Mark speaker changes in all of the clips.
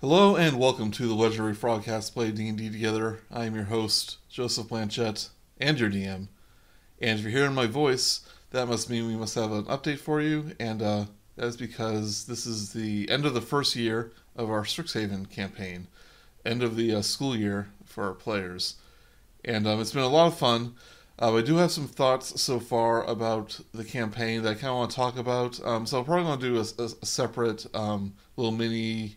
Speaker 1: Hello and welcome to the Legendary Frogcast Play D&D Together. I am your host, Joseph Blanchette, and your DM. And if you're hearing my voice, that must mean we must have an update for you, and uh, that is because this is the end of the first year of our Strixhaven campaign, end of the uh, school year for our players. And um, it's been a lot of fun. Uh, I do have some thoughts so far about the campaign that I kind of want to talk about. Um, so I'm probably going to do a, a- a separate um, little mini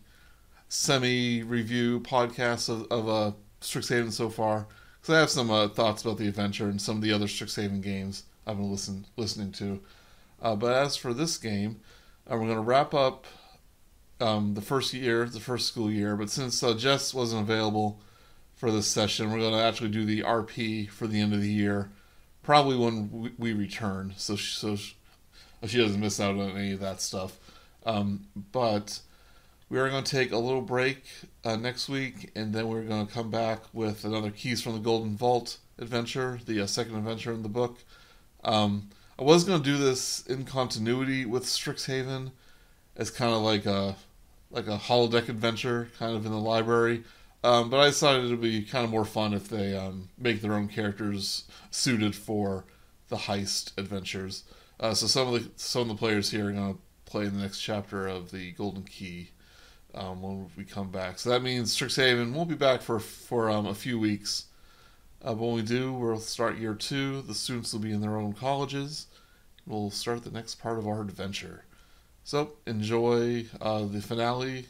Speaker 1: semi review podcast of, of uh, Strixhaven so far because I have some uh, thoughts about the adventure and some of the other Strixhaven games I've been listen, listening to. Uh, but as for this game, uh, we're going to wrap up um, the first year, the first school year. But since uh, Jess wasn't available for this session, we're going to actually do the RP for the end of the year, probably when we, we return. So she, so she, she doesn't miss out on any of that stuff. Um, but we are going to take a little break uh, next week, and then we're going to come back with another Keys from the Golden Vault adventure, the uh, second adventure in the book. Um, I was going to do this in continuity with Strixhaven, as kind of like a like a holodeck adventure, kind of in the library. Um, but I decided it would be kind of more fun if they um, make their own characters suited for the heist adventures. Uh, so some of the some of the players here are going to play in the next chapter of the Golden Key um, when we come back. So that means Strixhaven won't be back for for um, a few weeks. Uh, but when we do, we'll start year two. The students will be in their own colleges. We'll start the next part of our adventure. So enjoy uh, the finale, at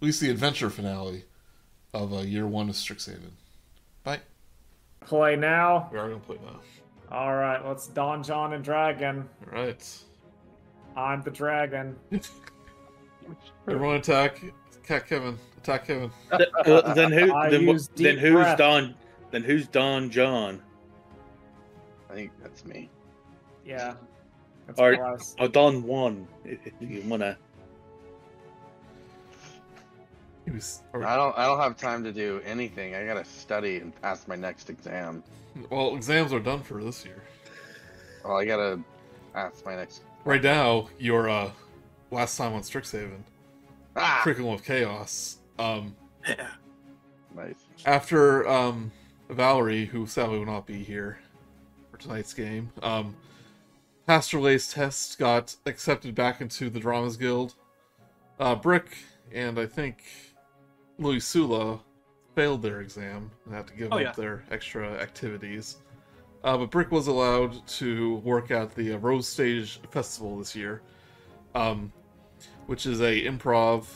Speaker 1: least the adventure finale of uh, year one of Strixhaven. Bye.
Speaker 2: Play now.
Speaker 1: We are gonna play now.
Speaker 2: All right, let's Don John and Dragon.
Speaker 1: All right.
Speaker 2: I'm the dragon.
Speaker 1: Everyone attack. Cat Kevin. Attack Kevin.
Speaker 3: Th- well, then who?
Speaker 2: I
Speaker 3: Then, wha-
Speaker 2: use deep
Speaker 3: then who's
Speaker 2: breath.
Speaker 3: Don? Then who's Don John?
Speaker 4: I think that's me.
Speaker 2: Yeah. That's
Speaker 3: All right.
Speaker 2: gross.
Speaker 3: Oh, Don One. If if you wanna,
Speaker 1: He was. or-
Speaker 4: I don't. I don't have time to do anything. I gotta study and pass my next exam.
Speaker 1: Well, exams are done for this year.
Speaker 4: Well, Oh, I gotta pass my next.
Speaker 1: Right now, your uh, last time on Strixhaven,
Speaker 4: Ah,
Speaker 1: Curriculum of Chaos. Um,
Speaker 4: nice.
Speaker 1: after um, Valerie, who sadly will not be here for tonight's game, um, Pastor Lay's test got accepted back into the Dramas Guild. Uh, Brick and I think Louis Sula failed their exam and had to give
Speaker 5: Oh,
Speaker 1: up
Speaker 5: yeah.
Speaker 1: their extra activities. Uh, but Brick was allowed to work at the uh, Rose Stage Festival this year, um, which is a improv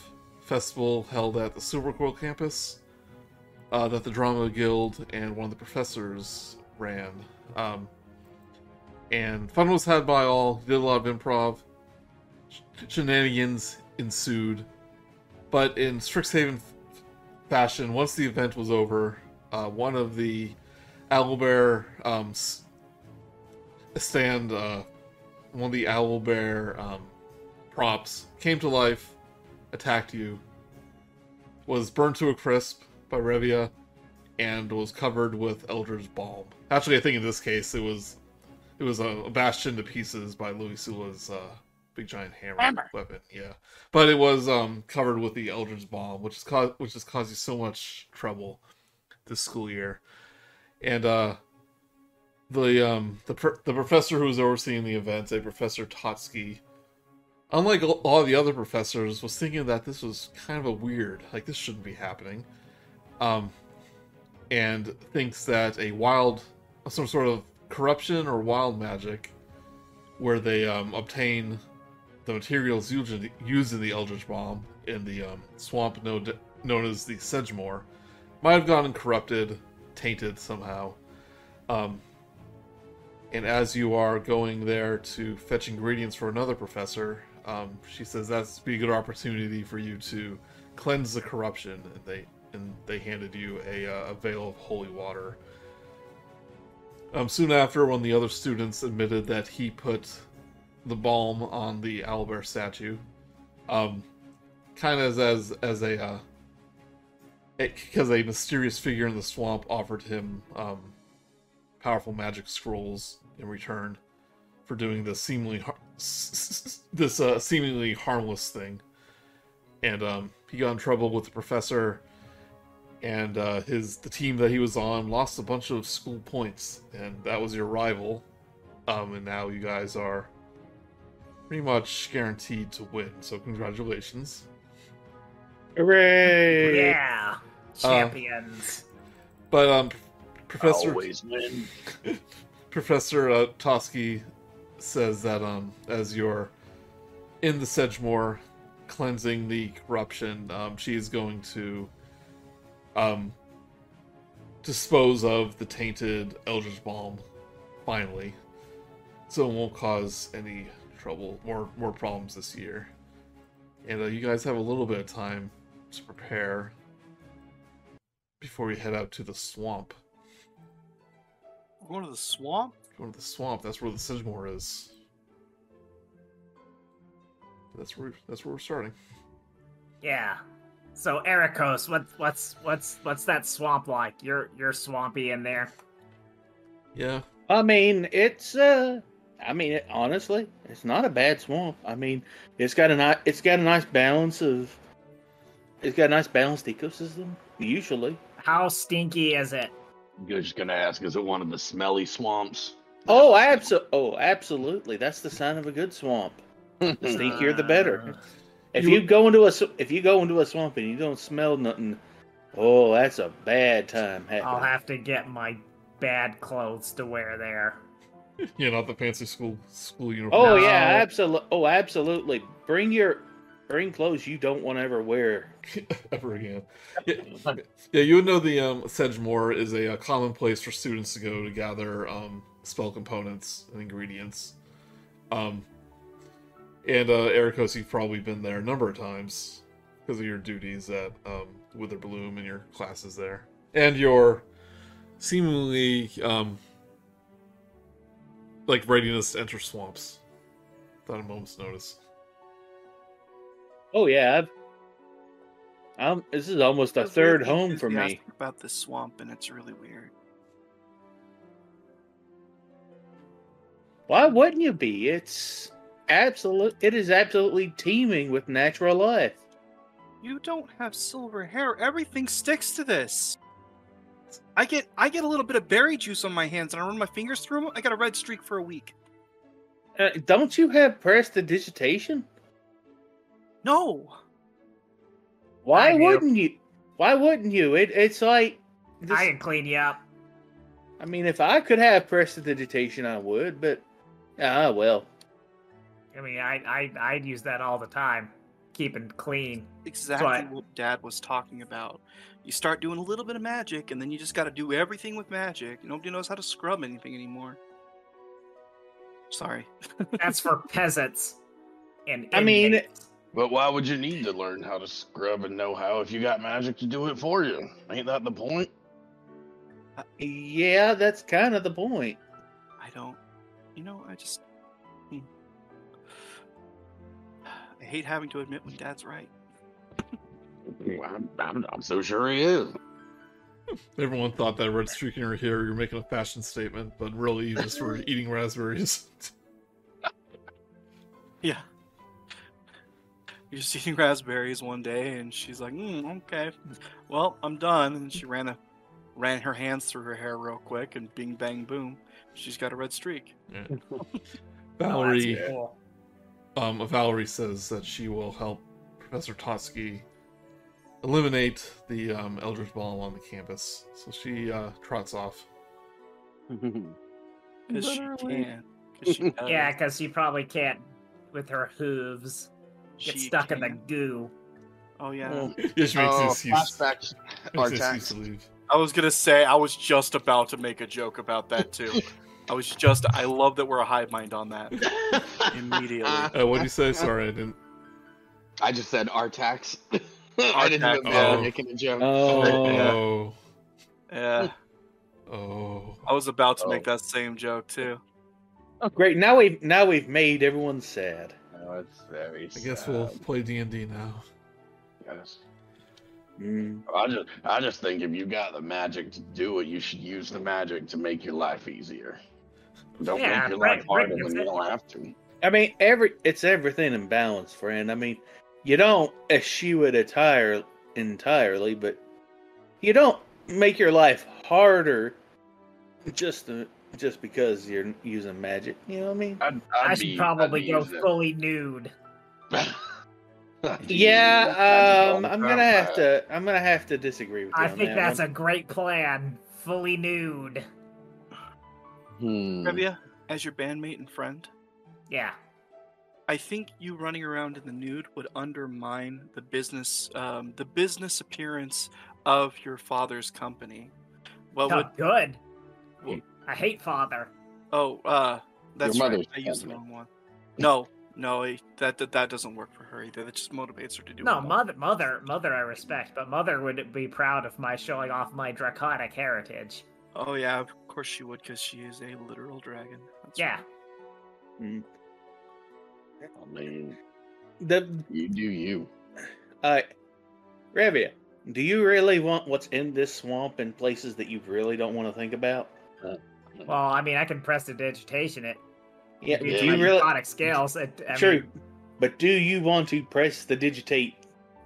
Speaker 1: festival held at the Silverquill campus uh, that the Drama Guild and one of the professors ran. Um, and fun was had by all, did a lot of improv. Sh- shenanigans ensued. But in Strixhaven f- fashion, once the event was over, uh, one of the Owlbear um, s- stand, uh, one of the Owlbear um, props came to life, attacked you, was burned to a crisp by Revia, and was covered with Elder's Balm. Actually, I think in this case it was it was uh, bashed into pieces by Louis Sula's uh, big giant hammer, weapon. Yeah, but it was um, covered with the Elder's Balm, which is cau- which is causing so much trouble this school year, and uh. The um the pr- the professor who was overseeing the event, a professor Totsky, unlike all- all the other professors, was thinking that this was kind of a weird, like this shouldn't be happening, um, and thinks that a wild, some sort of corruption or wild magic, where they um, obtain the materials used in the, used in the Eldritch Bomb in the um, swamp known, known as the Sedgemore, might have gotten corrupted, tainted somehow. Um, and as you are going there to fetch ingredients for another professor, um, she says that's be a good opportunity for you to cleanse the corruption. And they and they handed you a, uh, a veil of holy water. Um, soon after, one of the other students admitted that he put the balm on the owlbear statue, um, kind of as as, as a uh, because a mysterious figure in the swamp offered him um, powerful magic scrolls in return for doing this seemingly har- this uh, seemingly harmless thing. And um, He got in trouble with the professor, and uh, his the team that he was on lost a bunch of school points, and that was your rival. Um, and now you guys are pretty much guaranteed to win. So congratulations.
Speaker 3: Hooray!
Speaker 2: Yeah.
Speaker 3: Oh.
Speaker 2: Champions.
Speaker 1: But um, Professor
Speaker 5: Always win.
Speaker 1: Professor uh, Toski says that um, as you're in the Sedgemoor cleansing the corruption, um, she is going to um, dispose of the tainted Elder's Balm finally, so it won't cause any trouble, more more problems this year. And uh, you guys have a little bit of time to prepare before we head out to the swamp.
Speaker 6: We're going to the swamp.
Speaker 1: Going to the swamp. That's where the Sidmore is. That's where that's where we're starting.
Speaker 2: Yeah. So Ericos, what, what's what's what's that swamp like? You're you're swampy in there.
Speaker 1: Yeah.
Speaker 3: I mean, it's uh, I mean, it, honestly, it's not a bad swamp. I mean, it's got a nice, it's got a nice balance of, it's got a nice balanced ecosystem. Usually,
Speaker 2: How stinky is it?
Speaker 5: You're just gonna ask, is it one of the smelly swamps?
Speaker 3: oh, abso- oh, absolutely, that's the sign of a good swamp. The stinkier, the better. If
Speaker 1: You-
Speaker 3: you go into a sw- if you go into a swamp and you don't smell nothing, oh, that's a bad time.
Speaker 2: Uh, I'll
Speaker 3: happening.
Speaker 2: have to get my bad clothes to wear there.
Speaker 1: Yeah, not the fancy school school uniform.
Speaker 3: Oh
Speaker 2: No.
Speaker 3: yeah, absolutely. Oh, absolutely. Bring your bring clothes you don't want to ever wear.
Speaker 1: ever again. Yeah, yeah, you would know the um, Sedgemoor is a, uh common place for students to go to gather um, spell components and ingredients. Um, and uh, Ericos, you've probably been there a number of times because of your duties at um, Wither Bloom and your classes there, and your seemingly um, like readiness to enter swamps without a moment's notice.
Speaker 3: Oh yeah, I've, i this is almost a
Speaker 6: They're
Speaker 3: third
Speaker 6: really
Speaker 3: home for me.
Speaker 6: enthusiastic About this swamp, and it's really weird.
Speaker 3: Why wouldn't you be? It's absolute. It is absolutely teeming with natural life.
Speaker 6: You don't have silver hair. Everything sticks to this. I get I get a little bit of berry juice on my hands, and I run my fingers through them. I got a red streak for a week.
Speaker 3: Uh, don't you have prestidigitation?
Speaker 6: No,
Speaker 3: Why
Speaker 2: I do.
Speaker 3: wouldn't you? Why wouldn't you? It, it's like. This,
Speaker 2: I
Speaker 3: I,
Speaker 2: can clean you up.
Speaker 3: mean, if I could have prestidigitation, I would. But ah, well.
Speaker 2: I mean, I I I'd use that all the time, keeping clean.
Speaker 6: exactly
Speaker 2: Right.
Speaker 6: what Dad was talking about. You start doing a little bit of magic, and then you just got to do everything with magic. Nobody knows how to scrub anything anymore. Sorry.
Speaker 2: That's for peasants. And
Speaker 3: I mean,
Speaker 2: inmates.
Speaker 4: But why would you need to learn how to scrub and know how if you got magic to do it for you? Ain't that the point?
Speaker 3: Yeah, that's kind of the point.
Speaker 6: I don't. You know, I just. hmm. I hate having to admit when Dad's right.
Speaker 4: I'm, I'm, I'm so sure he is.
Speaker 1: Everyone thought that red streak in your hair, you're making a fashion statement, but really you just were eating raspberries.
Speaker 6: Yeah. You're just eating raspberries one day, and she's like, mm, "Okay, well, I'm done." And she ran a, ran her hands through her hair real quick, and bing bang boom, she's got a red streak.
Speaker 2: Oh, that's
Speaker 1: Valerie,
Speaker 2: cool.
Speaker 1: um, Valerie says that she will help Professor Toski eliminate the um, Eldritch Bomb on the campus. So she uh, trots off.
Speaker 6: Because she can. 'Cause she does.
Speaker 2: Yeah, because she probably can't with her hooves get
Speaker 6: She
Speaker 2: stuck in the
Speaker 6: can.
Speaker 2: goo.
Speaker 6: Oh yeah.
Speaker 1: Yeah, she makes an
Speaker 4: Oh,
Speaker 1: excuse,
Speaker 4: flashbacks
Speaker 1: makes
Speaker 4: are
Speaker 1: an excuse
Speaker 4: taxed.
Speaker 1: to leave.
Speaker 6: I was gonna say I was just about to make a joke about that too. I was just. I love that we're a hive mind on that. Immediately.
Speaker 1: Uh, what do you say? Sorry, I didn't.
Speaker 4: I just said our tax. I didn't
Speaker 6: tax.
Speaker 4: know they were
Speaker 1: Oh.
Speaker 4: making a joke.
Speaker 3: Oh.
Speaker 1: Oh,
Speaker 6: Yeah,
Speaker 1: oh.
Speaker 6: I was about to make
Speaker 4: Oh.
Speaker 6: that same joke too.
Speaker 3: Great. Now we've now we've made everyone sad.
Speaker 4: No, it's very
Speaker 1: I guess
Speaker 4: sad.
Speaker 1: we'll play D and D now.
Speaker 4: Yes.
Speaker 3: Mm.
Speaker 4: I just, I just think if you got the magic to do it, you should use the magic to make your life easier. Don't
Speaker 2: Yeah,
Speaker 4: make your
Speaker 2: Rick-
Speaker 4: life harder
Speaker 2: Rick is
Speaker 4: than you
Speaker 2: it.
Speaker 4: don't have to.
Speaker 3: I mean, every it's everything in balance, friend. I mean, you don't eschew it entire, entirely, but you don't make your life harder just to, just because you're using magic. You know what I mean?
Speaker 4: I'd, I'd
Speaker 2: I
Speaker 4: be-
Speaker 2: should
Speaker 4: I'd
Speaker 2: probably
Speaker 4: be
Speaker 2: go
Speaker 4: using it.
Speaker 2: fully nude.
Speaker 3: Yeah, um, I'm gonna have to. I'm gonna have to disagree with you.
Speaker 2: I
Speaker 3: on
Speaker 2: think
Speaker 3: that
Speaker 2: that's
Speaker 3: one.
Speaker 2: a great plan. Fully nude.
Speaker 4: Mm.
Speaker 5: Hmm.
Speaker 6: Revia, as your bandmate and friend,
Speaker 2: Yeah.
Speaker 6: I think you running around in the nude would undermine the business, um, the business appearance of your father's company. What would?
Speaker 2: Not good.
Speaker 6: Well-
Speaker 2: I hate father.
Speaker 6: Oh, uh, that's right.
Speaker 5: mother's
Speaker 6: I used the
Speaker 5: company.
Speaker 6: wrong one. No, no, I- that, that that doesn't work for her either. That just motivates her to do.
Speaker 2: No,
Speaker 6: it.
Speaker 2: mother, mother, mother. I respect, but mother would be proud of my showing off my draconic heritage.
Speaker 6: Oh yeah, of course she would, because she is a literal dragon. That's
Speaker 2: Yeah.
Speaker 6: right.
Speaker 4: I mean,
Speaker 3: The
Speaker 4: you do you.
Speaker 3: uh, Revia, do you really want what's in this swamp in places that you really don't want to think about?
Speaker 2: Well, I mean, I can press the digitation it.
Speaker 3: Yeah,
Speaker 2: Do
Speaker 3: do you really?
Speaker 2: draconic scales? It, I
Speaker 3: True,
Speaker 2: mean,
Speaker 3: but do you want to press the digitate?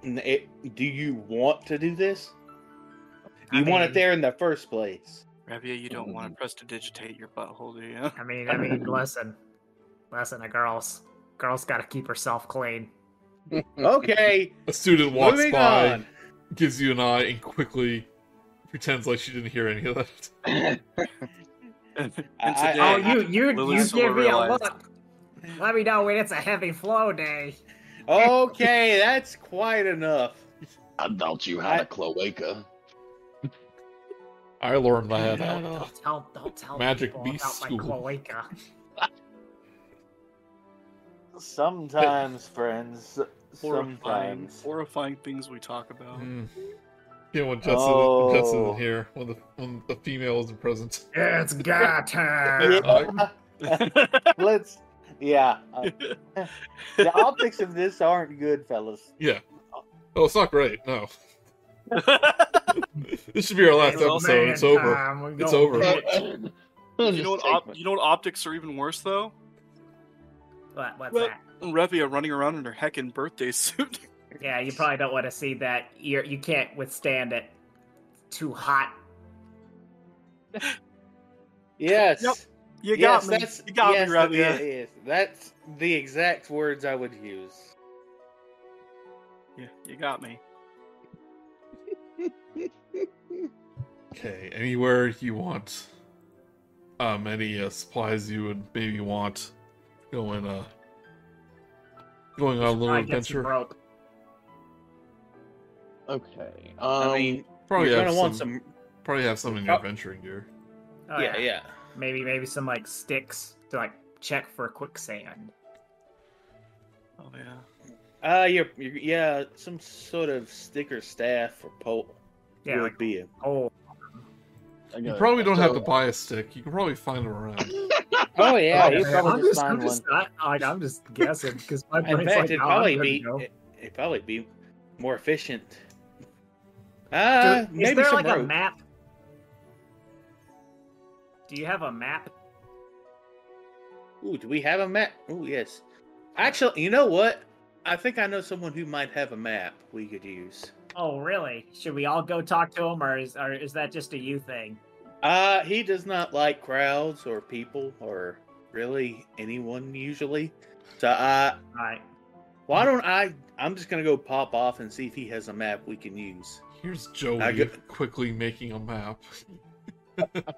Speaker 3: n- it- Do you want to do this?
Speaker 2: I
Speaker 3: You want
Speaker 2: mean-
Speaker 3: it there in the first place.
Speaker 6: Revia, you don't
Speaker 5: Mm-hmm.
Speaker 6: want to press to digitate your butthole, do you?
Speaker 2: I mean, I mean, listen, listen to girls. Girls got to keep herself clean.
Speaker 3: Okay,
Speaker 1: A student walks
Speaker 3: moving
Speaker 1: by,
Speaker 3: on.
Speaker 1: gives you an eye, and quickly pretends like she didn't hear any of that.
Speaker 6: And
Speaker 3: I-
Speaker 6: today,
Speaker 2: oh, you, you,
Speaker 6: Lilith's
Speaker 2: you give me a
Speaker 6: realized-
Speaker 2: look. Let me know when it's a heavy flow day.
Speaker 3: Okay, that's quite enough.
Speaker 4: I thought you had
Speaker 3: I-
Speaker 4: a cloaca.
Speaker 1: I lure him my head out.
Speaker 6: Oh.
Speaker 2: Don't tell, don't tell
Speaker 1: Magic
Speaker 2: people
Speaker 1: beast
Speaker 2: about my
Speaker 1: school.
Speaker 2: cloaca.
Speaker 3: Sometimes, friends.
Speaker 6: horrifying,
Speaker 3: Sometimes.
Speaker 6: horrifying things we talk about.
Speaker 1: Mm. Yeah, when Jess, isn't, Jess isn't
Speaker 3: Oh.
Speaker 1: here, when the when the female isn't present.
Speaker 2: It's guy time.
Speaker 1: Yeah.
Speaker 3: Let's. Yeah. uh, the optics of this aren't good, fellas.
Speaker 1: Yeah. Oh, it's not great. No, this should be our last
Speaker 2: It's
Speaker 1: episode. It's
Speaker 2: man
Speaker 1: over.
Speaker 2: time. We're
Speaker 1: It's
Speaker 2: going
Speaker 1: over.
Speaker 2: big.
Speaker 6: you know what? Op- you know what optics are even worse though.
Speaker 2: What, what's
Speaker 6: Well-
Speaker 2: that?
Speaker 6: Revia running around in her heckin' birthday suit.
Speaker 2: Yeah, you probably don't want to see that. You're, you can't withstand it. Too hot.
Speaker 3: Yes.
Speaker 6: Yep, you got
Speaker 3: yes,
Speaker 6: me.
Speaker 3: That's,
Speaker 6: you got
Speaker 3: yes,
Speaker 6: me,
Speaker 3: that-
Speaker 6: Revia.
Speaker 3: yeah, yes, That's the exact words I would use.
Speaker 6: Yeah, you got me.
Speaker 1: Okay, anywhere you want. Um, any uh, supplies you would maybe want going uh going on a little
Speaker 2: I get you
Speaker 1: adventure.
Speaker 2: broke.
Speaker 5: Okay. Um,
Speaker 3: I mean,
Speaker 1: Probably
Speaker 3: you're
Speaker 1: have
Speaker 3: gonna
Speaker 1: some,
Speaker 3: want some.
Speaker 1: probably have something
Speaker 3: Oh.
Speaker 1: adventuring gear.
Speaker 2: Oh,
Speaker 3: yeah, yeah.
Speaker 2: Maybe maybe some like sticks to like check for quicksand.
Speaker 6: Oh yeah.
Speaker 3: Uh, you're, you're, yeah, some sort of sticker staff or pole
Speaker 2: Yeah,
Speaker 3: would
Speaker 2: like
Speaker 3: be a
Speaker 2: oh
Speaker 1: You probably don't have to buy a stick. You can probably find them around.
Speaker 3: Oh yeah,
Speaker 2: Okay,
Speaker 3: you
Speaker 2: I'm
Speaker 3: probably just
Speaker 2: just,
Speaker 3: find
Speaker 2: I'm
Speaker 3: one.
Speaker 2: just not, like I'm just guessing because my brain's
Speaker 3: In fact,
Speaker 2: like,
Speaker 3: it'd
Speaker 2: "Oh, I'm
Speaker 3: probably
Speaker 2: good to
Speaker 3: be
Speaker 2: go."
Speaker 3: it, it'd probably be more efficient. Ah,
Speaker 2: Is
Speaker 3: maybe
Speaker 2: there
Speaker 3: some
Speaker 2: like a
Speaker 3: rope.
Speaker 2: map? Do you have a map?
Speaker 3: Ooh, do we have a map? Ooh, yes. Actually, you know what? I think I know someone who might have a map we could use.
Speaker 2: Oh, really? Should we all go talk to him, or is or is that just a you thing?
Speaker 3: Uh, he does not like crowds or people or really anyone usually. So, uh,
Speaker 2: All right.
Speaker 3: why don't I? I'm just gonna go pop off and see if he has a map we can use.
Speaker 1: Here's Joey
Speaker 3: I get-
Speaker 1: quickly making a map.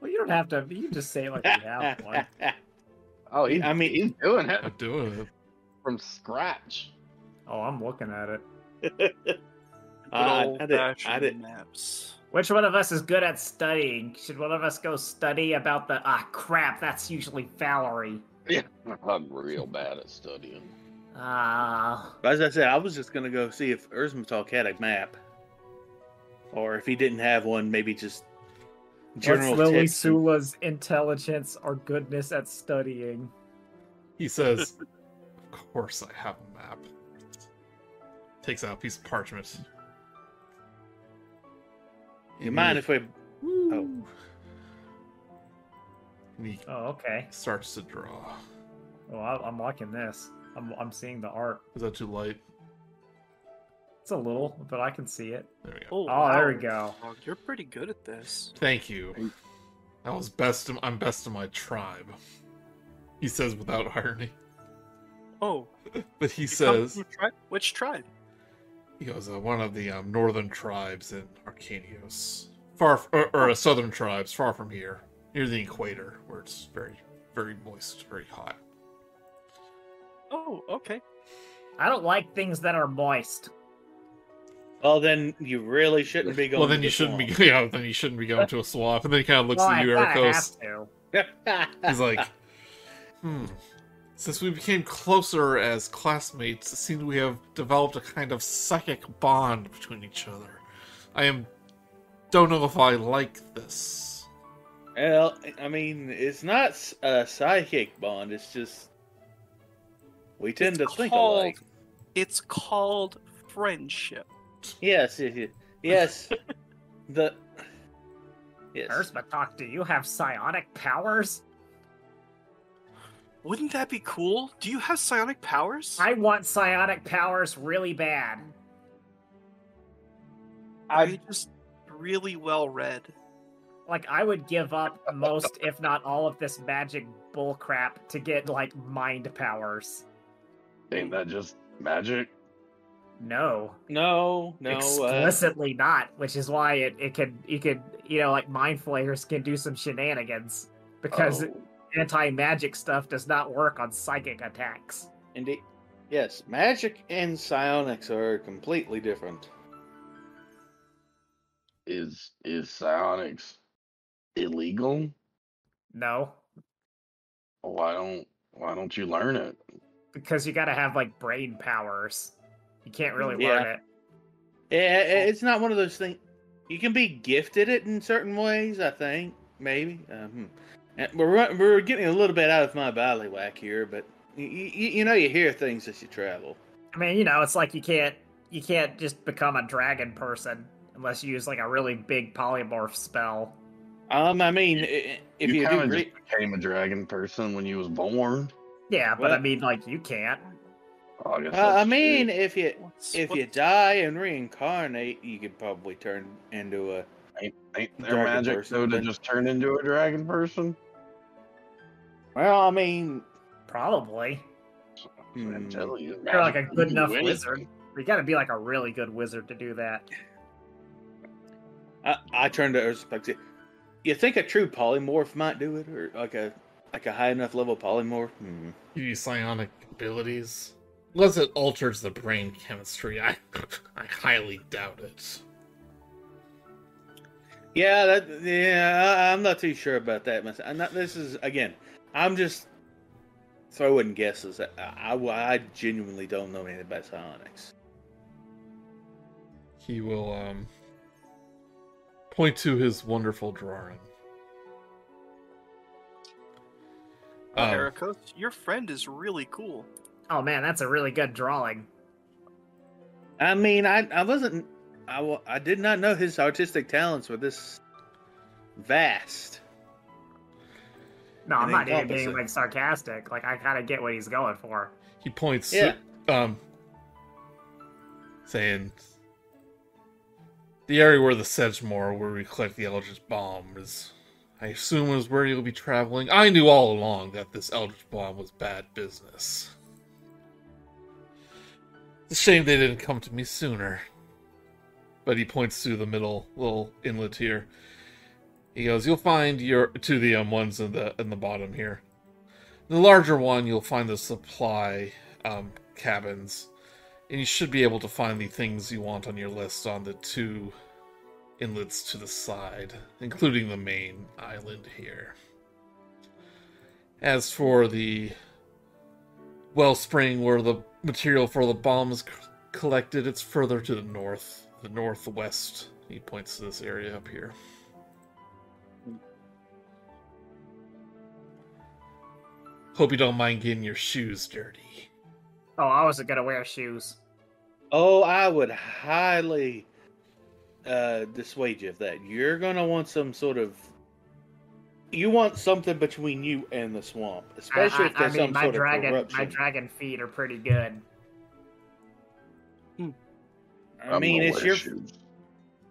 Speaker 2: Well, you don't have to. You can just say like you have one.
Speaker 4: Oh, he's,
Speaker 3: I
Speaker 4: I
Speaker 3: mean-
Speaker 4: mean, he's doing it
Speaker 1: I'm doing it.
Speaker 4: from scratch.
Speaker 2: Oh, I'm looking at it.
Speaker 3: Ah,
Speaker 6: Good
Speaker 3: I did. I
Speaker 6: old-fashioned
Speaker 3: did.
Speaker 6: maps.
Speaker 2: Which one of us is good at studying? Should one of us go study about the ah crap? That's usually Valerie.
Speaker 4: I'm real bad at studying.
Speaker 2: Ah,
Speaker 3: As I said, I was just gonna go see if Erzmatalk had a map, or if he didn't have one, maybe just general
Speaker 2: what's Lily
Speaker 3: tips.
Speaker 2: Sula's intelligence or goodness at studying?
Speaker 1: He says, "Of course, I have a map." Takes out a piece of parchment.
Speaker 3: You mind if we?
Speaker 1: Woo. And he
Speaker 2: Oh, okay.
Speaker 1: starts to draw.
Speaker 2: Well, I- I'm liking this. I'm, I'm seeing the art.
Speaker 1: Is that too light?
Speaker 2: It's a little, but I can see it.
Speaker 1: There we go.
Speaker 6: Oh,
Speaker 2: Oh, there we
Speaker 6: wow.
Speaker 2: go.
Speaker 6: Dog, You're pretty good at this.
Speaker 1: Thank you. That was best. In, I'm best in my tribe. He says without irony,
Speaker 6: Oh,
Speaker 1: but he
Speaker 6: you come
Speaker 1: says
Speaker 6: from a tribe? Which tribe?
Speaker 1: he goes uh, one of the um, northern tribes in Arcanios, far f- or, or uh, southern tribes, far from here, near the equator, where it's very, very moist, very hot.
Speaker 6: Oh, okay.
Speaker 2: I don't like things that are moist.
Speaker 3: Well, then you really shouldn't be going.
Speaker 1: well, then
Speaker 3: to
Speaker 1: you
Speaker 3: the
Speaker 1: shouldn't
Speaker 3: swamp.
Speaker 1: be. Yeah, then you shouldn't be going to a swamp. And then he kind of looks
Speaker 2: well,
Speaker 1: at
Speaker 2: I
Speaker 1: you,
Speaker 2: kinda have
Speaker 1: Ericos.
Speaker 2: to.
Speaker 1: He's like, hmm. Since we became closer as classmates, it seems we have developed a kind of psychic bond between each other. I am. Don't know if I like this.
Speaker 3: Well, I mean, it's not s- a psychic bond. It's just we tend
Speaker 6: It's
Speaker 3: to think
Speaker 6: called-
Speaker 3: alike.
Speaker 6: It's called friendship.
Speaker 3: Yes, yes, yes. yes. the yes.
Speaker 2: Ersma, talk. Do you have psionic powers?
Speaker 6: Wouldn't that be cool? Do you have psionic powers?
Speaker 2: I want psionic powers really bad.
Speaker 6: Are you just really well read?
Speaker 2: Like I would give up most, if not all, of this magic bullcrap to get like mind powers.
Speaker 4: Ain't that just magic?
Speaker 2: No,
Speaker 3: No, no. Uh,
Speaker 2: explicitly not, which is why it it could you could you know like mind flayers can do some shenanigans because
Speaker 4: Oh,
Speaker 2: anti magic stuff does not work on psychic attacks.
Speaker 3: indeed. Yes, magic and psionics are completely different.
Speaker 4: is is psionics illegal?
Speaker 2: No,
Speaker 4: Why don't why don't you learn it?
Speaker 2: because you got to have like brain powers. You can't really
Speaker 3: Yeah.
Speaker 2: learn it.
Speaker 3: I- I- Eh, it's not one of those things. You can be gifted it in certain ways, I think. Maybe. Um, we're run- we're getting a little bit out of my ballywack here, but you, you, you know you hear things as you travel.
Speaker 2: I mean, you know, it's like you can't you can't just become a dragon person unless you use like a really big polymorph spell.
Speaker 3: Um, I mean, i- i- if you, do
Speaker 4: kinda
Speaker 3: re-
Speaker 4: just became a dragon person when you was born.
Speaker 2: Yeah, but I
Speaker 3: Well-
Speaker 2: mean, like you can't.
Speaker 4: Oh, I, guess
Speaker 3: uh, I
Speaker 4: that's
Speaker 3: mean,
Speaker 4: true.
Speaker 3: if you
Speaker 6: What's-
Speaker 3: if
Speaker 6: what-
Speaker 3: you die and reincarnate, you could probably turn into a.
Speaker 4: ain't there
Speaker 3: dragon
Speaker 4: magic
Speaker 3: person,
Speaker 4: though to
Speaker 3: then-
Speaker 4: just turn into a dragon person?
Speaker 3: Well, I mean,
Speaker 2: Probably.
Speaker 4: I'm
Speaker 3: hmm,
Speaker 4: telling you,
Speaker 2: You're like a
Speaker 4: magic
Speaker 2: good
Speaker 4: can do
Speaker 2: enough
Speaker 4: anything.
Speaker 2: wizard. You got to be like a really good wizard to do that.
Speaker 3: I, I turn to Earth's perspective. You think a true polymorph might do it, or like a like a high enough level polymorph? Hmm.
Speaker 1: Give you psionic abilities, unless it alters the brain chemistry. I, I highly doubt it.
Speaker 3: Yeah, that, yeah, I, I'm not too sure about that. myself. I'm not, this is again, I'm just throwing guesses. I, I, I genuinely don't know anything about psionics.
Speaker 1: He will um point to his wonderful drawing.
Speaker 3: Oh.
Speaker 6: Uh,
Speaker 1: Um,
Speaker 6: Ericos, your friend is really cool.
Speaker 2: Oh man, that's a really good drawing.
Speaker 3: I mean, I, I wasn't, I, wa- I did not know his artistic talents were this vast.
Speaker 2: No, I'm
Speaker 3: It
Speaker 2: not even
Speaker 3: encompasses.
Speaker 2: being like sarcastic. Like I kind of get what he's going for.
Speaker 1: He points,
Speaker 3: Yeah.
Speaker 1: um, saying, "The area where the Sedgemore, where we collect the Eldritch Bomb, is, I assume, is where you'll be traveling. I knew all along that this Eldritch Bomb was bad business. It's a shame they didn't come to me sooner." But he points to the middle little inlet here. He goes, "You'll find your to the um, ones in the in the bottom here." The larger one, you'll find the supply um, cabins, and you should be able to find the things you want on your list on the two inlets to the side, including the main island here. As for the wellspring where the material for the bomb is c- collected, it's further to the north, the northwest. He points to this area up here. Hope you don't mind getting your shoes dirty.
Speaker 2: Oh, I wasn't gonna wear shoes.
Speaker 3: Oh, I would highly uh, dissuade you of that. You're going to want some sort of you want something between you and the swamp, especially
Speaker 2: I,
Speaker 3: if
Speaker 2: I, I
Speaker 3: there's
Speaker 2: mean,
Speaker 3: some
Speaker 2: my
Speaker 3: sort
Speaker 2: dragon,
Speaker 3: of corruption.
Speaker 2: my dragon feet are pretty good.
Speaker 3: I mean,
Speaker 4: I'm
Speaker 3: it's
Speaker 4: aware
Speaker 3: your,
Speaker 4: shoes.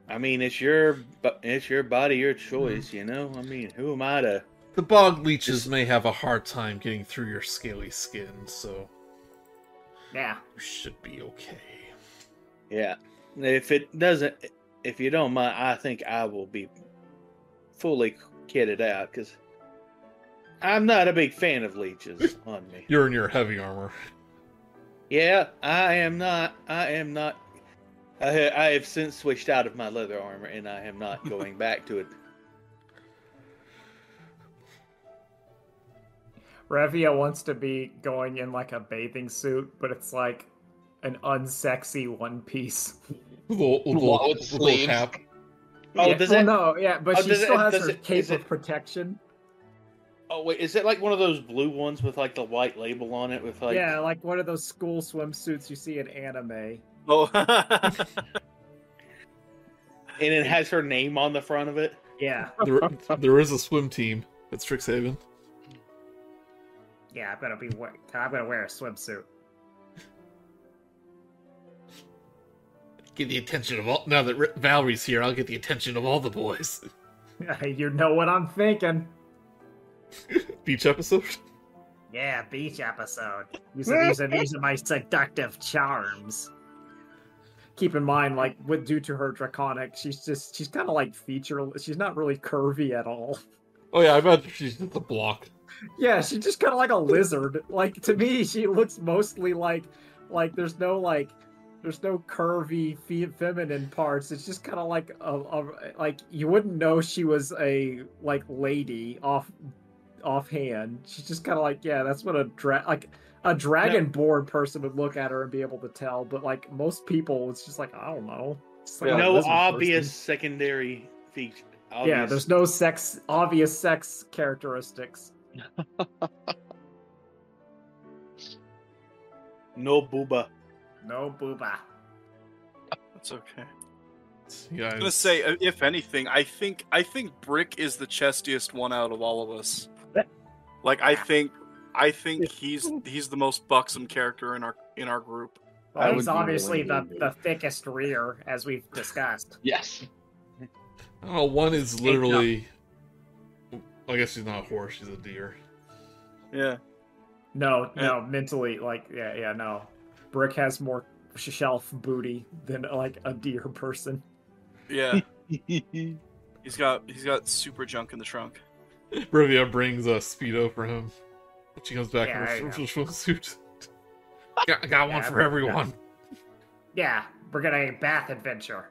Speaker 3: I mean, it's your, bu- it's your body, your
Speaker 2: Mm-hmm.
Speaker 3: choice. You know, I mean, who am I to?
Speaker 1: The bog leeches may have a hard time getting through your scaly skin, so
Speaker 2: Yeah.
Speaker 1: you should be okay.
Speaker 3: Yeah. If it doesn't, if you don't mind, I think I will be fully kitted out because I'm not a big fan of leeches on me.
Speaker 1: You're in your heavy armor.
Speaker 3: Yeah, I am not. I am not. I, ha- I have since switched out of my leather armor, and I am not going back to it.
Speaker 2: Revia wants to be going in like a bathing suit, but it's like an unsexy one piece.
Speaker 1: With a little, with a little-
Speaker 4: Well, with
Speaker 1: with a little
Speaker 4: sleeves.
Speaker 1: cap.
Speaker 3: Oh,
Speaker 2: yeah.
Speaker 3: does
Speaker 2: well,
Speaker 3: it?
Speaker 2: no, yeah, but
Speaker 3: Oh,
Speaker 2: she
Speaker 3: does it-
Speaker 2: still has
Speaker 3: does
Speaker 2: her
Speaker 3: it-
Speaker 2: cape
Speaker 3: is
Speaker 2: of
Speaker 3: it-
Speaker 2: protection.
Speaker 3: Oh wait, is it like one of those blue ones with like the white label on it? With like,
Speaker 2: yeah, like one of those school swimsuits you see in anime.
Speaker 6: Oh,
Speaker 3: and it has her name on the front of it.
Speaker 2: Yeah,
Speaker 1: There, there is a swim team at Strixhaven.
Speaker 2: yeah, I'm gonna be. we- I'm gonna wear a swimsuit.
Speaker 1: Get the attention of all. Now that R- Valerie's here, I'll get the attention of all the boys.
Speaker 2: you know what I'm thinking.
Speaker 1: Beach episode.
Speaker 2: Yeah, beach episode. Using, using, using my seductive charms. Keep in mind, like, with due to her draconic, she's just she's kind of like feature. She's not really curvy at all.
Speaker 1: Oh yeah, I imagine she's at the block.
Speaker 2: Yeah, she's just kind of like a lizard. Like to me, she looks mostly like like there's no like there's no curvy fe- feminine parts. It's just kind of like a, a like you wouldn't know she was a like lady off offhand. She's just kind of like yeah, that's what a dra- like a dragonborn person would look at her and be able to tell. But like most people, it's just like I don't know. It's like a
Speaker 3: no
Speaker 2: lizard person.
Speaker 3: obvious secondary feature. Obvious.
Speaker 2: Yeah, there's no sex obvious sex characteristics.
Speaker 3: no booba.
Speaker 2: No booba.
Speaker 6: that's okay.
Speaker 1: Yeah,
Speaker 6: I'm gonna say, uh, if anything, I think I think Brick is the chestiest one out of all of us. Like I think, I think he's he's the most buxom character in our in our group.
Speaker 2: Well,
Speaker 4: I
Speaker 2: he's
Speaker 4: would be
Speaker 2: obviously the,
Speaker 4: willing to
Speaker 2: the thickest rear, as we've discussed.
Speaker 4: Yes.
Speaker 1: I don't know. One is literally. I guess she's not a horse. She's a deer.
Speaker 6: Yeah,
Speaker 2: No, no, mentally, like, yeah, yeah, no. Brick has more shelf booty than like a deer person.
Speaker 6: yeah. he's got he's got super junk in the trunk.
Speaker 1: Rivia brings a speedo for him. When She comes back
Speaker 2: Yeah, there
Speaker 1: in
Speaker 2: you
Speaker 1: her
Speaker 2: go.
Speaker 1: swimsuit. Got, got one
Speaker 2: Yeah,
Speaker 1: for
Speaker 2: but-
Speaker 1: everyone.
Speaker 2: Yeah, we're gonna a bath adventure.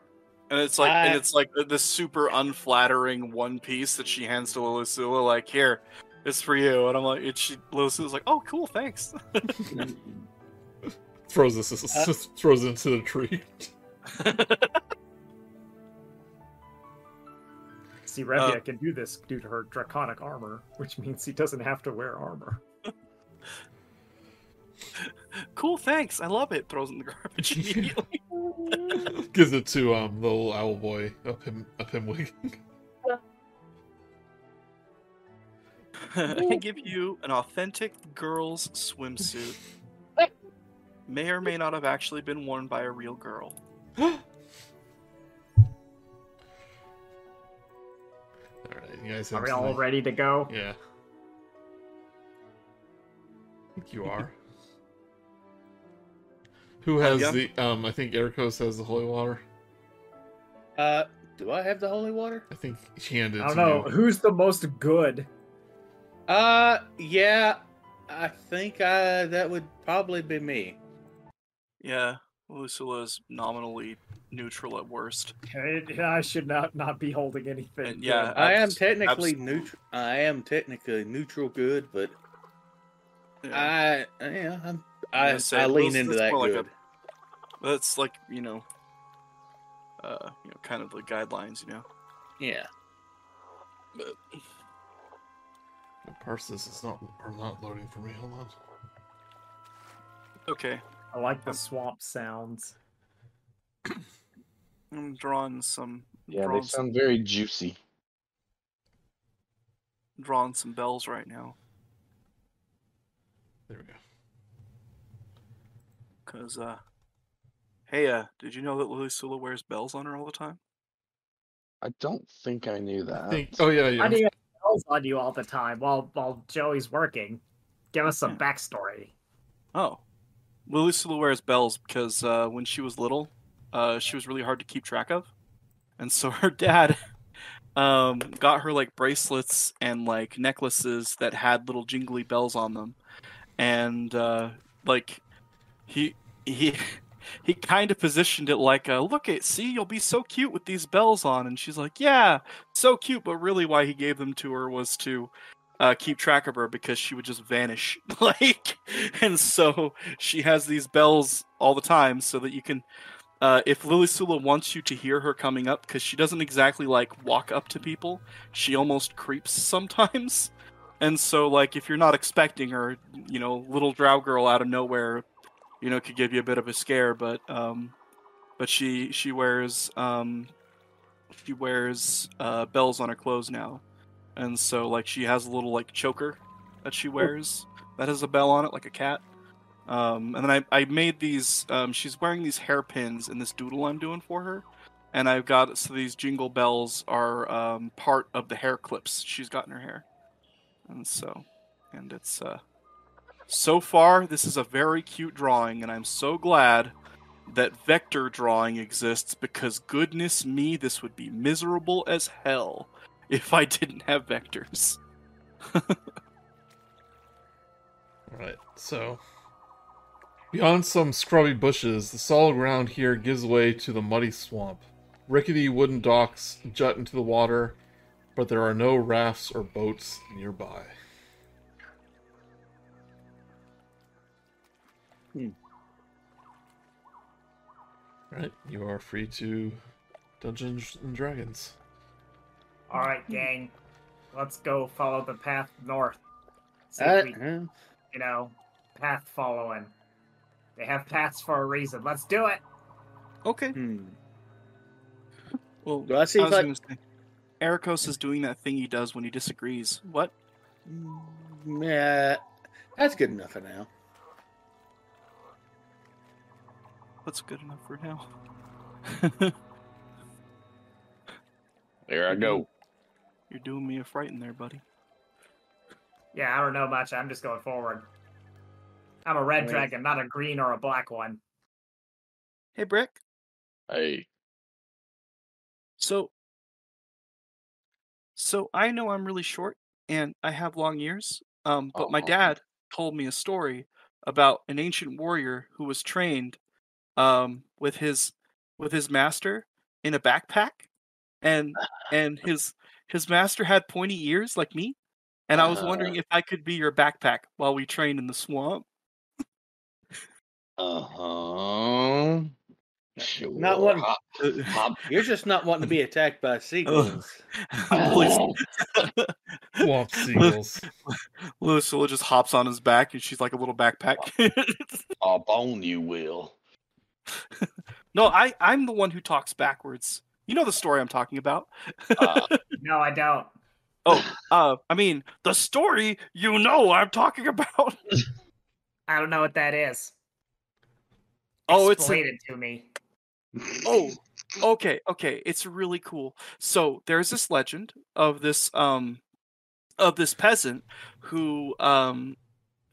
Speaker 6: And it's like, and
Speaker 3: I-
Speaker 6: it's like the, the super unflattering one piece that she hands to Lilisula, like, here, it's for you. And I'm like, and she, Lilisula's like, oh, cool, thanks.
Speaker 1: Throws this,
Speaker 2: Uh.
Speaker 1: throws it into the tree.
Speaker 2: See, Revia
Speaker 6: Uh,
Speaker 2: can do this due to her draconic armor, which means he doesn't have to wear armor.
Speaker 6: cool, thanks. I love it. Throws it in the garbage immediately.
Speaker 1: Gives it to um the little owl boy up him up him wig.
Speaker 6: I give you an authentic girl's swimsuit. May or may not have actually been worn by a real girl.
Speaker 1: All right, you guys. Have
Speaker 2: Are we all
Speaker 1: something?
Speaker 2: ready to go?
Speaker 1: Yeah. I think you are. Who has
Speaker 6: yeah.
Speaker 1: the um I think Ericos has the holy water.
Speaker 3: Uh, do I have the holy water?
Speaker 1: I think she handed it
Speaker 2: I don't
Speaker 1: to
Speaker 2: know.
Speaker 1: you.
Speaker 2: Who's the most good?
Speaker 3: Uh, yeah, I think I that would probably be me.
Speaker 6: Yeah, Lilisula is nominally neutral at worst.
Speaker 2: I should not, not be holding anything.
Speaker 6: And yeah,
Speaker 3: I am
Speaker 6: abs-
Speaker 3: technically
Speaker 6: abs-
Speaker 3: neutral. I am technically neutral good, but
Speaker 6: yeah.
Speaker 3: I yeah, I'm,
Speaker 6: I'm
Speaker 3: I
Speaker 6: gonna say,
Speaker 3: I lean
Speaker 6: those-
Speaker 3: into
Speaker 6: that's
Speaker 3: that
Speaker 6: more like
Speaker 3: good.
Speaker 6: that's like you know, uh, you know, kind of the guidelines, you know.
Speaker 3: Yeah.
Speaker 6: But
Speaker 1: Parses is not are not loading for me. Hold on.
Speaker 6: okay,
Speaker 2: I like the swamp sounds.
Speaker 6: I'm drawing some.
Speaker 4: Yeah, they
Speaker 6: drawing some-
Speaker 4: sound very juicy.
Speaker 6: drawing some bells right now
Speaker 1: There we go.
Speaker 6: because uh hey uh did you know that Lucilla wears bells on her all the time?
Speaker 4: I don't think I knew that.
Speaker 1: I think. Oh yeah, yeah.
Speaker 2: Why do you have bells on you all the time while while Joey's working? Give us some backstory.
Speaker 6: Oh. Well, Lucilla wears bells because uh, when she was little, uh, she was really hard to keep track of. And so her dad um, got her like bracelets and like necklaces that had little jingly bells on them. And uh, like he he he kind of positioned it like uh, look at see you'll be so cute with these bells on and she's like yeah so cute but really why he gave them to her was to uh, keep track of her because she would just vanish. like, and so she has these bells all the time so that you can. Uh, if Lily Sula wants you to hear her coming up, because she doesn't exactly like walk up to people, she almost creeps sometimes. And so, like, if you're not expecting her, you know, little drow girl out of nowhere, you know, could give you a bit of a scare. But, um, but she she wears um, she wears uh, bells on her clothes now, and so like she has a little like choker that she wears that has a bell on it like a cat um, and then I, I made these um, she's wearing these hairpins in this doodle i'm doing for her and i've got so these jingle bells are um, part of the hair clips she's got in her hair and so and it's uh, so far this is a very cute drawing and i'm so glad that vector drawing exists because goodness me this would be miserable as hell if I didn't have vectors.
Speaker 1: Right, so. Beyond some scrubby bushes, the solid ground here gives way to the muddy swamp. Rickety wooden docks jut into the water, but there are no rafts or boats nearby.
Speaker 3: Hmm.
Speaker 1: Right, you are free to Dungeons and Dragons.
Speaker 2: All right, gang, let's go follow the path north. See
Speaker 3: Uh,
Speaker 2: if we,
Speaker 3: uh,
Speaker 2: you know, path following. They have paths for a reason. Let's do it.
Speaker 6: Okay.
Speaker 3: hmm.
Speaker 6: Well,
Speaker 3: Do I see
Speaker 6: I
Speaker 3: if
Speaker 6: was
Speaker 3: I
Speaker 6: gonna say, Ericos is doing that thing he does when he disagrees. What?
Speaker 3: Mm, Yeah, that's good enough for now.
Speaker 6: That's good enough for now.
Speaker 4: there I go.
Speaker 6: You're doing me a fright in there, buddy.
Speaker 2: Yeah, I don't know much. I'm just going forward. I'm a red
Speaker 3: Alright.
Speaker 2: dragon, not a green or a black one.
Speaker 6: Hey, Brick.
Speaker 4: Hey,
Speaker 6: So, so I know I'm really short and I have long ears. Um, but my
Speaker 4: Aw.
Speaker 6: dad told me a story about an ancient warrior who was trained, um, with his with his master in a backpack, and and his his master had pointy ears like me, and I was wondering if I could be your backpack while we train in the swamp.
Speaker 4: uh huh. Sure.
Speaker 3: Not one-
Speaker 4: Hop, hop.
Speaker 3: You're just not wanting to be attacked by seagulls.
Speaker 6: Liz-
Speaker 1: Swamp seagulls.
Speaker 6: Lucilla just hops on his back, and she's like a little backpack.
Speaker 4: Hop on, you will.
Speaker 6: No, I I'm the one who talks backwards. You know the story I'm talking about.
Speaker 4: Uh,
Speaker 2: No, I don't.
Speaker 6: Uh, I mean the story you know I'm talking about.
Speaker 2: I don't know what that is.
Speaker 6: Oh, it's a-
Speaker 2: Explain it to me.
Speaker 6: oh okay okay it's really cool so there's this legend of this um of this peasant who um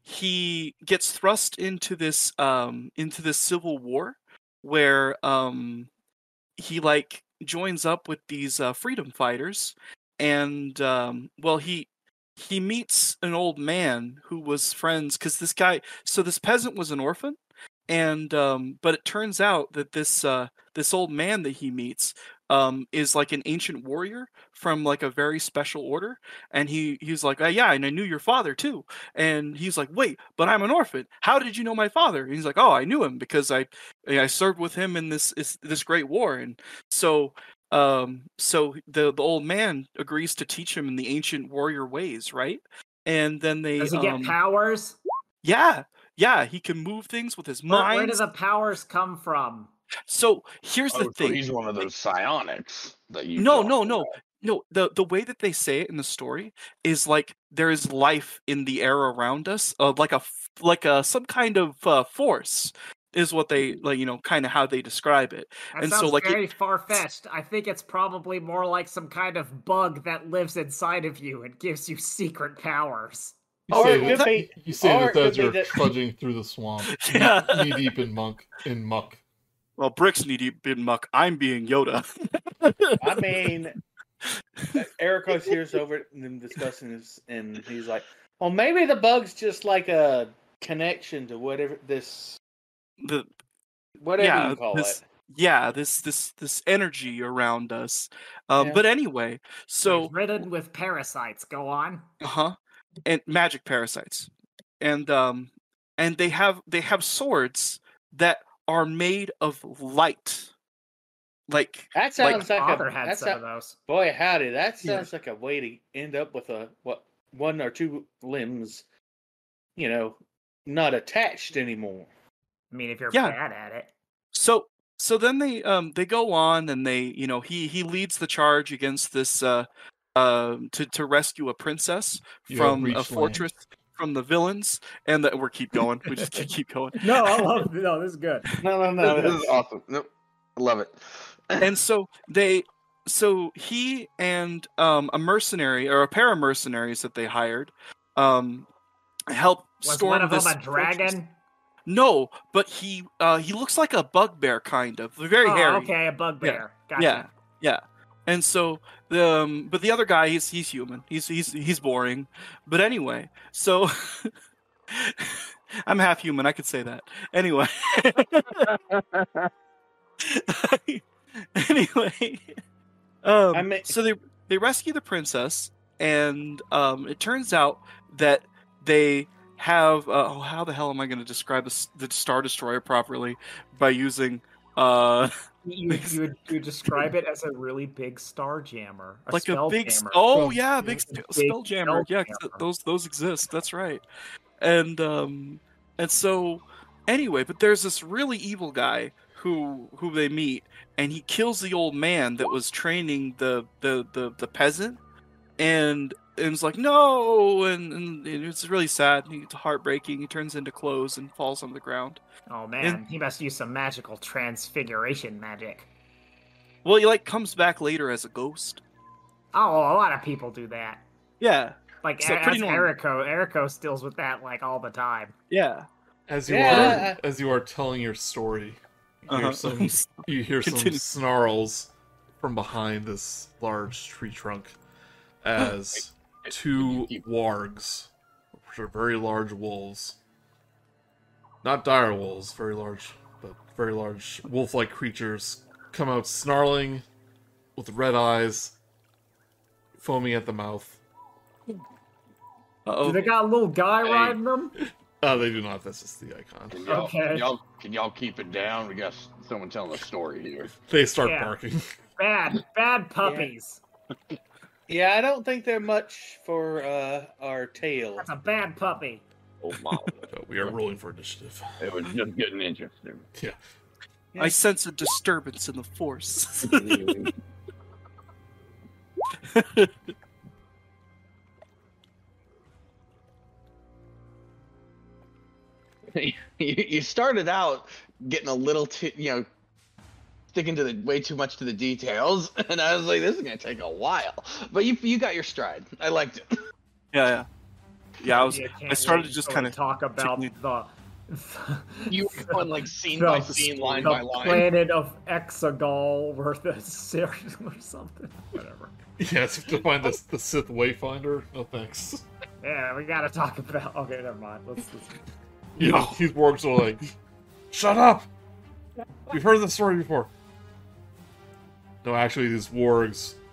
Speaker 6: he gets thrust into this um into this civil war where um he like joins up with these uh, freedom fighters and um well he he meets an old man who was friends because this guy so this peasant was an orphan and um but it turns out that this uh this old man that he meets um, is like an ancient warrior from like a very special order and he he's like oh, yeah and i knew your father too and he's like wait but i'm an orphan how did you know my father and he's like oh i knew him because i i served with him in this is- this great war and so um so the the old man agrees to teach him in the ancient warrior ways right and then they
Speaker 2: Does he get
Speaker 6: um,
Speaker 2: powers?
Speaker 6: yeah yeah he can move things with his
Speaker 2: Where, where
Speaker 6: mind
Speaker 2: do the powers come from?
Speaker 6: so here's
Speaker 4: oh,
Speaker 6: the
Speaker 4: so
Speaker 6: thing
Speaker 4: he's one of those psionics that you.
Speaker 6: No,
Speaker 4: talked
Speaker 6: no, no.
Speaker 4: about.
Speaker 6: No, the the way that they say it in the story is like there is life in the air around us, uh, like a f- like a some kind of uh, force is what they
Speaker 3: Mm-hmm.
Speaker 6: like you know kind of how they describe it.
Speaker 2: That
Speaker 6: And so,
Speaker 2: sounds
Speaker 6: like, it-
Speaker 2: very far fetched. I think it's probably more like some kind of bug that lives inside of you and gives you secret powers.
Speaker 1: You
Speaker 3: Or
Speaker 1: say
Speaker 3: it
Speaker 1: that,
Speaker 3: could be-
Speaker 1: you say
Speaker 3: or
Speaker 1: that
Speaker 3: it could
Speaker 1: as
Speaker 3: be
Speaker 1: you're
Speaker 3: that-
Speaker 1: trudging through the swamp,
Speaker 6: Yeah.
Speaker 1: knee deep in muck in muck.
Speaker 6: Well, bricks need to be muck. I'm being Yoda.
Speaker 3: I mean, Eric hears over them discussing this, and he's like, "Well, maybe the bug's just like a connection to whatever this,
Speaker 6: the
Speaker 3: whatever
Speaker 6: Yeah,
Speaker 3: you call
Speaker 6: this-
Speaker 3: it."
Speaker 6: yeah, this this this energy around us. Um,
Speaker 3: Yeah.
Speaker 6: But anyway, so
Speaker 2: It's ridden with parasites. Go on.
Speaker 6: uh huh, and magic parasites, and um, and they have they have swords that are made of light, like
Speaker 3: That
Speaker 6: Like,
Speaker 3: sounds
Speaker 2: My
Speaker 3: like,
Speaker 2: father
Speaker 3: a
Speaker 2: had
Speaker 3: that
Speaker 2: some
Speaker 3: sou-
Speaker 2: of those.
Speaker 3: boy howdy. That
Speaker 6: Yeah.
Speaker 3: sounds like a way to end up with a what one or two limbs, you know, not attached anymore.
Speaker 2: I mean, if you're
Speaker 6: Yeah.
Speaker 2: bad at it.
Speaker 6: so so then they um they go on and they you know he he leads the charge against this uh um to to rescue a princess
Speaker 1: You have
Speaker 6: from
Speaker 1: reached
Speaker 6: a
Speaker 1: land.
Speaker 6: fortress from the villains and that we're keep going we just keep keep going
Speaker 2: No, I love no. This is good.
Speaker 3: No, no, no.
Speaker 4: No, this
Speaker 3: that's-
Speaker 4: is awesome. Nope. I love it.
Speaker 6: and so they so he and um a mercenary or a pair of mercenaries that they hired um help
Speaker 2: Was
Speaker 6: storm
Speaker 2: one of them
Speaker 6: this
Speaker 2: a
Speaker 6: fortress.
Speaker 2: dragon?
Speaker 6: no but he uh he looks like a bugbear kind of very
Speaker 2: Oh,
Speaker 6: hairy
Speaker 2: okay, a bugbear. Gotcha.
Speaker 6: Yeah, yeah. And so the um, but the other guy he's he's human. He's he's he's boring. But anyway, so I'm half human. I could say that. Anyway. anyway. Um,
Speaker 3: I mean-
Speaker 6: so they they rescue the princess, and um, it turns out that they have. Uh, oh, how the hell am I going to describe the, s- the Star Destroyer properly by using uh,
Speaker 2: You, you, you, would- you would describe it as a really big star jammer, a
Speaker 6: like a
Speaker 2: spell
Speaker 6: big s-
Speaker 2: jammer.
Speaker 6: oh
Speaker 1: Spelljammer.
Speaker 6: yeah big,
Speaker 2: It's a
Speaker 6: sp-
Speaker 2: big
Speaker 6: spell jammer yeah 'cause
Speaker 2: spelljammer.
Speaker 6: those those exist that's right and um and so anyway but there's this really evil guy who who they meet and he kills the old man that was training the the the, the peasant and and it's like no and, and it's really sad and it's heartbreaking he turns into clothes and falls on the ground
Speaker 2: Oh man, he must use some magical transfiguration magic.
Speaker 6: well he like comes back later as a ghost
Speaker 2: Oh, a lot of people do that.
Speaker 6: yeah
Speaker 2: Like
Speaker 6: So
Speaker 2: so
Speaker 6: pretty normal.
Speaker 2: Erico, Erico deals with that like all the time.
Speaker 6: yeah
Speaker 1: As you
Speaker 3: Yeah.
Speaker 1: are as you are telling your story, you hear
Speaker 6: Uh-huh.
Speaker 1: some you hear some
Speaker 6: Continue.
Speaker 1: snarls from behind this large tree trunk as two wargs, which are very large wolves. Not dire wolves, very large, but very large wolf like creatures come out snarling with red eyes, foaming at the mouth.
Speaker 6: Uh-oh.
Speaker 2: Do they got a little guy
Speaker 4: Hey.
Speaker 2: riding them?
Speaker 1: Oh, they do not. That's just the icon.
Speaker 4: Can y'all,
Speaker 2: Okay.
Speaker 4: can y'all can y'all keep it down? We got s- someone telling a story here.
Speaker 1: They start
Speaker 2: Yeah.
Speaker 1: barking.
Speaker 2: Bad, bad puppies.
Speaker 3: yeah, I don't think they're much for uh, our tale.
Speaker 2: That's a bad puppy.
Speaker 4: Oh my!
Speaker 1: But we are rolling for initiative.
Speaker 4: it was just getting interesting.
Speaker 6: I sense a disturbance in the force.
Speaker 4: you, you started out getting a little too, you know, sticking to the way too much to the details, and I was like, this is gonna take a while. But you you got your stride. I liked it.
Speaker 6: Yeah, yeah. Yeah, I was
Speaker 2: Yeah, can't
Speaker 6: I started
Speaker 2: wait
Speaker 6: just
Speaker 2: until we
Speaker 6: kinda
Speaker 2: talk about
Speaker 6: me-
Speaker 2: the,
Speaker 4: You were going like scene
Speaker 2: No,
Speaker 4: by
Speaker 2: the
Speaker 4: scene, line
Speaker 2: the
Speaker 4: by line.
Speaker 2: planet of Exegol or the series or something. Whatever.
Speaker 1: Yes, to find the, the Sith Wayfinder. No thanks.
Speaker 2: Yeah, we gotta talk about. Okay, never mind. Let's. let's
Speaker 1: You know, these wargs are like, shut up. We've heard this story before. No, actually, these wargs.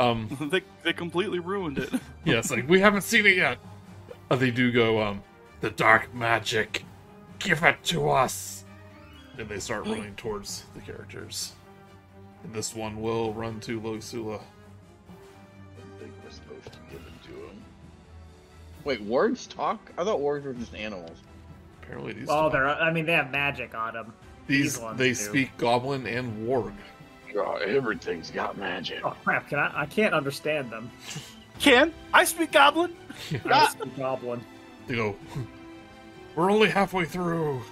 Speaker 1: Um,
Speaker 6: they they completely ruined it.
Speaker 1: yes, like we haven't seen it yet. Uh, they do go. Um, the dark magic, give it to us. And they start running towards the characters. And this one will run to Losula.
Speaker 4: I think we're supposed to give it to him. Wait, wargs talk? I thought wargs were just animals.
Speaker 1: Apparently, these
Speaker 2: well,
Speaker 1: talk-
Speaker 2: they're. I mean, they have magic on them.
Speaker 1: these
Speaker 2: ones
Speaker 1: they
Speaker 2: do.
Speaker 1: speak goblin and warg.
Speaker 5: God, everything's got magic.
Speaker 2: Oh crap! Can I? I can't understand them.
Speaker 6: Can I speak Goblin?
Speaker 2: I speak goblin.
Speaker 1: They go, "Hmm, We're only halfway through.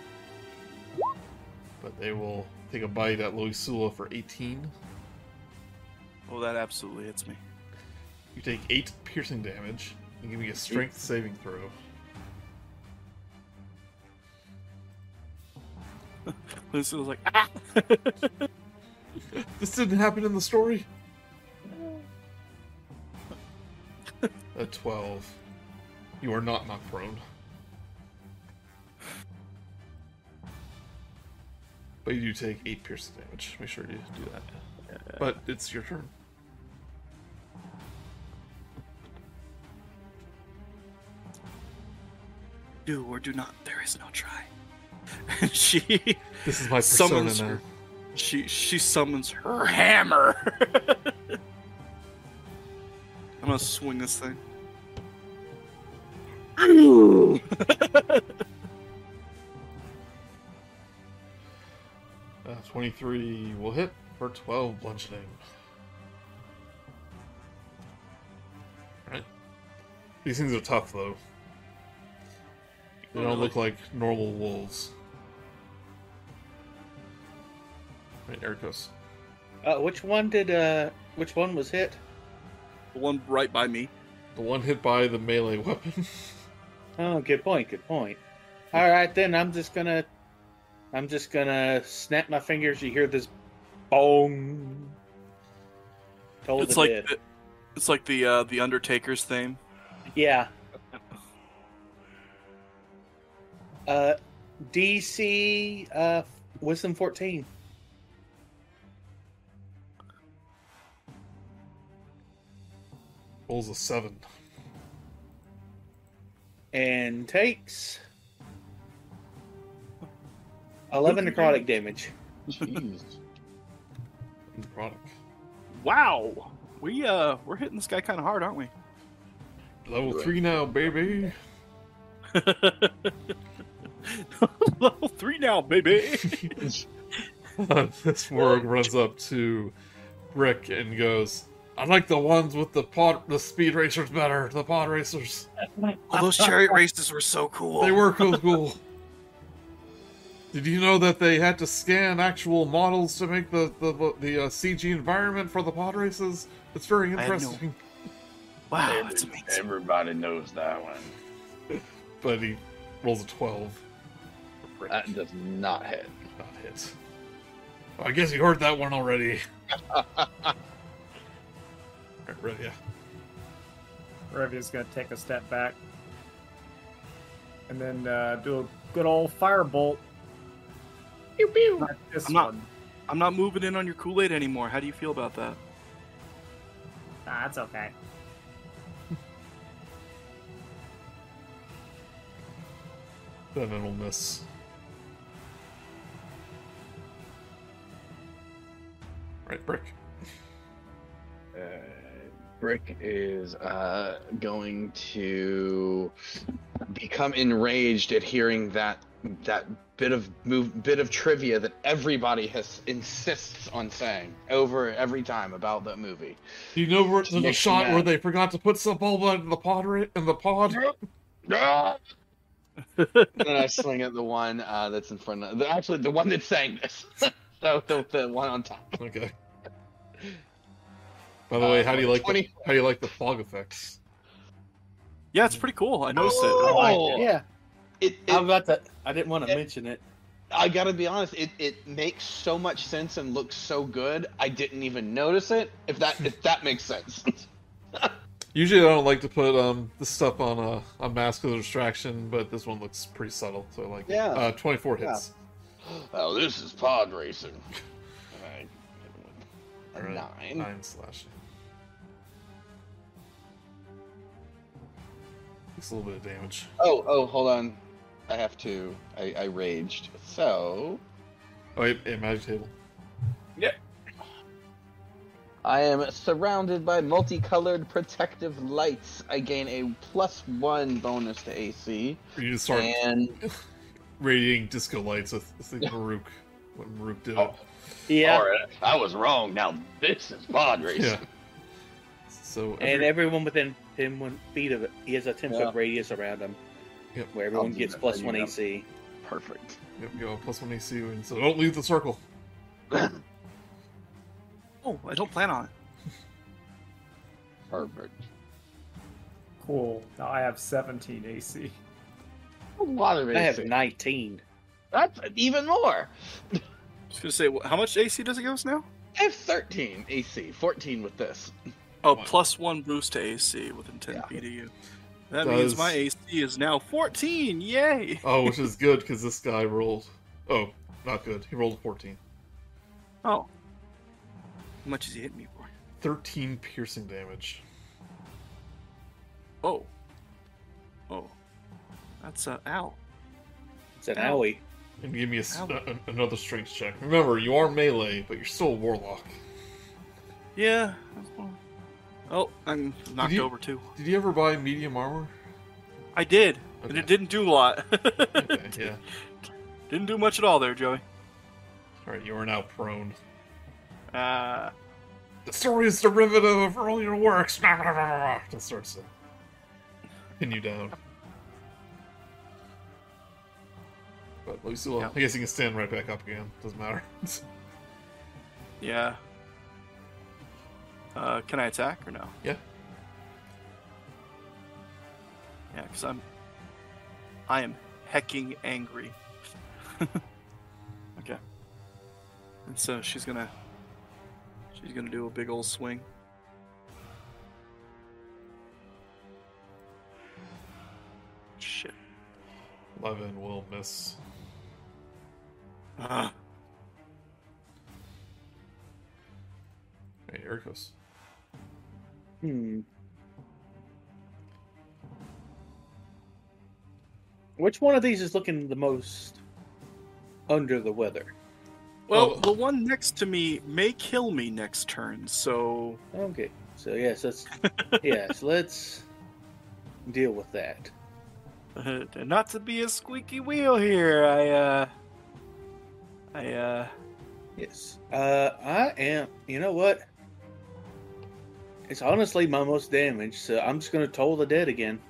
Speaker 1: But they will take a bite at Loisula for 18.
Speaker 6: Oh, that absolutely hits me.
Speaker 1: You take 8 piercing damage and give me a strength saving throw.
Speaker 6: Lucy was like, ah.
Speaker 1: This didn't happen in the story. a 12. You are not knock prone. But you do take 8 piercing damage. Make sure you do that. But it's your turn.
Speaker 6: do or do not. There is no try. And she
Speaker 1: This is my persona
Speaker 6: summons
Speaker 1: now.
Speaker 6: her. She she summons her hammer. I'm gonna swing this thing.
Speaker 1: Uh, 23 will hit for 12 bludgeoning. Alright. These things are tough, though. They don't look like normal wolves. Right, Ericos.
Speaker 3: Uh, which one did? uh Which one was hit?
Speaker 6: The one right by me.
Speaker 1: The one hit by the melee weapon.
Speaker 3: Oh, good point. Good point. All right, then I'm just gonna, I'm just gonna snap my fingers. You hear this, boom. Told
Speaker 6: it's
Speaker 3: the
Speaker 6: like
Speaker 3: dead.
Speaker 6: the, it's like the uh, the Undertaker's theme.
Speaker 3: yeah. Uh, DC uh wisdom fourteen.
Speaker 1: Rolls a 7.
Speaker 3: and takes 11 necrotic damage.
Speaker 5: Jeez.
Speaker 1: Product.
Speaker 6: Wow, we uh we're hitting this guy kind of hard, aren't we?
Speaker 1: Level 3 now, baby.
Speaker 6: Level three now, baby.
Speaker 1: this morgue runs up to Brick and goes, I like the ones with the pod, the speed racers better. The pod racers.
Speaker 6: oh, those chariot races were so cool.
Speaker 1: They were cool, cool. Did you know that they had to scan actual models to make the the, the uh, CG environment for the pod races? It's very
Speaker 6: I had no-
Speaker 1: interesting.
Speaker 6: Wow,
Speaker 5: Every-
Speaker 6: Ah, that's amazing.
Speaker 5: everybody knows that one.
Speaker 1: But he rolls a twelve,
Speaker 5: That does not hit.
Speaker 1: not hit. I guess you heard that one already. Alright, right, yeah.
Speaker 2: Revia's gonna take a step back, and then uh, do a good old firebolt. Pew pew. Not this
Speaker 6: I'm not-
Speaker 2: one.
Speaker 6: I'm not moving in on your Kool Aid anymore. How do you feel about that?
Speaker 2: Nah, Ah, that's okay.
Speaker 1: Then it'll miss. Right, brick.
Speaker 4: Uh, Brick is uh, going to become enraged at hearing that that bit of move, bit of trivia that everybody has insists on saying over every time about that movie.
Speaker 1: Do you know where there's a
Speaker 4: Yes,
Speaker 1: shot where
Speaker 4: ma'am.
Speaker 1: they forgot to put some bulba in the pod ra- in the pod?
Speaker 4: Ah! and then I swing at the one uh, that's in front of the, actually the one that's saying this. so the, the one on top.
Speaker 1: Okay. By the way, how do you like the,
Speaker 4: 20.
Speaker 1: how do you like the fog effects?
Speaker 6: Yeah, it's pretty cool. I noticed it.
Speaker 4: Oh,
Speaker 3: Yeah,
Speaker 4: It, it,
Speaker 3: I'm about to. I didn't want to mention it.
Speaker 4: I gotta be honest, it, it makes so much sense and looks so good. I didn't even notice it. If that if that makes sense.
Speaker 1: Usually, I don't like to put um this stuff on a on mask as a distraction, but this one looks pretty subtle, so I like it.
Speaker 4: Yeah.
Speaker 1: Uh, Twenty four
Speaker 4: Yeah.
Speaker 1: hits.
Speaker 5: Oh, this is pod racing.
Speaker 4: Alright. A
Speaker 1: All right,
Speaker 4: nine.
Speaker 1: Nine slashing. Takes a little bit of damage.
Speaker 4: Oh, oh, hold on. I have to. I, I raged. So
Speaker 1: Oh, wait, yeah, magic table.
Speaker 4: I am surrounded by multicolored protective lights. I gain a plus one bonus to AC.
Speaker 1: You just start
Speaker 4: And
Speaker 1: radiating disco lights with, with the Maruk. What Maruk did.
Speaker 4: Oh.
Speaker 3: Yeah.
Speaker 5: All right, I was wrong. Now this is pod racing.
Speaker 1: Yeah. So
Speaker 3: And
Speaker 1: every-
Speaker 3: everyone within 10 one feet of it, he has a 10 foot
Speaker 4: Yeah.
Speaker 3: radius around him,
Speaker 1: Yep.
Speaker 3: where everyone
Speaker 4: I'll do
Speaker 3: gets
Speaker 4: that.
Speaker 3: plus
Speaker 4: I'll do
Speaker 3: one
Speaker 4: that.
Speaker 3: AC.
Speaker 4: Perfect.
Speaker 1: yep, you have plus one AC, and so don't leave the circle.
Speaker 6: Oh, I don't plan on it.
Speaker 4: Perfect.
Speaker 2: Cool. Now I have 17 AC.
Speaker 4: A lot of
Speaker 3: I have
Speaker 4: AC.
Speaker 3: 19.
Speaker 4: That's even more.
Speaker 6: I was gonna say, wh- how much AC does it give us now?
Speaker 4: I have 13 AC, 14 with this.
Speaker 6: Oh,
Speaker 1: Wow.
Speaker 6: plus one boost to AC within 10
Speaker 4: Yeah.
Speaker 6: feet of you. That
Speaker 1: Does-
Speaker 6: means my AC is now 14. Yay!
Speaker 1: Oh, which is good because this guy rolled. Oh, not good. He rolled a 14.
Speaker 6: Oh. How much is he hitting me for?
Speaker 1: 13 piercing damage.
Speaker 6: Oh. Oh. That's uh, a ow.
Speaker 3: It's an
Speaker 6: Ow.
Speaker 3: owie.
Speaker 1: And give me a s
Speaker 6: Ow.
Speaker 1: a- another strength check. Remember, you are melee, but you're still a warlock.
Speaker 6: Yeah. that's one. Oh, I'm knocked
Speaker 1: you-
Speaker 6: over too.
Speaker 1: Did you ever buy medium armor?
Speaker 6: I did, and
Speaker 1: Okay.
Speaker 6: it didn't do a lot.
Speaker 1: Okay, yeah.
Speaker 6: Didn't do much at all there, Joey.
Speaker 1: Alright, you are now prone.
Speaker 6: Uh,
Speaker 1: The story is derivative of earlier works. That starts to pin you down. But at least you'll-
Speaker 6: Yeah.
Speaker 1: I guess you can stand right back up again. Doesn't matter.
Speaker 6: yeah. Uh, can I attack or no?
Speaker 1: Yeah.
Speaker 6: Yeah, because I'm. I am hecking angry. okay. And so she's gonna. She's gonna do a big old swing. Shit.
Speaker 1: Eleven will miss.
Speaker 6: Ah.
Speaker 1: Hey, Ericos.
Speaker 3: Hmm. Which one of these is looking the most under the weather?
Speaker 6: Well,
Speaker 1: Oh.
Speaker 6: the one next to me may kill me next turn, so
Speaker 3: Okay. So yes, let's yes, let's deal with that.
Speaker 6: uh, not to be a squeaky wheel here. I uh, I uh,
Speaker 3: Yes. Uh I am you know what? It's honestly my most damage, so I'm just gonna toll the dead again.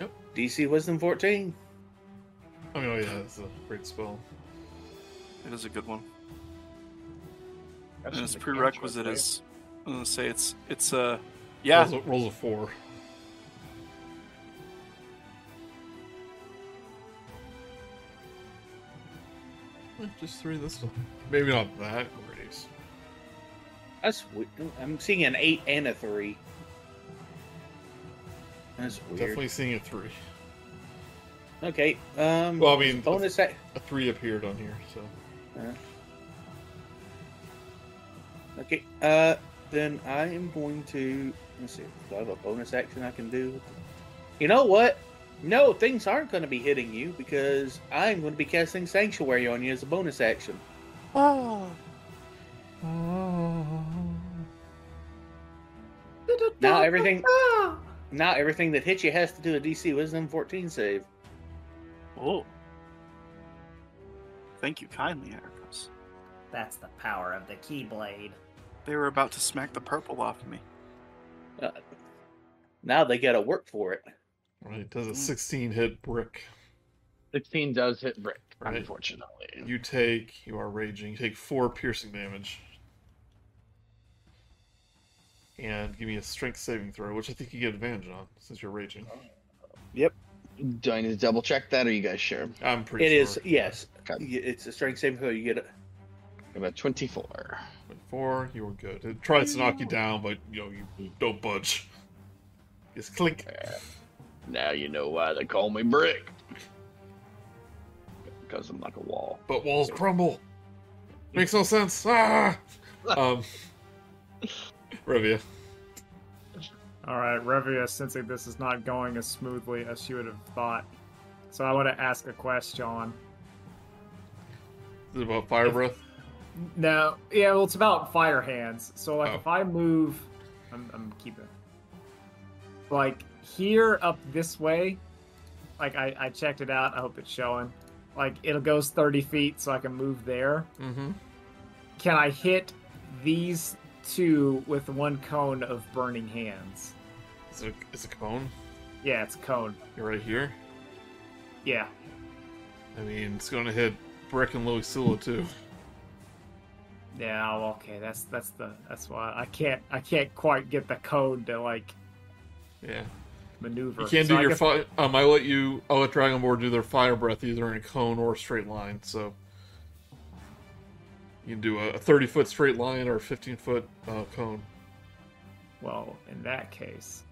Speaker 1: Yep.
Speaker 3: DC Wisdom fourteen.
Speaker 1: I mean, oh yeah, it's a great spell.
Speaker 6: it is a good one.
Speaker 4: That's
Speaker 6: And its
Speaker 4: just a cantrip,
Speaker 6: prerequisite
Speaker 4: right?
Speaker 6: is, I'm gonna say it's it's uh, yeah,
Speaker 1: Rolls a, rolls a four. Eh, Just three this time. Maybe not that great.
Speaker 3: That's we- I'm seeing an eight and a three. That's weird.
Speaker 1: Definitely seeing a three.
Speaker 3: Okay. Um
Speaker 1: Well, I mean,
Speaker 3: bonus a-
Speaker 1: a three appeared on here, so
Speaker 3: Okay, uh, then I am going to. Let's see. Do I have a bonus action I can do? You know what? No, things aren't going to be hitting you because I'm going to be casting Sanctuary on you as a bonus action. Now everything, now everything that hits you has to do a DC Wisdom 14 save.
Speaker 6: oh, thank you kindly, Arcos.
Speaker 7: That's the power of the Keyblade.
Speaker 6: They were about to smack the purple off of me.
Speaker 3: Now they got to work for it.
Speaker 1: right does
Speaker 3: Hmm.
Speaker 1: a
Speaker 6: Mm.
Speaker 1: 16 hit brick.
Speaker 4: 16 does hit brick,
Speaker 1: Right.
Speaker 4: unfortunately.
Speaker 1: You take, you are raging. You take four piercing damage, and give me a strength saving throw, which I think you get advantage on since you're raging.
Speaker 4: Do I need to double check that, or you guys sure?
Speaker 1: I'm pretty.
Speaker 3: It
Speaker 1: sure.
Speaker 3: is yes.
Speaker 4: Okay.
Speaker 3: Y- It's a strength saving throw. You get it.
Speaker 4: About 24.
Speaker 1: But Four, you were good. It tries to knock you down, but you know you don't budge. Just clink.
Speaker 5: Now you know why they call me Brick. Because I'm like a wall.
Speaker 1: But walls crumble. Makes no sense. Ah. Um. Revia.
Speaker 2: All right, Revia, sensing this is not going as smoothly as she would have thought, so I want to ask a question.
Speaker 1: Is it about fire breath?
Speaker 2: No, yeah, well, it's about fire hands. So, like,
Speaker 1: Oh.
Speaker 2: if I move, I'm, I'm keeping like here up this way. Like, I, I checked it out. I hope it's showing. Like, it goes 30 feet, so I can move there.
Speaker 1: Mm-hmm.
Speaker 2: Can I hit these two with one cone of burning hands?
Speaker 1: Is it, is it a cone?
Speaker 2: Yeah, it's a cone.
Speaker 1: You're right here.
Speaker 2: Yeah.
Speaker 1: I mean, it's going to hit Brick and Loisula too.
Speaker 2: Yeah, well, okay, that's that's the that's why I can't I can't quite get the cone to like
Speaker 1: Yeah.
Speaker 2: maneuver.
Speaker 1: You can't
Speaker 2: So
Speaker 1: do
Speaker 2: I
Speaker 1: your
Speaker 2: guess-
Speaker 1: fire. Um, I let you. I'll let Dragonborn do their fire breath either in a cone or a straight line. So you can do a thirty foot straight line or a fifteen foot uh, cone.
Speaker 2: Well, in that case,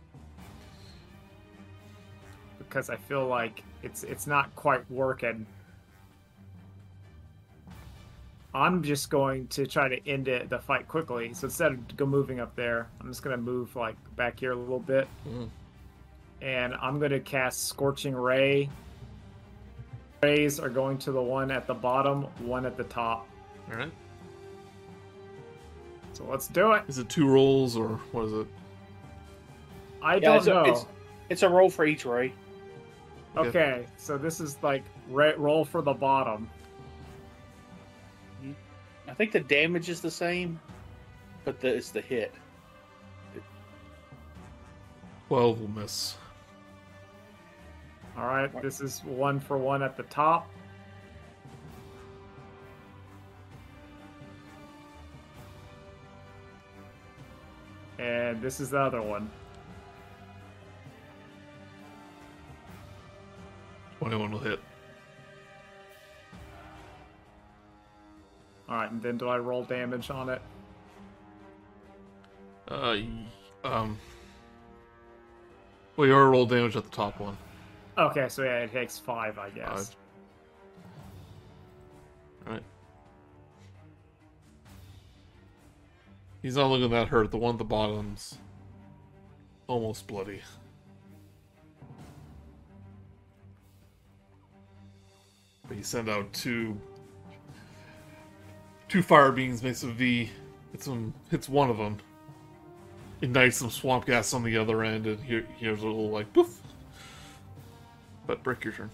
Speaker 2: because I feel like it's it's not quite working. I'm just going to try to end it, the fight quickly. So instead of go moving up there, I'm just going to move like back here a little bit,
Speaker 3: Mm-hmm.
Speaker 1: Mhm.
Speaker 2: and I'm going to cast Scorching Ray. Rays are going to the one at the bottom, one at the top.
Speaker 1: All right.
Speaker 2: So let's do it.
Speaker 1: Is it two rolls or what is it?
Speaker 2: I
Speaker 3: Yeah,
Speaker 2: don't
Speaker 3: it's a-
Speaker 2: know.
Speaker 3: it's- It's a roll for each ray.
Speaker 1: Okay.
Speaker 2: Okay, so this is like re- roll for the bottom.
Speaker 3: I think the damage is the same, but the, it's the hit.
Speaker 1: Twelve will miss.
Speaker 2: All right, this is one for one at the top. And this is the other one.
Speaker 1: Twenty-one will hit.
Speaker 2: All right, and then do I roll damage on it?
Speaker 1: Uh, y- um. Well, you already rolled damage at the top one.
Speaker 2: Okay, so yeah, it takes five, I guess.
Speaker 1: Five. All right. He's not looking that hurt. The one at the bottom's almost bloody. But you send out two two fire beams, makes a V, hits him, hits one of them, ignites some swamp gas on the other end, and here, here's a little like poof. But Brick, your turn.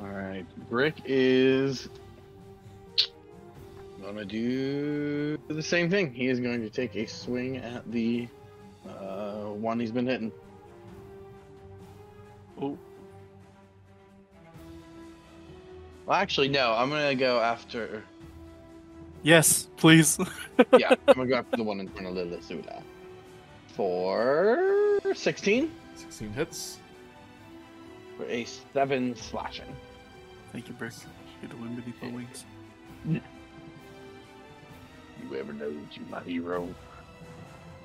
Speaker 4: All right, Brick is gonna do the same thing. He is going to take a swing at the uh, one he's been hitting.
Speaker 6: Oh,
Speaker 4: Well, actually, no. I'm gonna go after.
Speaker 6: yes, please.
Speaker 4: Yeah, I'm gonna go after the one in front of Lilisula. For sixteen,
Speaker 1: 16 hits.
Speaker 4: for a seven slashing.
Speaker 6: Thank you, Brick. You're the wind beneath my wings.
Speaker 5: You ever know that you my hero?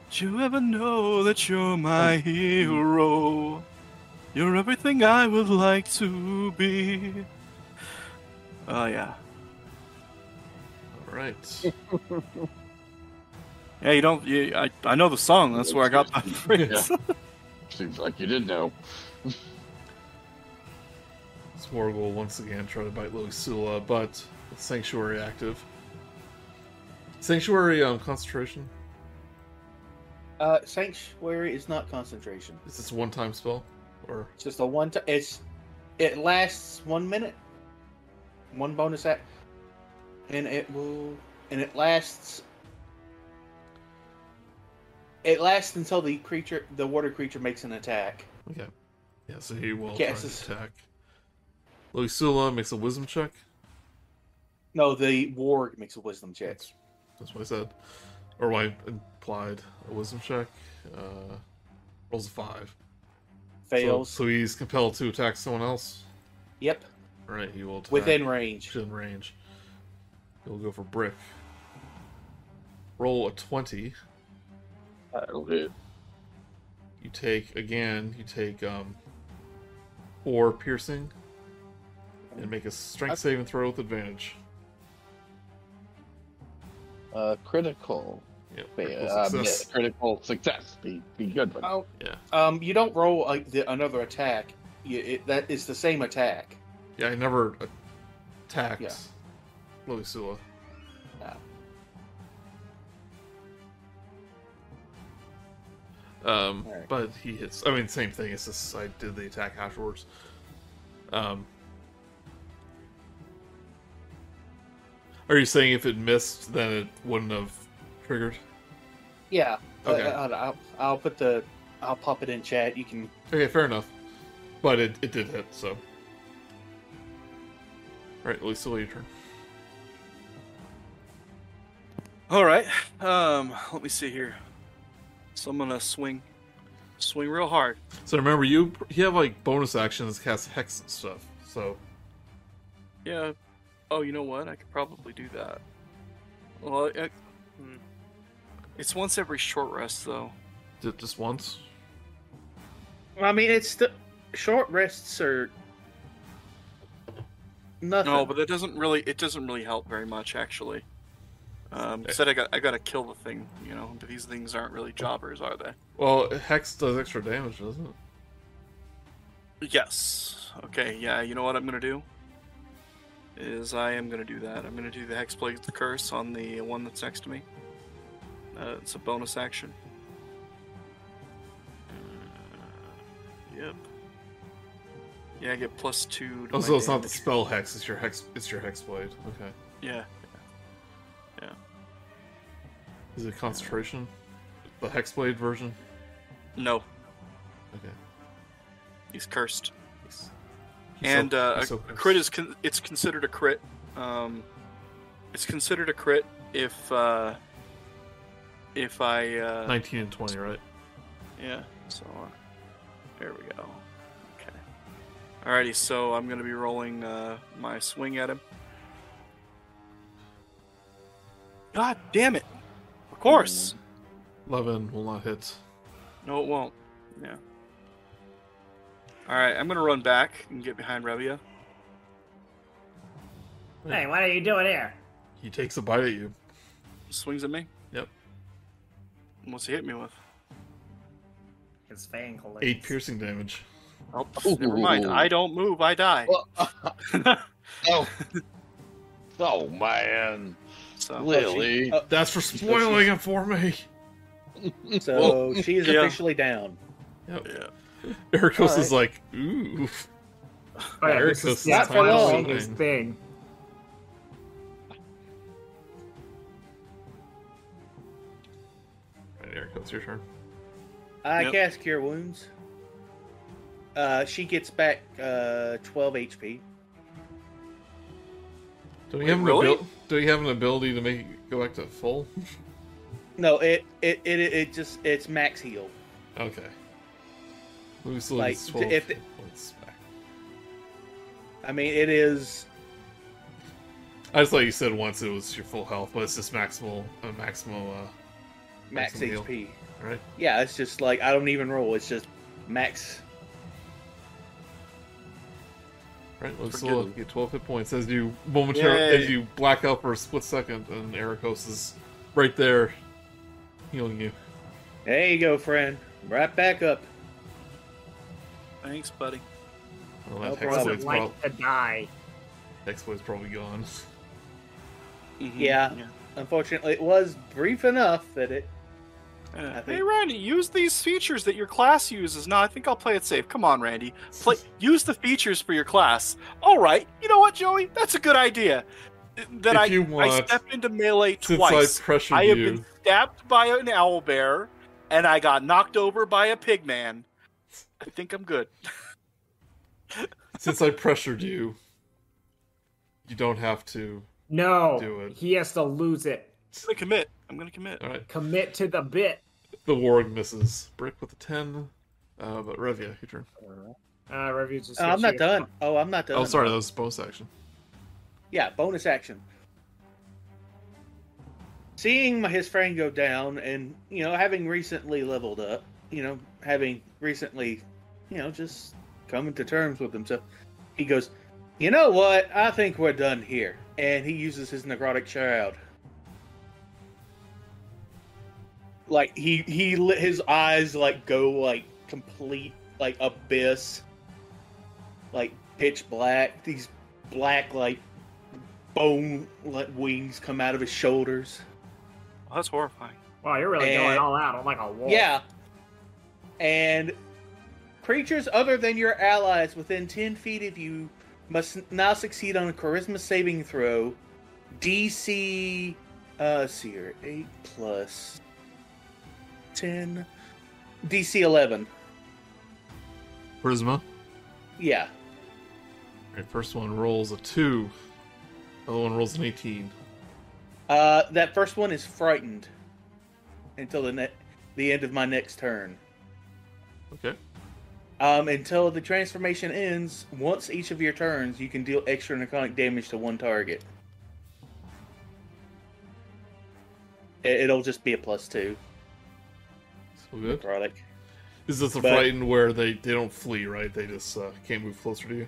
Speaker 6: Did you ever know that you're my hero? You're everything I would like to be. Oh yeah.
Speaker 1: All right.
Speaker 6: Yeah, you don't. You, I I know the song. That's where I got that phrase.
Speaker 5: Seems like you did know.
Speaker 1: Swarg will once again try to bite Loisula, but it's Sanctuary active. Sanctuary um, concentration.
Speaker 3: Uh, sanctuary is not concentration.
Speaker 1: Is this a one time spell? Or
Speaker 3: It's just a one. T- it's it lasts one minute, one bonus act, and it will and it lasts. It lasts until the creature, the water creature, makes an attack.
Speaker 1: okay. Yeah, so he will
Speaker 3: Yes,
Speaker 1: try
Speaker 3: it's-
Speaker 1: to attack. Loisula makes a wisdom check.
Speaker 3: No, the warg makes a wisdom check.
Speaker 1: That's, that's what I said. Or what I implied. A wisdom check. Uh, rolls a five. So-
Speaker 3: Fails.
Speaker 1: So, he's compelled to attack someone else.
Speaker 3: yep,
Speaker 1: All right, he will attack.
Speaker 3: within range.
Speaker 1: within range. He'll go for brick. Roll a twenty.
Speaker 5: That'll hit.
Speaker 1: You take again. You take um, four piercing, and make a strength saving throw with advantage.
Speaker 4: Uh, critical.
Speaker 1: Yeah,
Speaker 4: fail-
Speaker 1: critical
Speaker 4: uh,
Speaker 1: success.
Speaker 4: yeah, critical success. The, the good one.
Speaker 3: Oh,
Speaker 1: Yeah.
Speaker 3: Um, you don't roll like the, another attack. You, it, that is the same attack.
Speaker 1: Yeah, I never attacked
Speaker 3: Yeah.
Speaker 1: Loisula.
Speaker 3: Yeah.
Speaker 1: Um,
Speaker 3: Alright.
Speaker 1: but he hits. I mean, same thing. It's just I did the attack afterwards. Um, Are you saying if it missed, then it wouldn't have triggered?
Speaker 3: Yeah.
Speaker 1: Okay.
Speaker 3: I, will I'll put the. I'll pop it in chat. You can.
Speaker 1: Okay, fair enough. But it, it did hit, so. Alright, Lucille, your turn.
Speaker 6: All right. Um, let me see here. So I'm gonna swing, swing real hard.
Speaker 1: So remember, you you have like bonus actions cast hex and stuff. So
Speaker 6: Yeah. Oh, you know what? I could probably do that. Well, I, hmm. it's once every short rest though.
Speaker 1: ju- just once.
Speaker 3: I mean, it's the short rests are nothing.
Speaker 6: No, but that doesn't really it doesn't really help very much actually. Um, said I got I got to kill the thing, you know. But these things aren't really jobbers, are they?
Speaker 1: Well, hex does extra damage, doesn't it?
Speaker 6: Yes. Okay. Yeah. You know what I'm gonna do? Is I am gonna do that. I'm gonna do the hex plague curse on the one that's next to me. Uh, it's a bonus action. Uh, yep. Yeah, I get plus two. To
Speaker 1: Oh,
Speaker 6: my
Speaker 1: so it's not the
Speaker 6: damage.
Speaker 1: spell hex. It's your hex. It's your hex blade. Okay.
Speaker 6: Yeah.
Speaker 1: Is it concentration? The hex blade version.
Speaker 6: No,
Speaker 1: Okay.
Speaker 6: he's cursed.
Speaker 1: He's- he's
Speaker 6: and
Speaker 1: so-
Speaker 6: uh,
Speaker 1: he's
Speaker 6: a,
Speaker 1: so
Speaker 6: a
Speaker 1: close.
Speaker 6: crit is con- it's considered a crit. Um, it's considered a crit if uh, if I uh,
Speaker 1: nineteen and twenty, right?
Speaker 6: yeah. So uh, there we go. Okay. Alrighty, so I'm gonna be rolling uh, my swing at him. God damn it! Of course.
Speaker 1: Eleven will not hit.
Speaker 6: No, it won't. Yeah. All right, I'm gonna run back and get behind Revia.
Speaker 7: Hey, what are you doing here?
Speaker 1: He takes a bite at you.
Speaker 6: Swings at me.
Speaker 1: Yep.
Speaker 6: What's he hit me with?
Speaker 7: His fang collides.
Speaker 1: Eight piercing damage.
Speaker 6: Oh, never mind. I don't move. I die.
Speaker 5: Oh. oh man,
Speaker 6: so
Speaker 5: Lily.
Speaker 3: Oh,
Speaker 1: That's for spoiling it for me.
Speaker 3: So she is
Speaker 6: Yeah.
Speaker 3: officially down.
Speaker 6: yeah.
Speaker 1: Ericos is like, ooh.
Speaker 2: Oh, yeah,
Speaker 1: Eric
Speaker 2: this is
Speaker 1: goes
Speaker 2: the
Speaker 1: to
Speaker 3: the
Speaker 2: final
Speaker 3: final
Speaker 2: thing,
Speaker 1: thing.
Speaker 2: his thing.
Speaker 1: Right, Ericos, your turn.
Speaker 3: I
Speaker 6: Yep.
Speaker 3: cast Cure Wounds. Uh, she gets back uh, 12 HP.
Speaker 1: Do we
Speaker 6: Wait,
Speaker 1: have an
Speaker 6: really?
Speaker 1: abil- Do we have an ability to make it go back to full?
Speaker 3: No, it it, it it just it's max heal.
Speaker 1: Okay. Lucille
Speaker 3: Like,
Speaker 1: gets twelve
Speaker 3: if it-
Speaker 1: points back.
Speaker 3: I mean, it is
Speaker 1: I just thought you said once it was your full health, but it's just maximal, uh, maximal. Uh,
Speaker 3: max
Speaker 1: Maximum heal.
Speaker 3: HP.
Speaker 1: all right.
Speaker 3: Yeah, it's just like I don't even roll. It's just max.
Speaker 1: Right, Lucille,
Speaker 6: Forget
Speaker 1: you
Speaker 6: it.
Speaker 1: get 12 hit points as you momentarily
Speaker 6: Yay.
Speaker 1: as you black out for a split second, and Ericos is right there healing you.
Speaker 3: There you go, friend. Right back up.
Speaker 6: Thanks, buddy.
Speaker 1: Well,
Speaker 3: No
Speaker 1: that
Speaker 3: problem.
Speaker 1: Hexblade's
Speaker 2: Doesn't
Speaker 1: prob-
Speaker 2: like to die.
Speaker 1: Hexblade's probably gone.
Speaker 6: Mhm,
Speaker 3: Yeah. Unfortunately, it was brief enough that it. oh,
Speaker 6: Uh,
Speaker 3: I
Speaker 6: hey,
Speaker 3: think-
Speaker 6: Randy, use these features that your class uses. No, I think I'll play it safe. Come on, Randy. Play, use the features for your class. All right. You know what, Joey? That's a good idea. That
Speaker 1: if
Speaker 6: I,
Speaker 1: you
Speaker 6: I
Speaker 1: want,
Speaker 6: stepped into melee
Speaker 1: since
Speaker 6: twice.
Speaker 1: I pressured
Speaker 6: I have
Speaker 1: you,
Speaker 6: been stabbed by an owl bear, and I got knocked over by a pig man. I think I'm good.
Speaker 1: since I pressured you, you don't have to. Do
Speaker 2: No,
Speaker 1: it.
Speaker 2: he has to lose it.
Speaker 6: I'm gonna commit. I'm gonna commit.
Speaker 1: All right.
Speaker 2: Commit to the bit.
Speaker 1: The warg misses. Brick with a 10. Uh, but Revia, your turn.
Speaker 2: Uh, review's just
Speaker 3: Oh,
Speaker 2: gonna
Speaker 3: I'm not
Speaker 2: shoot.
Speaker 3: done. Oh, I'm not done.
Speaker 1: Oh, sorry, that was bonus action.
Speaker 3: Yeah, bonus action. Seeing my, his friend go down, and you know, having recently leveled up, you know, having recently, you know, just coming to terms with himself, he goes, "You know what? I think we're done here." And he uses his necrotic shroud. Like he he let his eyes like go like complete like abyss, like pitch black. These black like bone like wings come out of his shoulders.
Speaker 6: Well, Oh, that's horrifying.
Speaker 2: Wow, you're really going
Speaker 3: And-
Speaker 2: all out. I'm like a wolf.
Speaker 3: Yeah. And creatures other than your allies within 10 feet of you must now succeed on a charisma saving throw DC. Uh, let's see here, eight plus ten. DC eleven.
Speaker 1: Prisma.
Speaker 3: Yeah.
Speaker 1: Alright, first one rolls a two. Other one rolls an eighteen.
Speaker 3: Uh, that first one is frightened until the ne- the end of my next turn.
Speaker 1: Okay.
Speaker 3: Um, until the transformation ends, once each of your turns, you can deal extra necrotic damage to one target. It- It'll just be a plus two
Speaker 1: So good.
Speaker 3: necrotic.
Speaker 1: Is this a
Speaker 3: But-
Speaker 1: frighten where they they don't flee, right? They just uh, can't move closer to you.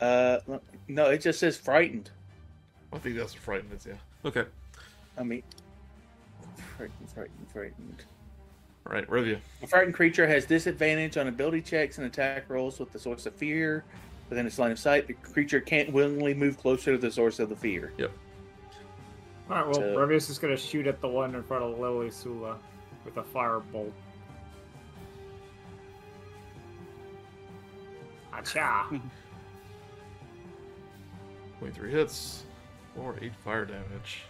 Speaker 3: Uh, no- no, it just says frightened.
Speaker 1: I think that's what frighten is. Yeah. Okay.
Speaker 3: I mean, frightened, frightened, frightened.
Speaker 1: All right, Revia.
Speaker 3: A frightened creature has disadvantage on ability checks and attack rolls with the source of fear within its line of sight. The creature can't willingly move closer to the source of the fear.
Speaker 2: All right. Well,
Speaker 3: So-
Speaker 2: Revius is gonna shoot at the one in front of Lily Sula with a firebolt. Acha!
Speaker 1: Twenty-three hits, or eight fire damage.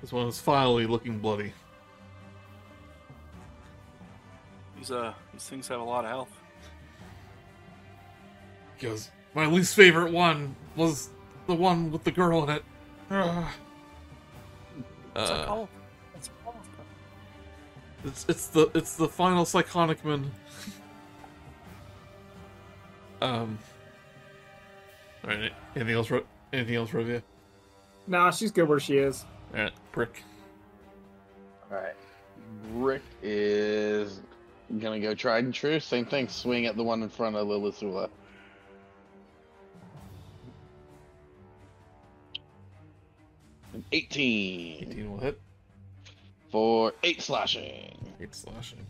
Speaker 1: This one is finally looking bloody.
Speaker 6: These uh, these things have a lot of health.
Speaker 1: He goes, my least favorite one was the one with the girl in it. Ugh."
Speaker 6: It's
Speaker 1: Uh,
Speaker 6: like, oh, it's all of them.
Speaker 1: It's it's the it's the final psychonic man. um. All right. Anything else? Ro- anything else, Rovia?
Speaker 2: Nah, she's good where she is.
Speaker 1: All right. Brick.
Speaker 4: All right. Rick is gonna go tried and true. Same thing. Swing at the one in front of Lilithula. An 18
Speaker 1: Eighteen will hit.
Speaker 4: for 8 slashing.
Speaker 1: Eight slashing.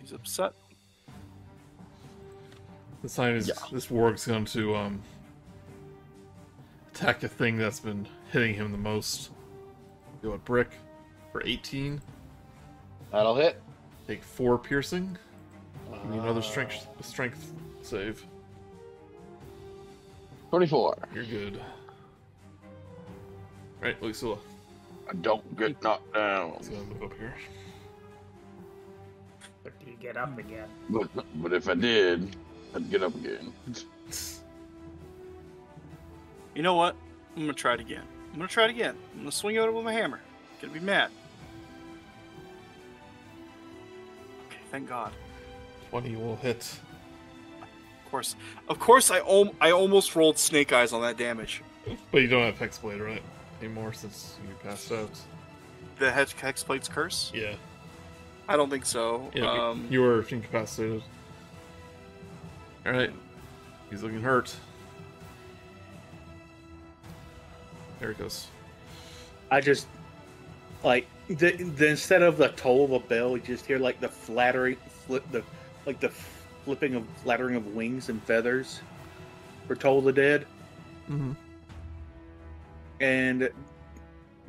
Speaker 6: He's upset.
Speaker 1: This time is
Speaker 4: Yeah.
Speaker 1: this warg's going to um attack the thing that's been hitting him the most. Go at Brick for eighteen.
Speaker 4: That'll hit.
Speaker 1: Take four piercing. Give me another strength strength save.
Speaker 4: 24.
Speaker 1: You're good. All right, Lucilla.
Speaker 5: I don't get knocked down.
Speaker 1: He's gonna move up here.
Speaker 7: But do you get up again?
Speaker 5: But, but if I did, I'd get up again.
Speaker 6: You know what? I'm gonna try it again. I'm gonna try it again. I'm gonna swing at it with my hammer. Gonna be mad. Okay, thank God.
Speaker 1: Twenty will hit.
Speaker 6: Of course, of course, I om- I almost rolled snake eyes on that damage.
Speaker 1: But you don't have Hexblade, right? Anymore since you passed out.
Speaker 6: The hex hexblade's curse?
Speaker 1: Yeah.
Speaker 6: I don't think so.
Speaker 1: Yeah.
Speaker 6: um,
Speaker 1: you were incapacitated. Alright. He's looking hurt. There it goes.
Speaker 3: I just like the, the instead of the toll of a bell, you just hear like the flattering flip the like the flipping of flattering of wings and feathers for toll the dead.
Speaker 1: Mm-hmm.
Speaker 3: And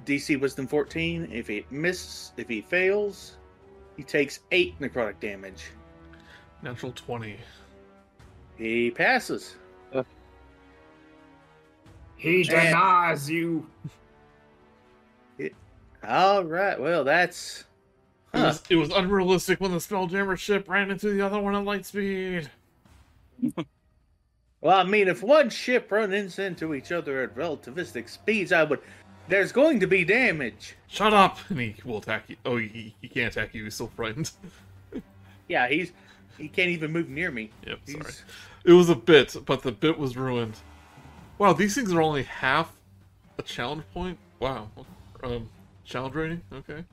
Speaker 3: DC Wisdom 14. If he misses, if he fails, he takes eight necrotic damage.
Speaker 1: Natural 20.
Speaker 3: He passes.
Speaker 2: He
Speaker 3: And-
Speaker 2: denies you.
Speaker 3: All right. Well, that's
Speaker 1: It, was, it was unrealistic when the Spelljammer ship ran into the other one at light speed.
Speaker 3: Well, I mean, if one ship runs into each other at relativistic speeds, I would. There's going to be damage.
Speaker 1: Shut up! And he will attack you. Oh, he, he can't attack you. He's still frightened.
Speaker 3: Yeah, he's. He can't even move near me.
Speaker 1: Yep,
Speaker 3: He's,
Speaker 1: sorry. It was a bit, but the bit was ruined. Wow, these things are only half a challenge point. Wow, um, challenge rating. Okay.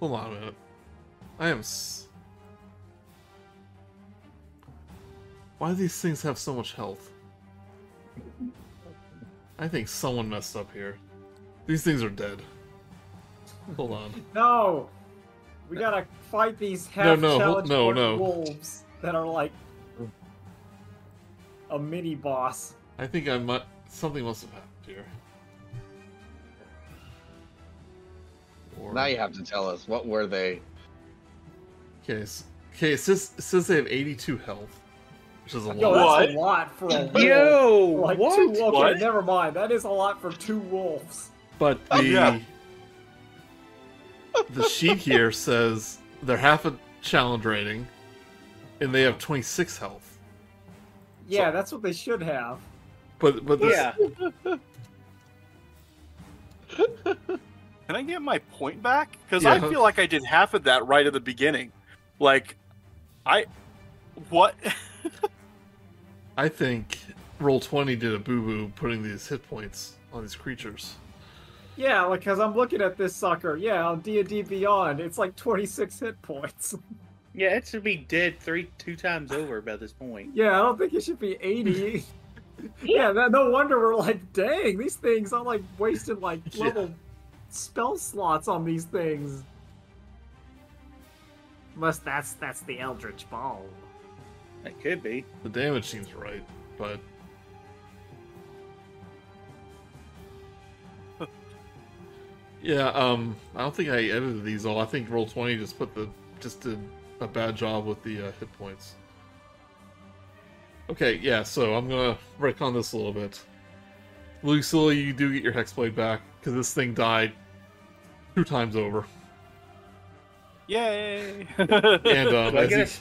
Speaker 1: Hold on a minute. I am. S- Why do these things have so much health? I think someone messed up here. These things are dead. Hold on.
Speaker 2: No, we gotta fight these half
Speaker 1: no,
Speaker 2: challenge
Speaker 1: no,
Speaker 2: point
Speaker 1: no.
Speaker 2: wolves that are like a mini boss.
Speaker 1: I think I might. Something must have happened here. Or,
Speaker 4: Now you have to tell us what were they?
Speaker 1: Okay, s- Okay, it says, it says they have 82 health, which is a
Speaker 2: Yo,
Speaker 1: lot.
Speaker 2: that's
Speaker 6: What?
Speaker 2: a lot for a wolf.
Speaker 3: Yo,
Speaker 2: like two
Speaker 3: what?
Speaker 2: wolves. Okay,
Speaker 6: What?
Speaker 2: never mind. That is a lot for two wolves.
Speaker 1: But
Speaker 6: Oh,
Speaker 1: the
Speaker 6: yeah.
Speaker 1: the sheet here says they're half a challenge rating, and they have 26 health.
Speaker 2: Yeah, that's what they should have.
Speaker 1: But but this,
Speaker 3: Yeah.
Speaker 6: Can I get my point back? Because I
Speaker 1: Yeah.
Speaker 6: feel like I did half of that right at the beginning. Like, I. What?
Speaker 1: I think roll 20 did a boo boo putting these hit points on these creatures.
Speaker 2: Yeah, like because I'm looking at this sucker. Yeah, on D and D Beyond, it's like 26 hit points.
Speaker 3: Yeah, it should be dead three two times over by this point.
Speaker 2: Yeah, I don't think it should be 80. yeah, that, no wonder we're like, dang, these things. I'm like wasting like
Speaker 1: Yeah.
Speaker 2: level spell slots on these things.
Speaker 7: Unless that's that's the Eldritch Ball.
Speaker 3: It could be.
Speaker 1: The damage seems right, but yeah, um, I don't think I edited these all. I think roll 20 just put the just did a bad job with the uh, hit points. Okay, yeah, so I'm gonna wreck on this a little bit. Lucilla, you do get your hexblade back because this thing died two times over.
Speaker 6: Yay!
Speaker 1: And um,
Speaker 3: Do I
Speaker 1: as,
Speaker 3: get
Speaker 1: he,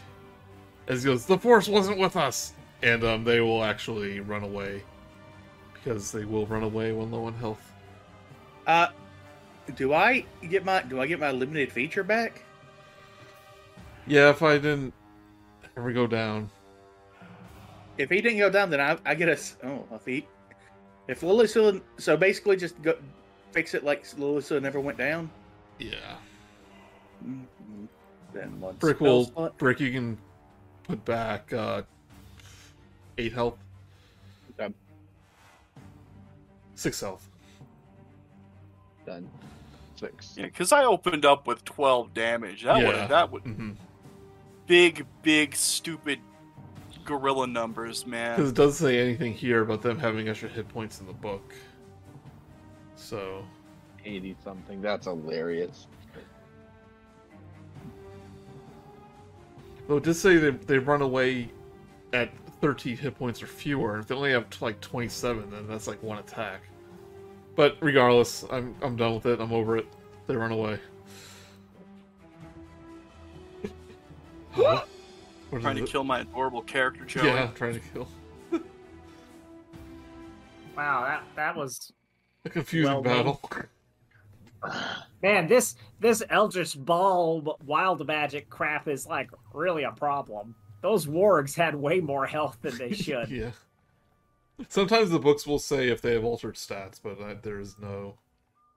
Speaker 3: a
Speaker 1: as he goes, the force wasn't with us, and um, they will actually run away because they will run away when low on health.
Speaker 3: Uh, do I get my do I get my limited feature back?
Speaker 1: Yeah, if I didn't ever go down,
Speaker 3: If he didn't go down, then I, I get a s- oh if he if Lily still so basically just go fix it like Lily still never went down.
Speaker 1: yeah,
Speaker 3: Mm, mm. Then one
Speaker 1: brick
Speaker 3: spell
Speaker 1: will
Speaker 3: slot.
Speaker 1: brick. You can put back uh, eight health,
Speaker 3: Okay.
Speaker 1: six health.
Speaker 4: Done. Six.
Speaker 6: Because I opened up with 12 damage. That
Speaker 1: Yeah.
Speaker 6: would that would
Speaker 1: hmm
Speaker 6: big big stupid gorilla numbers,
Speaker 1: Because
Speaker 6: man.
Speaker 1: it doesn't say anything here about them having extra hit points in the book. So
Speaker 4: 80 something. That's hilarious.
Speaker 1: Though it did say they, they run away at 13 hit points or fewer, and if they only have like 27, then that's like one attack. But regardless, I'm I'm done with it. I'm over it. They run away. What is
Speaker 6: Trying to
Speaker 1: it?
Speaker 6: kill my adorable character, Joey.
Speaker 1: Yeah, trying to kill.
Speaker 7: Wow, that that was
Speaker 1: A confusing
Speaker 7: Well done.
Speaker 1: battle.
Speaker 7: man. This this Eldritch Ball wild magic crap is like really a problem. Those wargs had way more health than they should.
Speaker 1: yeah. Sometimes the books will say if they have altered stats, but uh, there is no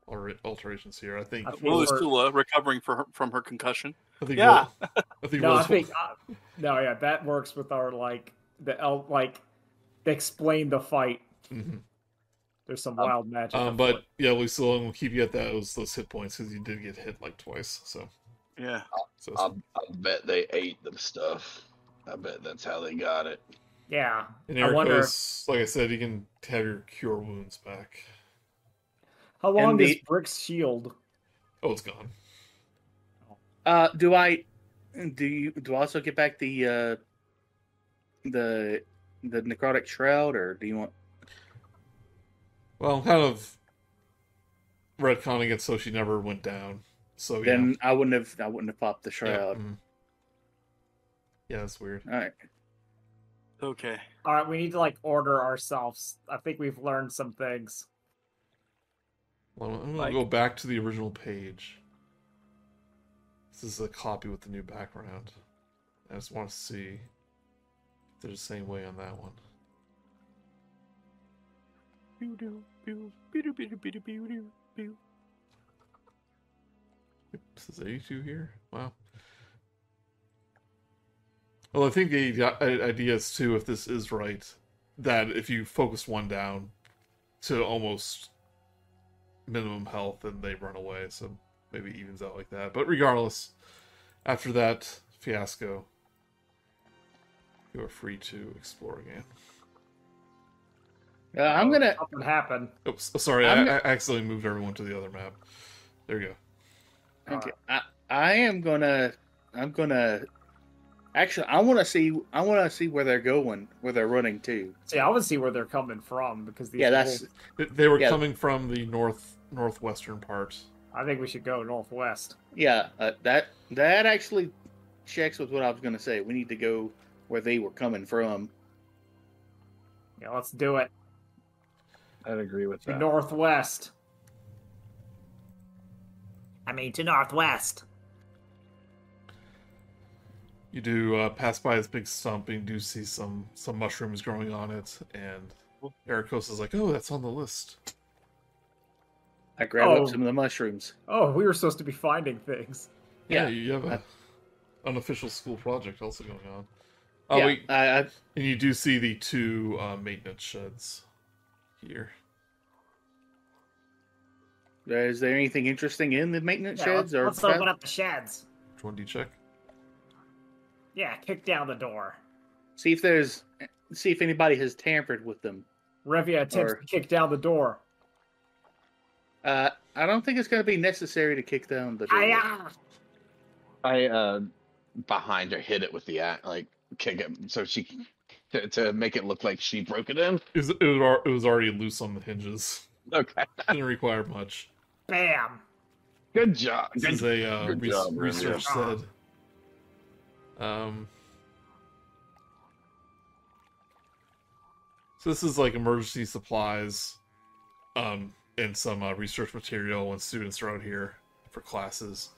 Speaker 1: alter- alterations here. I think.
Speaker 7: I feel
Speaker 6: Lily
Speaker 7: for-
Speaker 6: Stula recovering for her, from her concussion.
Speaker 1: I think.
Speaker 6: Yeah.
Speaker 1: Will- I think.
Speaker 2: No, I
Speaker 1: Will's-
Speaker 2: think uh, no, yeah, that works with our like the el- like they explain the fight.
Speaker 1: Mhm.
Speaker 2: There's some
Speaker 4: Um,
Speaker 2: wild magic.
Speaker 1: Um,
Speaker 2: afoot.
Speaker 1: but yeah, Lucilla will keep you at that those, those hit points because you did get hit like twice. So,
Speaker 6: Yeah.
Speaker 1: so
Speaker 5: I,
Speaker 7: Um,
Speaker 5: I bet they ate the stuff. I bet that's how they got it.
Speaker 7: Yeah,
Speaker 1: and
Speaker 7: I wonder
Speaker 1: Erica's, like I said, you can have your cure wounds back.
Speaker 2: how long
Speaker 3: and
Speaker 2: is
Speaker 3: the-
Speaker 2: Brick's shield?
Speaker 1: Oh, it's gone.
Speaker 3: Uh, do I do you do I also get back the uh the the necrotic shroud or do you want?
Speaker 1: Well, I'm kind of retconning it so she never went down. So Oh, yeah,
Speaker 3: Then I wouldn't have I wouldn't have popped the
Speaker 1: yeah,
Speaker 3: shroud.
Speaker 1: mhm. yeah, that's weird.
Speaker 3: All right.
Speaker 6: Okay.
Speaker 7: All right, we need to like order ourselves. I think we've learned some things.
Speaker 1: Well, I'm gonna
Speaker 6: Like-
Speaker 1: go back to the original page. This is a copy with the new background. I just want to see if they're the same way on that one. This is 82 here? Wow. Well, I think the i- idea is too, if this is right, that if you focus one down to almost minimum health, then they run away. So maybe it evens out like that. But regardless, after that fiasco, you are free to explore again.
Speaker 3: Uh, I'm gonna
Speaker 7: Something happened.
Speaker 1: Oops, oh, sorry,
Speaker 3: I'm
Speaker 1: I, I
Speaker 3: gonna-
Speaker 1: accidentally moved everyone to the other map. There you go.
Speaker 3: Okay, I, I am gonna, I'm gonna Actually, I want to see. I want to see where they're going, where they're running to.
Speaker 2: See, I would see where they're coming from because these
Speaker 3: Yeah, that's
Speaker 2: wolves-
Speaker 1: They- They were
Speaker 3: Yeah.
Speaker 1: coming from the north northwestern part.
Speaker 2: I think we should go northwest.
Speaker 3: yeah. Uh, that that actually checks with what I was going to say. We need to go where they were coming from.
Speaker 2: Yeah, let's do it.
Speaker 8: I'd agree with
Speaker 2: To
Speaker 8: that.
Speaker 2: northwest. I mean, to northwest.
Speaker 1: You do uh, pass by this big stump and you do see some some mushrooms growing on it, and Ericos is like, "Oh, that's on the list."
Speaker 3: I grab
Speaker 2: Oh.
Speaker 3: up some of the mushrooms.
Speaker 2: Oh, we were supposed to be finding things.
Speaker 1: Yeah,
Speaker 3: Yeah.
Speaker 1: you have a unofficial school project also going on. Oh,
Speaker 3: yeah,
Speaker 1: wait,
Speaker 3: I, I,
Speaker 1: and you do see the two uh, maintenance sheds here.
Speaker 3: is there anything interesting in the maintenance
Speaker 2: Yeah,
Speaker 3: sheds
Speaker 2: let's,
Speaker 3: or
Speaker 2: let's open up the sheds.
Speaker 1: Which one do you check?
Speaker 2: Yeah, kick down the door.
Speaker 3: see if there's see if anybody has tampered with them?
Speaker 2: Revia attempts
Speaker 3: Or-
Speaker 2: to kick down the door.
Speaker 3: Uh, I don't think it's going to be necessary to kick down the door.
Speaker 2: Hiya!
Speaker 4: I uh behind her hit it with the axe, like kick it so she can- to, to make it look like she broke it in.
Speaker 1: It was, it was, al- it was already loose on the hinges.
Speaker 4: Okay.
Speaker 1: Didn't require much.
Speaker 2: Bam!
Speaker 4: Good job.
Speaker 1: This
Speaker 4: Good
Speaker 1: is a uh,
Speaker 4: good
Speaker 1: res-
Speaker 4: job, Randy.
Speaker 1: research shed. Um, so this is like emergency supplies, um, and some uh, research material when students are out here for classes.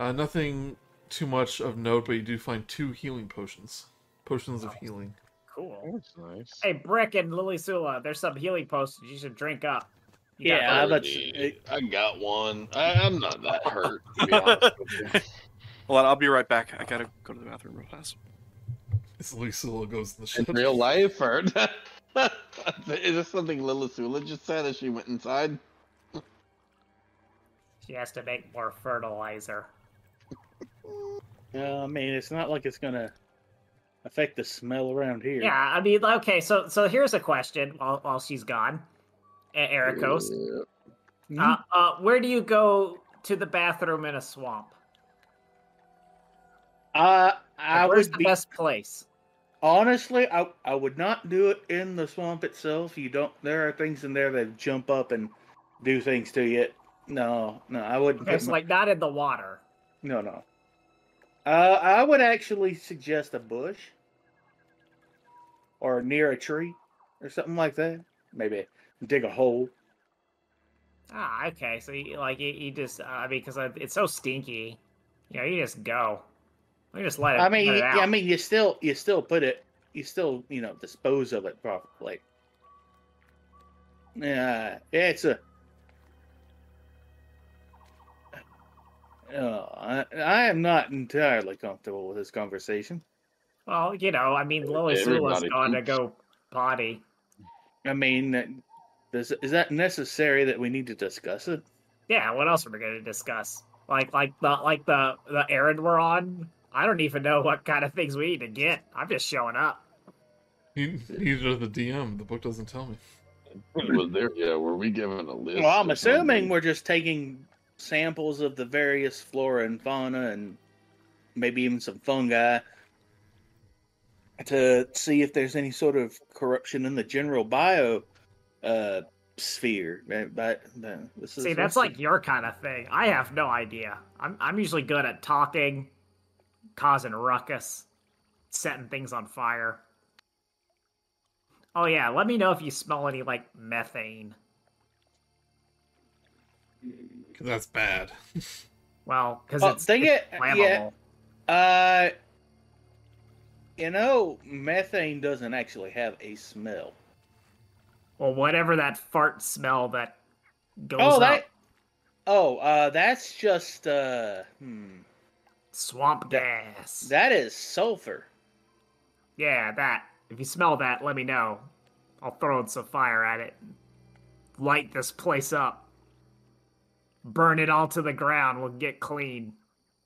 Speaker 1: Uh, nothing too much of note, but you do find two healing potions, potions of healing.
Speaker 2: Cool.
Speaker 4: That's nice.
Speaker 2: Hey, Brick and Lily Sula, there's some healing potions you should drink up. You got
Speaker 3: Yeah, I
Speaker 2: those?
Speaker 3: bet
Speaker 5: Already,
Speaker 3: you-
Speaker 5: I got one. I, I'm not that hurt. To be honest with you.
Speaker 6: Hold on, I'll be right back. I gotta go to the bathroom real fast.
Speaker 1: This Lucilla goes in the
Speaker 4: In
Speaker 1: shed.
Speaker 4: real life or is this something Lila Sula just said as she went inside?
Speaker 2: she has to make more fertilizer.
Speaker 3: Yeah, uh, I mean, it's not like it's gonna affect the smell around here.
Speaker 2: Yeah, I mean, okay, so so here's a question while, while she's gone, E- Ericos. Uh, uh, where do you go to the bathroom in a swamp?
Speaker 3: Uh,
Speaker 2: Like,
Speaker 3: I
Speaker 2: where's
Speaker 3: would
Speaker 2: the
Speaker 3: be
Speaker 2: best place?
Speaker 3: honestly, I I would not do it in the swamp itself. You don't. There are things in there that jump up and do things to you. No, no, I wouldn't.
Speaker 2: Okay,
Speaker 3: put
Speaker 2: so
Speaker 3: my-
Speaker 2: like not in the water.
Speaker 3: no, no. Uh, I would actually suggest a bush or near a tree or something like that. Maybe dig a hole.
Speaker 2: Ah, okay. So you, like you, you just, uh, I mean, because it's so stinky, you know, you just go, you just let it.
Speaker 3: I mean,
Speaker 2: let it
Speaker 3: you-
Speaker 2: out.
Speaker 3: I mean, you still you still put it, you still you know dispose of it properly. Yeah, it's a. Oh, I, I am not entirely comfortable with this conversation.
Speaker 2: well, you know, I mean, Lily Sula's
Speaker 5: Everybody
Speaker 2: gone to
Speaker 5: poops.
Speaker 2: go potty.
Speaker 3: I mean, uh, does, is that necessary that we need to discuss it?
Speaker 2: Yeah, what else are we going to discuss? Like, like the like the the errand we're on. I don't even know what kind of things we need to get. I'm just showing up.
Speaker 1: Ne- Neither the DM. The book doesn't tell me.
Speaker 5: Was there? Yeah, were we given a list?
Speaker 3: Well, I'm
Speaker 5: or something?
Speaker 3: assuming we're just taking samples of the various flora and fauna and maybe even some fungi to see if there's any sort of corruption in the general bio uh, sphere. Right? But uh, this is,
Speaker 2: See, that's like your kind of thing. I have no idea. I'm I'm usually good at talking, causing ruckus, setting things on fire. Oh yeah, let me know if you smell any like methane.
Speaker 1: 'Cause That's bad.
Speaker 2: Well, because
Speaker 3: Oh,
Speaker 2: it's,
Speaker 3: dang
Speaker 2: it's
Speaker 3: it,
Speaker 2: flammable.
Speaker 3: yeah. uh, you know, methane doesn't actually have a smell.
Speaker 2: Well, whatever that fart smell that goes
Speaker 3: Oh,
Speaker 2: up
Speaker 3: that. Oh, uh, that's just uh, hmm,
Speaker 2: swamp
Speaker 3: that-
Speaker 2: gas.
Speaker 3: that is sulfur.
Speaker 2: yeah, that. If you smell that, let me know. I'll throw in some fire at it. Light this place up. Burn it all to the ground. We'll get clean.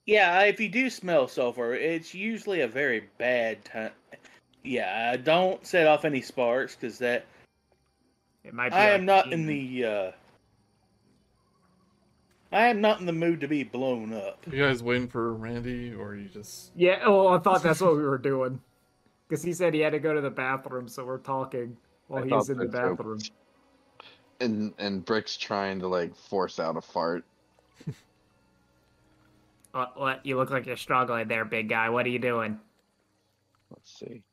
Speaker 3: Yeah, if you do smell sulfur, it's usually a very bad time. Yeah, I don't set off any sparks because that
Speaker 2: It might. Be
Speaker 3: I
Speaker 2: like "Mm."
Speaker 3: am not
Speaker 2: demon.
Speaker 3: in the uh, I am not in the mood to be blown up.
Speaker 1: Are you guys waiting for Randy, or are you just
Speaker 9: Yeah, well, I thought that's what we were doing. Because he said he had to go to the bathroom, so we're talking while
Speaker 10: I
Speaker 9: he's
Speaker 10: thought
Speaker 9: in the
Speaker 10: so, too.
Speaker 9: bathroom.
Speaker 11: And and Brick's trying to like force out a fart.
Speaker 2: What, Uh, what? You look like you're struggling there, big guy. What are you doing?
Speaker 11: Let's see.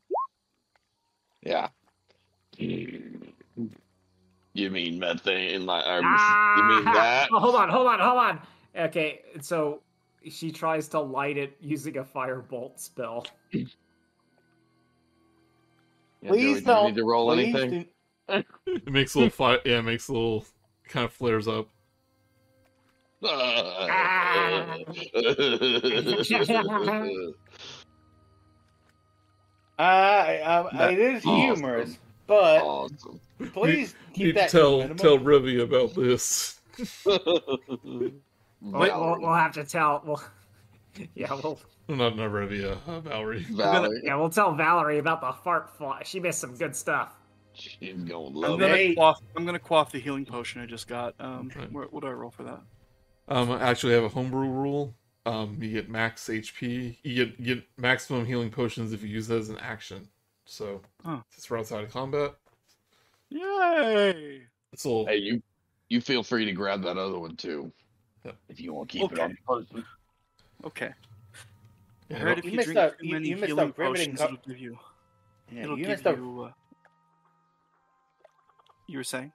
Speaker 11: Yeah.
Speaker 4: You mean methane? Like, or,
Speaker 2: Ah!
Speaker 4: You mean that?
Speaker 2: Oh, hold on, hold on, hold on.
Speaker 9: Okay, so she tries to light it using a firebolt spell.
Speaker 11: Yeah, do we-
Speaker 3: Please
Speaker 11: do we
Speaker 3: don't.
Speaker 11: Need to roll
Speaker 3: please
Speaker 11: anything?
Speaker 3: do-
Speaker 1: it makes a little fire? Yeah, it makes a little kind of flares up.
Speaker 3: Ah!
Speaker 5: Uh,
Speaker 3: I, I, I, it is humorous, but
Speaker 4: awesome.
Speaker 3: please keep
Speaker 1: Need to
Speaker 3: that
Speaker 1: tell
Speaker 3: to a
Speaker 1: tell
Speaker 3: minimum.
Speaker 1: Rivy about this.
Speaker 2: Wait,
Speaker 11: Valerie.
Speaker 2: we'll, we'll have to tell. We'll, yeah, we'll
Speaker 1: Not not Rivy, uh, uh, Valerie.
Speaker 11: Valerie.
Speaker 2: yeah, we'll tell Valerie about the fart fly. She missed some good stuff.
Speaker 4: She's gonna
Speaker 6: I'm
Speaker 3: Oh,
Speaker 4: love it.
Speaker 6: gonna,
Speaker 3: Nate.
Speaker 6: quaff, I'm gonna quaff the healing potion I just got. Um,
Speaker 1: Okay.
Speaker 6: where, what do I roll for that?
Speaker 1: Um, I actually have a homebrew rule. Um, you get max HP. You get you get maximum healing potions if you use that as an action. So
Speaker 6: Huh.
Speaker 1: since we're outside of combat,
Speaker 6: Yay!
Speaker 1: it's a little
Speaker 4: Hey, you. You feel free to grab that other one too,
Speaker 1: Yep.
Speaker 4: if you want to keep it
Speaker 6: Okay.
Speaker 4: on the person.
Speaker 6: Okay. I
Speaker 1: yeah,
Speaker 6: heard if
Speaker 3: You
Speaker 6: you,
Speaker 3: missed
Speaker 6: drink
Speaker 3: out-
Speaker 6: too
Speaker 3: you-
Speaker 6: many
Speaker 3: you missed
Speaker 6: healing
Speaker 3: out Grimmin'
Speaker 6: potions,
Speaker 3: Cup.
Speaker 6: it'll give you.
Speaker 3: Yeah,
Speaker 6: It'll
Speaker 3: you,
Speaker 6: give
Speaker 3: missed a,
Speaker 6: you. Uh, you were saying?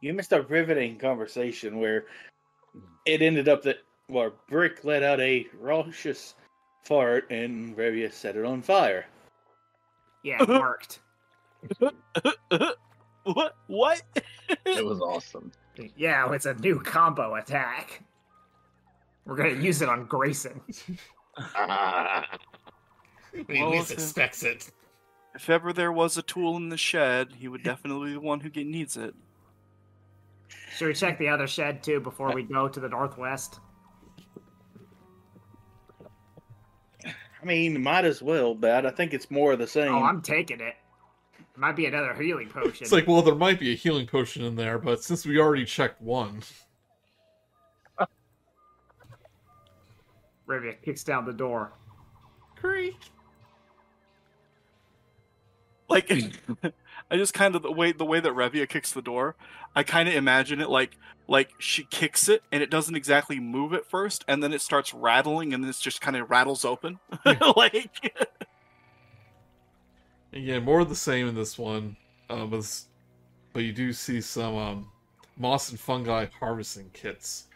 Speaker 3: you missed a riveting conversation where it ended up that where Brick let out a raucous fart and Revia set it on fire.
Speaker 2: Yeah, it worked.
Speaker 6: What? What?
Speaker 4: It was awesome.
Speaker 2: Yeah, it's a new combo attack. We're gonna use it on Grayson.
Speaker 6: He at least expects it. If ever there was a tool in the shed, he would definitely be the one who get, needs it.
Speaker 2: Should we check the other shed too before we go to the northwest?
Speaker 3: I mean, might as well, but I think it's more of the same.
Speaker 2: Oh, I'm taking it. Might be another healing potion.
Speaker 1: it's like well, there might be a healing potion in there, but since we already checked one,
Speaker 2: Rivia kicks down the door.
Speaker 6: Like, I just kind of the way the way that Revia kicks the door, I kind of imagine it like like she kicks it and it doesn't exactly move at first, and then it starts rattling and then it's just kind of rattles open. like,
Speaker 1: again, more of the same in this one. Um, but, s- but you do see some um, moss and fungi harvesting kits.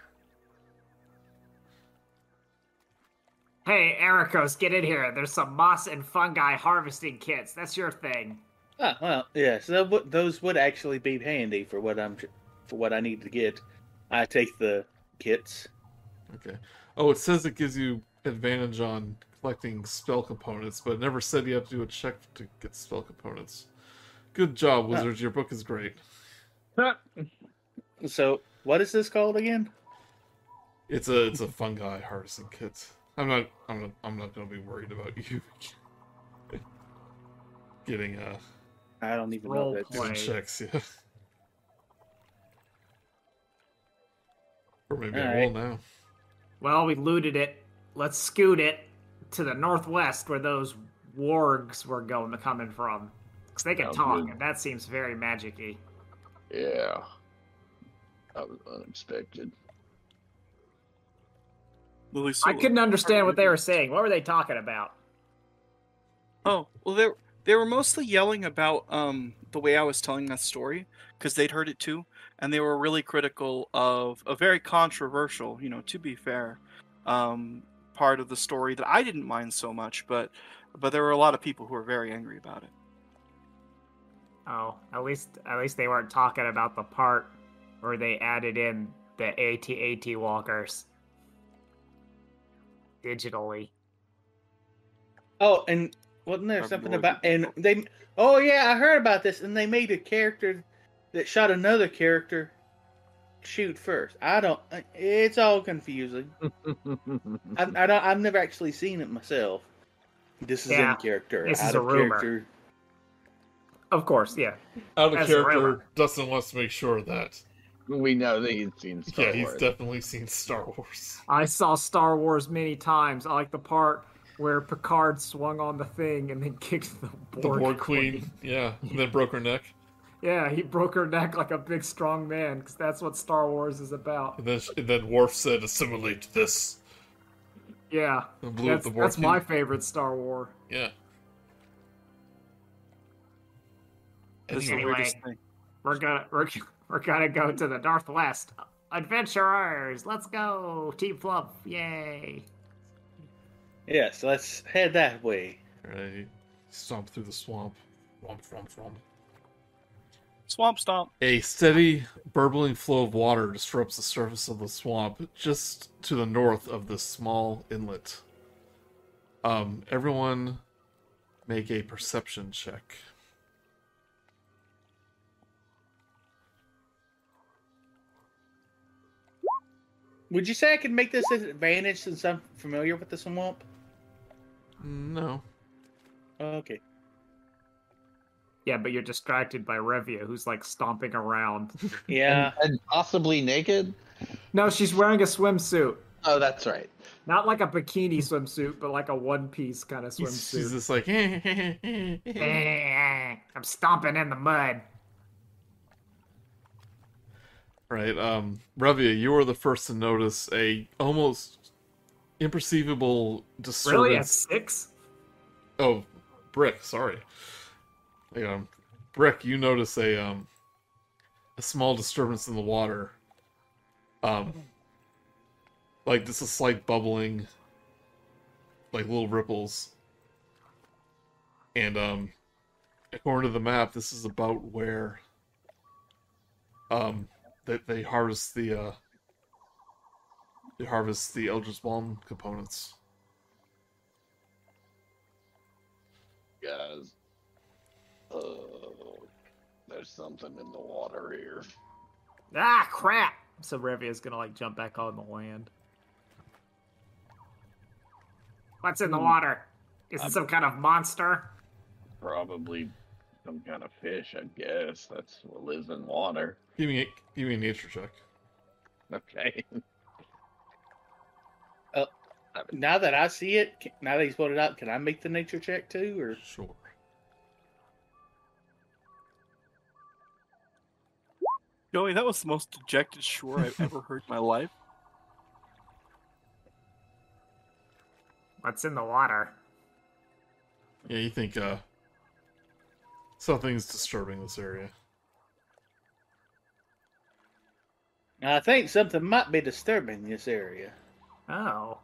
Speaker 2: Hey, Ericos, get in here. There's some moss and fungi harvesting kits. That's your thing.
Speaker 3: Ah, well, yeah. So that would- those would actually be handy for what I'm for what I need to get. I take the kits.
Speaker 1: Okay. Oh, it says it gives you advantage on collecting spell components, but it never said you have to do a check to get spell components. Good job, wizards. Your book is great.
Speaker 3: So what is this called again?
Speaker 1: It's a it's a fungi harvesting kit. I'm not I'm not, I'm not gonna be worried about you getting uh
Speaker 3: I don't even
Speaker 2: Role
Speaker 3: know that.
Speaker 1: doing
Speaker 2: Right.
Speaker 1: checks. Yeah. Or maybe I
Speaker 3: Alright.
Speaker 1: will now.
Speaker 2: Well, we looted it. Let's scoot it to the northwest where those wargs were going coming from. Because they can
Speaker 4: Sounds
Speaker 2: talk,
Speaker 4: good.
Speaker 2: and that seems very magic y.
Speaker 4: Yeah. That was unexpected.
Speaker 6: Lily
Speaker 2: I
Speaker 6: Sula.
Speaker 2: couldn't understand what they were saying. What were they talking about?
Speaker 6: Oh well, they they were mostly yelling about um the way I was telling that story because they'd heard it too, and they were really critical of a very controversial, you know, to be fair, um part of the story that I didn't mind so much, but but there were a lot of people who were very angry about it.
Speaker 2: Oh, at least at least they weren't talking about the part where they added in the AT-AT walkers digitally.
Speaker 3: Oh, and wasn't there
Speaker 6: I've
Speaker 3: something
Speaker 6: already-
Speaker 3: about and they? Oh yeah, I heard about this. And they made a character that shot another character shoot first. I don't. uh, It's all confusing. I, I don't. I've never actually seen it myself. This is
Speaker 2: Yeah,
Speaker 3: in character.
Speaker 2: this
Speaker 3: out
Speaker 2: is a
Speaker 3: of
Speaker 2: rumor.
Speaker 3: character.
Speaker 2: Of course, yeah.
Speaker 1: Out of
Speaker 2: That's a
Speaker 1: character,
Speaker 2: rumor.
Speaker 1: Dustin wants to make sure of that.
Speaker 4: we know that he's seen Star
Speaker 1: yeah, he's
Speaker 4: Wars.
Speaker 1: definitely seen Star Wars.
Speaker 2: I saw Star Wars many times. I like the part where Picard swung on the thing and then kicked the Borg,
Speaker 1: The Borg Queen, yeah, and then broke her neck,
Speaker 2: Yeah, he broke her neck like a big strong man because that's what Star Wars is about.
Speaker 1: and then and then Worf said, "Assimilate this,"
Speaker 2: Yeah,
Speaker 1: and blew up
Speaker 2: that's,
Speaker 1: the Borg.
Speaker 2: that's my
Speaker 1: Queen.
Speaker 2: favorite Star War.
Speaker 1: yeah.
Speaker 6: This is the
Speaker 1: Anyway,
Speaker 6: weirdest thing.
Speaker 7: We're gonna we're, we're gonna go to the northwest. Adventurers, let's go, Team Fluff, yay!
Speaker 3: Yes, let's head that way.
Speaker 1: right, stomp through the swamp. Swamp, swamp, swamp.
Speaker 6: Swamp stomp.
Speaker 1: A steady, burbling flow of water disrupts the surface of the swamp just to the north of this small inlet. Um, everyone make a perception check.
Speaker 3: Would you say I could make this an advantage since I'm familiar with the swamp?
Speaker 1: No.
Speaker 3: Okay.
Speaker 7: Yeah, but you're distracted by Revia, who's like stomping around.
Speaker 3: Yeah.
Speaker 4: and possibly naked.
Speaker 2: No, she's wearing a swimsuit.
Speaker 4: Oh, that's right.
Speaker 2: Not like a bikini swimsuit, but like a one piece kind of
Speaker 1: He's, he's
Speaker 2: swimsuit.
Speaker 1: just like,
Speaker 7: Eh, I'm stomping in the mud.
Speaker 1: right. Um, Revia, you were the first to notice a almost imperceivable
Speaker 2: Really, at
Speaker 1: disturbance
Speaker 2: six?
Speaker 1: Oh, Brick, sorry. Hang on. Brick, you notice a um a small disturbance in the water. Um like just a slight bubbling like little ripples. And um according to the map, this is about where um that they harvest the uh they harvest the Eldritch Bomb components.
Speaker 5: guys. Oh, there's something in the water here.
Speaker 7: Ah, crap! So Revia's gonna like jump back on the land. What's in the water? Is it some kind of monster?
Speaker 5: Probably some kind of fish, I guess. That's what lives in water.
Speaker 1: Give me a give me a nature check.
Speaker 5: Okay.
Speaker 3: now that I see it, ca- now that he's put it out, can I make the nature check too? Or
Speaker 1: Sure.
Speaker 6: Joey, that was the most dejected shore I've ever heard in my life.
Speaker 7: What's in the water?
Speaker 1: Yeah, you think uh something's disturbing this area.
Speaker 3: I think something might be disturbing this area.
Speaker 7: Oh.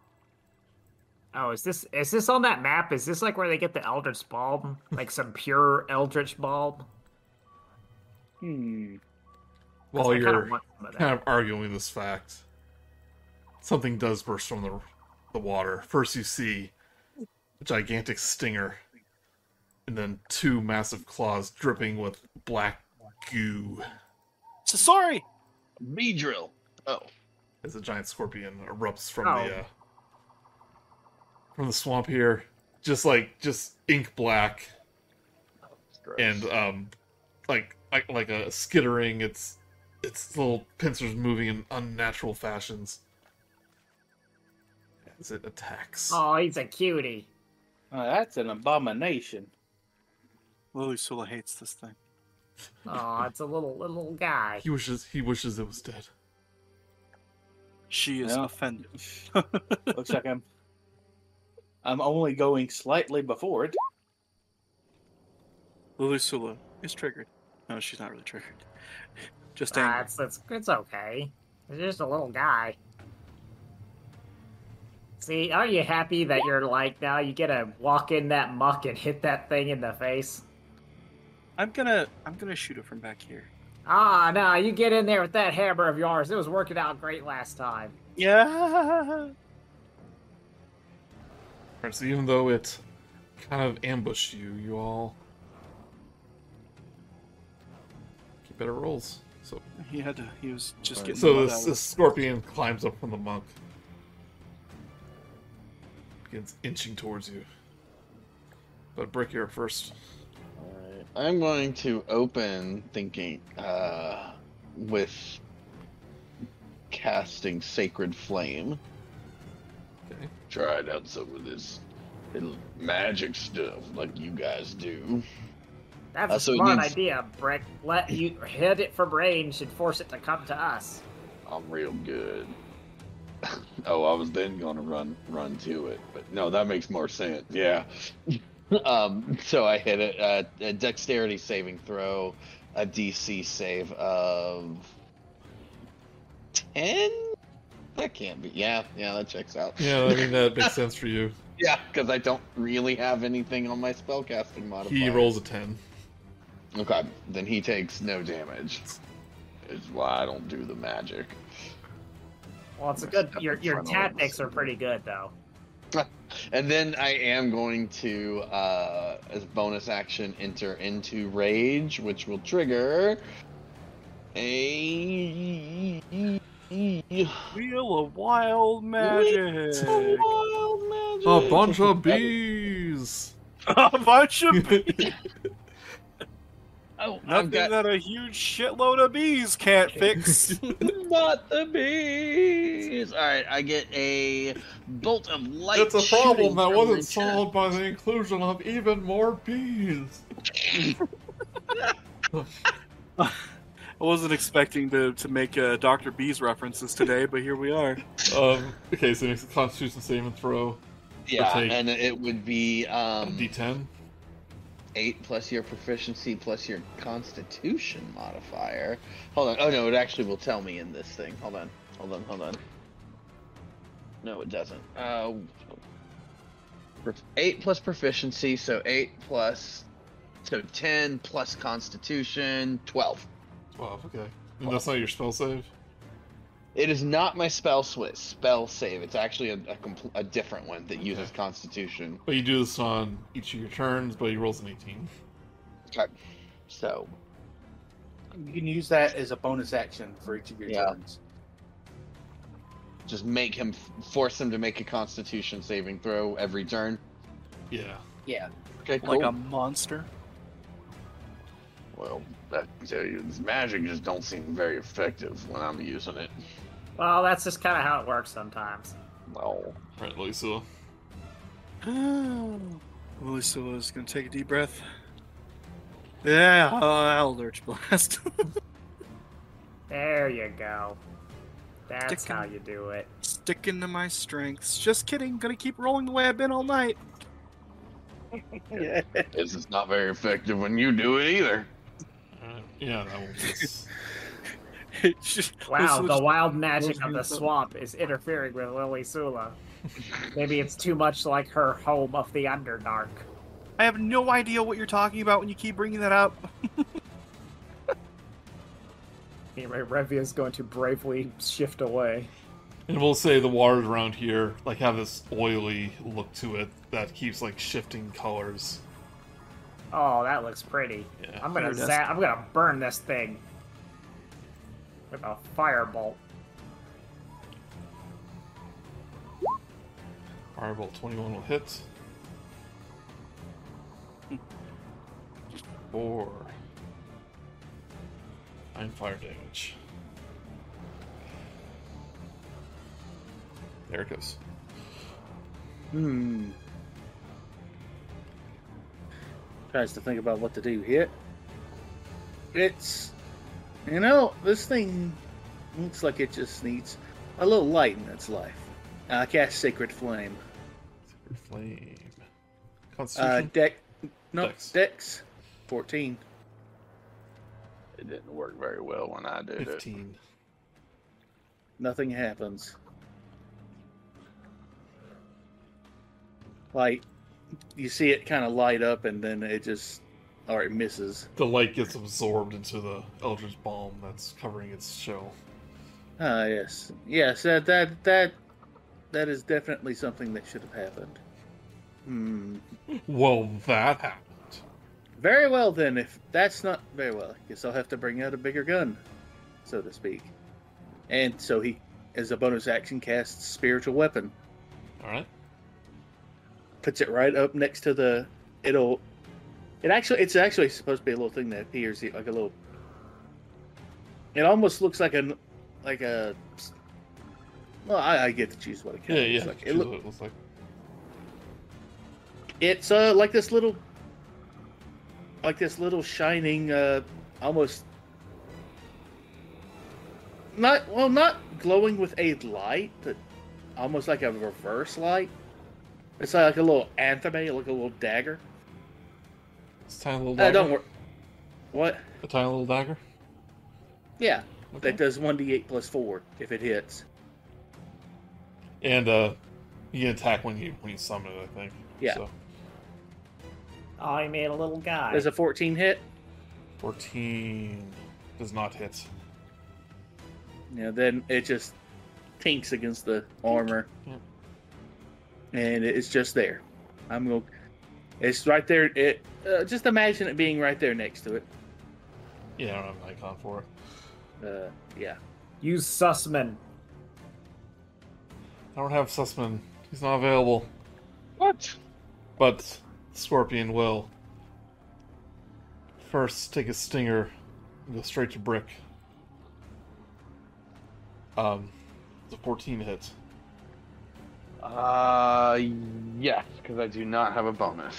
Speaker 7: Oh, is this is this on that map? Is this like where they get the Eldritch Bulb? Like some pure Eldritch Bulb?
Speaker 3: Hmm.
Speaker 7: 'Cause
Speaker 1: While
Speaker 7: I kinda
Speaker 1: you're
Speaker 7: want some of that.
Speaker 1: kind of arguing this fact, something does burst from the the water. First, you see a gigantic stinger, and then two massive claws dripping with black goo
Speaker 6: So sorry.
Speaker 4: B drill. Oh,
Speaker 1: as a giant scorpion erupts from
Speaker 7: Oh.
Speaker 1: the uh, from the swamp here, just like just ink black.
Speaker 4: that's gross.
Speaker 1: and um like like like a skittering its its little pincers moving in unnatural fashions as it attacks
Speaker 7: Oh, he's a cutie.
Speaker 3: Oh, that's an abomination.
Speaker 6: Lily Sula hates this thing.
Speaker 7: Oh, it's a little little guy.
Speaker 1: he wishes he wishes it was dead
Speaker 6: She is
Speaker 3: Yeah.
Speaker 6: offended.
Speaker 3: Looks like I'm. I'm only going slightly before it.
Speaker 6: Lily Sula is triggered. No, she's not really triggered. Just
Speaker 7: Uh,
Speaker 6: angry.
Speaker 7: it's, it's it's okay. It's just a little guy. See, aren't you happy that you're like now you get to walk in that muck and hit that thing in the face?
Speaker 6: I'm gonna I'm gonna shoot it from back here.
Speaker 7: Ah, no, you get in there with that hammer of yours. It was working out great last time.
Speaker 6: Yeah.
Speaker 1: Alright, so even though it kind of ambushed you you all get better rolls so
Speaker 6: He had to he was just getting the
Speaker 1: so
Speaker 6: blood
Speaker 1: this,
Speaker 6: out of
Speaker 1: this scorpion climbs up from the monk begins inching towards you but brick you're up first
Speaker 4: Alright, I'm going to open thinking uh, with casting Sacred Flame.
Speaker 1: Okay.
Speaker 5: Try it out some of this little magic stuff like you guys do.
Speaker 7: That's
Speaker 4: Uh, so
Speaker 7: a
Speaker 4: it
Speaker 7: smart
Speaker 4: needs-
Speaker 7: idea, Brick. Let you hit it for brains and force it to come to us.
Speaker 5: I'm real good. oh, I was then gonna run run to it, but no, that makes more sense. Yeah.
Speaker 4: Um, so I hit it. Uh, a dexterity saving throw, a DC save of ten. That can't be. Yeah, yeah, that checks out.
Speaker 1: Yeah, I mean that makes sense for you.
Speaker 4: yeah, because I don't really have anything on my spellcasting modifier.
Speaker 1: He rolls a ten.
Speaker 4: Okay, then he takes no damage.
Speaker 5: It's why I don't do the magic.
Speaker 7: Well, it's a good. Your your
Speaker 5: Front of us.
Speaker 7: tactics are pretty good though.
Speaker 4: And then I am going to, uh, as bonus action, enter into rage, which will trigger a
Speaker 6: Wheel of Wild Magic.
Speaker 4: wild magic.
Speaker 1: A bunch of bees.
Speaker 6: A bunch of bees.
Speaker 4: Oh, I've
Speaker 6: Nothing
Speaker 4: got
Speaker 6: that a huge shitload of bees can't fix.
Speaker 4: not the bees. All right, I get a bolt of light.
Speaker 1: It's a problem
Speaker 4: shooting
Speaker 1: that
Speaker 4: from
Speaker 1: wasn't
Speaker 4: the
Speaker 1: solved by the inclusion of even more bees.
Speaker 6: I wasn't expecting to, to make uh, Dr. Bees references today, but here we are.
Speaker 1: Um, okay, so makes a Constitution save and throw
Speaker 4: chest. Yeah,
Speaker 1: take.
Speaker 4: and it would be um,
Speaker 1: d10.
Speaker 4: eight plus your proficiency plus your constitution modifier. Hold on. Oh no, it actually will tell me in this thing. Hold on. Hold on. Hold on. No, it doesn't. Uh, prof- eight plus proficiency, so eight plus, so ten plus constitution, twelve.
Speaker 1: Wow, okay. And that's not your spell save.
Speaker 4: It is not my spell switch, spell save. It's actually a, a, compl- a different one that uses
Speaker 1: Okay.
Speaker 4: constitution.
Speaker 1: But you do this on each of your turns, but he rolls an 18.
Speaker 4: So
Speaker 3: You can use that as a bonus action for each of your
Speaker 4: Yeah.
Speaker 3: turns.
Speaker 4: just make him, force him to make a constitution saving throw every turn.
Speaker 1: Yeah.
Speaker 3: Yeah.
Speaker 4: Okay,
Speaker 6: Like a monster.
Speaker 5: Well, I can tell you, this magic just don't seem very effective when I'm using it.
Speaker 7: Well, that's just kind of how it works sometimes.
Speaker 5: Well,
Speaker 1: Right, Lisa.
Speaker 6: Willie Silla is going to take a deep breath. Yeah, uh, Eldritch Blast.
Speaker 7: There you go. That's
Speaker 6: Dickon.
Speaker 7: how you do it.
Speaker 6: Sticking to my strengths. Just kidding. Gonna keep rolling the way I've been all night.
Speaker 3: Yeah.
Speaker 5: this is not very effective when you do it either.
Speaker 1: Alright. Yeah, that one was.
Speaker 6: It's just- this
Speaker 7: Wow,
Speaker 6: was-
Speaker 7: the wild magic
Speaker 6: Wilson-
Speaker 7: of the swamp is interfering with Lily Sula. Maybe it's too much like her home of the Underdark.
Speaker 6: I have no idea what you're talking about when you keep bringing that up.
Speaker 2: Anyway, Revia is going to bravely shift away.
Speaker 1: and we'll say the waters around here like have this oily look to it that keeps like shifting colors.
Speaker 7: Oh, that looks pretty.
Speaker 1: Yeah.
Speaker 7: I'm gonna
Speaker 6: Fire dust.
Speaker 7: za- I'm gonna burn this thing with a firebolt.
Speaker 1: Firebolt 21 will hit. Four. Nine fire damage. There it goes.
Speaker 4: Hmm.
Speaker 3: Tries to think about what to do here. It's, you know, this thing looks like it just needs a little light in its life. I cast Sacred Flame.
Speaker 1: Sacred Flame.
Speaker 3: Uh,
Speaker 1: Constitution.
Speaker 3: deck, no,
Speaker 1: Dex.
Speaker 3: Dex. 14.
Speaker 5: It didn't work very well when I did it.
Speaker 1: 15.
Speaker 3: Nothing happens. Like, you see it kind of light up and then it just, or it misses.
Speaker 1: The light gets absorbed into the Eldritch Balm that's covering its shell.
Speaker 3: Ah, yes, yes. That that that that is definitely something that should have happened. Hmm.
Speaker 1: Well, that happened.
Speaker 3: Very well then. If that's not very well, I guess I'll have to bring out a bigger gun, so to speak. And so he, as a bonus action, casts spiritual weapon,
Speaker 1: Alright.
Speaker 3: puts it right up next to the. It'll. It actually, it's actually supposed to be a little thing that appears like a little. It almost looks like an, like a Well, I, I get to choose what it
Speaker 1: Yeah,
Speaker 3: kind of
Speaker 1: yeah.
Speaker 3: looks like. It
Speaker 1: choose
Speaker 3: look-
Speaker 1: what it looks like.
Speaker 3: it's uh like this little like this little shining uh almost not well not glowing with a light but almost like a reverse light it's like a little antheme like a little dagger
Speaker 1: It's a tiny little
Speaker 3: uh,
Speaker 1: dagger.
Speaker 3: don't worry what
Speaker 1: A tiny little dagger.
Speaker 3: yeah
Speaker 1: Okay.
Speaker 3: that does 1d8 plus 4 if it hits
Speaker 1: And uh, you can attack when you when you summon it. I think.
Speaker 3: Yeah.
Speaker 1: So
Speaker 7: Oh, he made a little guy.
Speaker 3: does a 14 hit
Speaker 1: fourteen does not hit.
Speaker 3: Yeah, then it just tinks against the armor,
Speaker 1: Yeah.
Speaker 3: and it's just there. I'm going. It's right there. It uh, just imagine it being right there next to it.
Speaker 1: Yeah, I don't have an icon for it.
Speaker 3: Uh, yeah,
Speaker 2: Use Sussman.
Speaker 1: I don't have Sussman. He's not available.
Speaker 4: What?
Speaker 1: But Scorpion will first take a stinger and go straight to Brick. Um, the 14 hit.
Speaker 4: Uh, yes, because I do not have a bonus.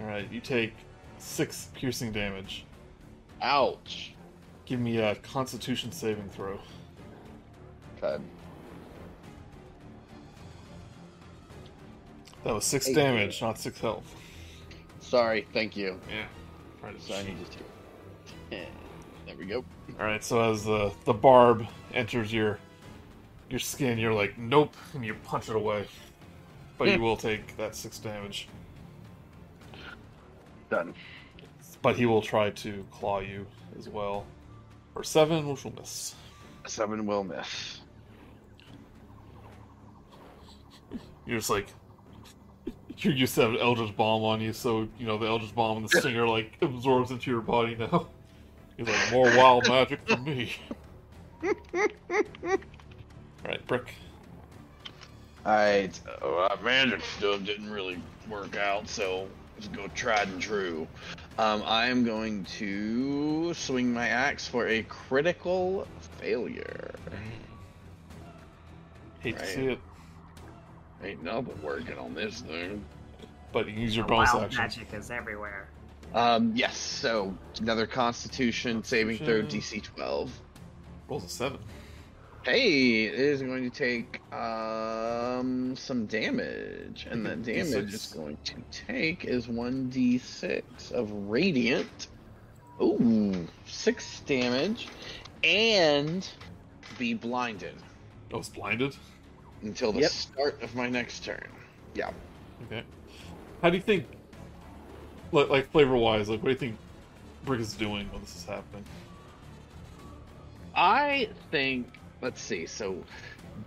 Speaker 1: Alright, you take 6 piercing damage.
Speaker 4: Ouch.
Speaker 1: Give me a constitution saving throw.
Speaker 4: Okay.
Speaker 1: That was 6
Speaker 4: Eight.
Speaker 1: damage, not 6 health.
Speaker 4: Sorry. Thank you.
Speaker 1: Yeah.
Speaker 4: So I need to. take- Yeah, There we go.
Speaker 1: Alright, so as the, the barb enters your your skin, you're like, nope, and you punch it away. But you will take that 6 damage.
Speaker 5: Done.
Speaker 1: But he will try to claw you as well. Or seven, which will miss.
Speaker 5: Seven will miss.
Speaker 1: You're just like you're used to have an Eldritch Bomb on you, so you know the Eldritch Bomb and the Stinger like absorbs into your body now. He's like more wild magic for me. Alright, Brick.
Speaker 5: Alright. Oh, uh, magic stuff didn't really work out, so let's go tried and true.
Speaker 4: Um, I am going to swing my axe for a critical failure.
Speaker 1: Hate to
Speaker 5: Right.
Speaker 1: see it.
Speaker 5: Ain't nothing working on this thing.
Speaker 1: But you can use your bonus
Speaker 7: Wild
Speaker 1: action.
Speaker 7: magic is everywhere.
Speaker 4: Um, yes. So another Constitution saving throw,
Speaker 1: Constitution.
Speaker 4: DC 12.
Speaker 1: Rolls a seven.
Speaker 4: Hey, it is going to take um some damage, and that
Speaker 1: Take a D6.
Speaker 4: damage it's going to take is one d six of radiant. Ooh, six damage, and be blinded
Speaker 1: I was Oh, blinded.
Speaker 4: until the
Speaker 3: Yep.
Speaker 4: start of my next turn. Yeah.
Speaker 1: Okay. How do you think like, like flavor wise, like what do you think Brick is doing when this is happening?
Speaker 4: I think. Let's see. So,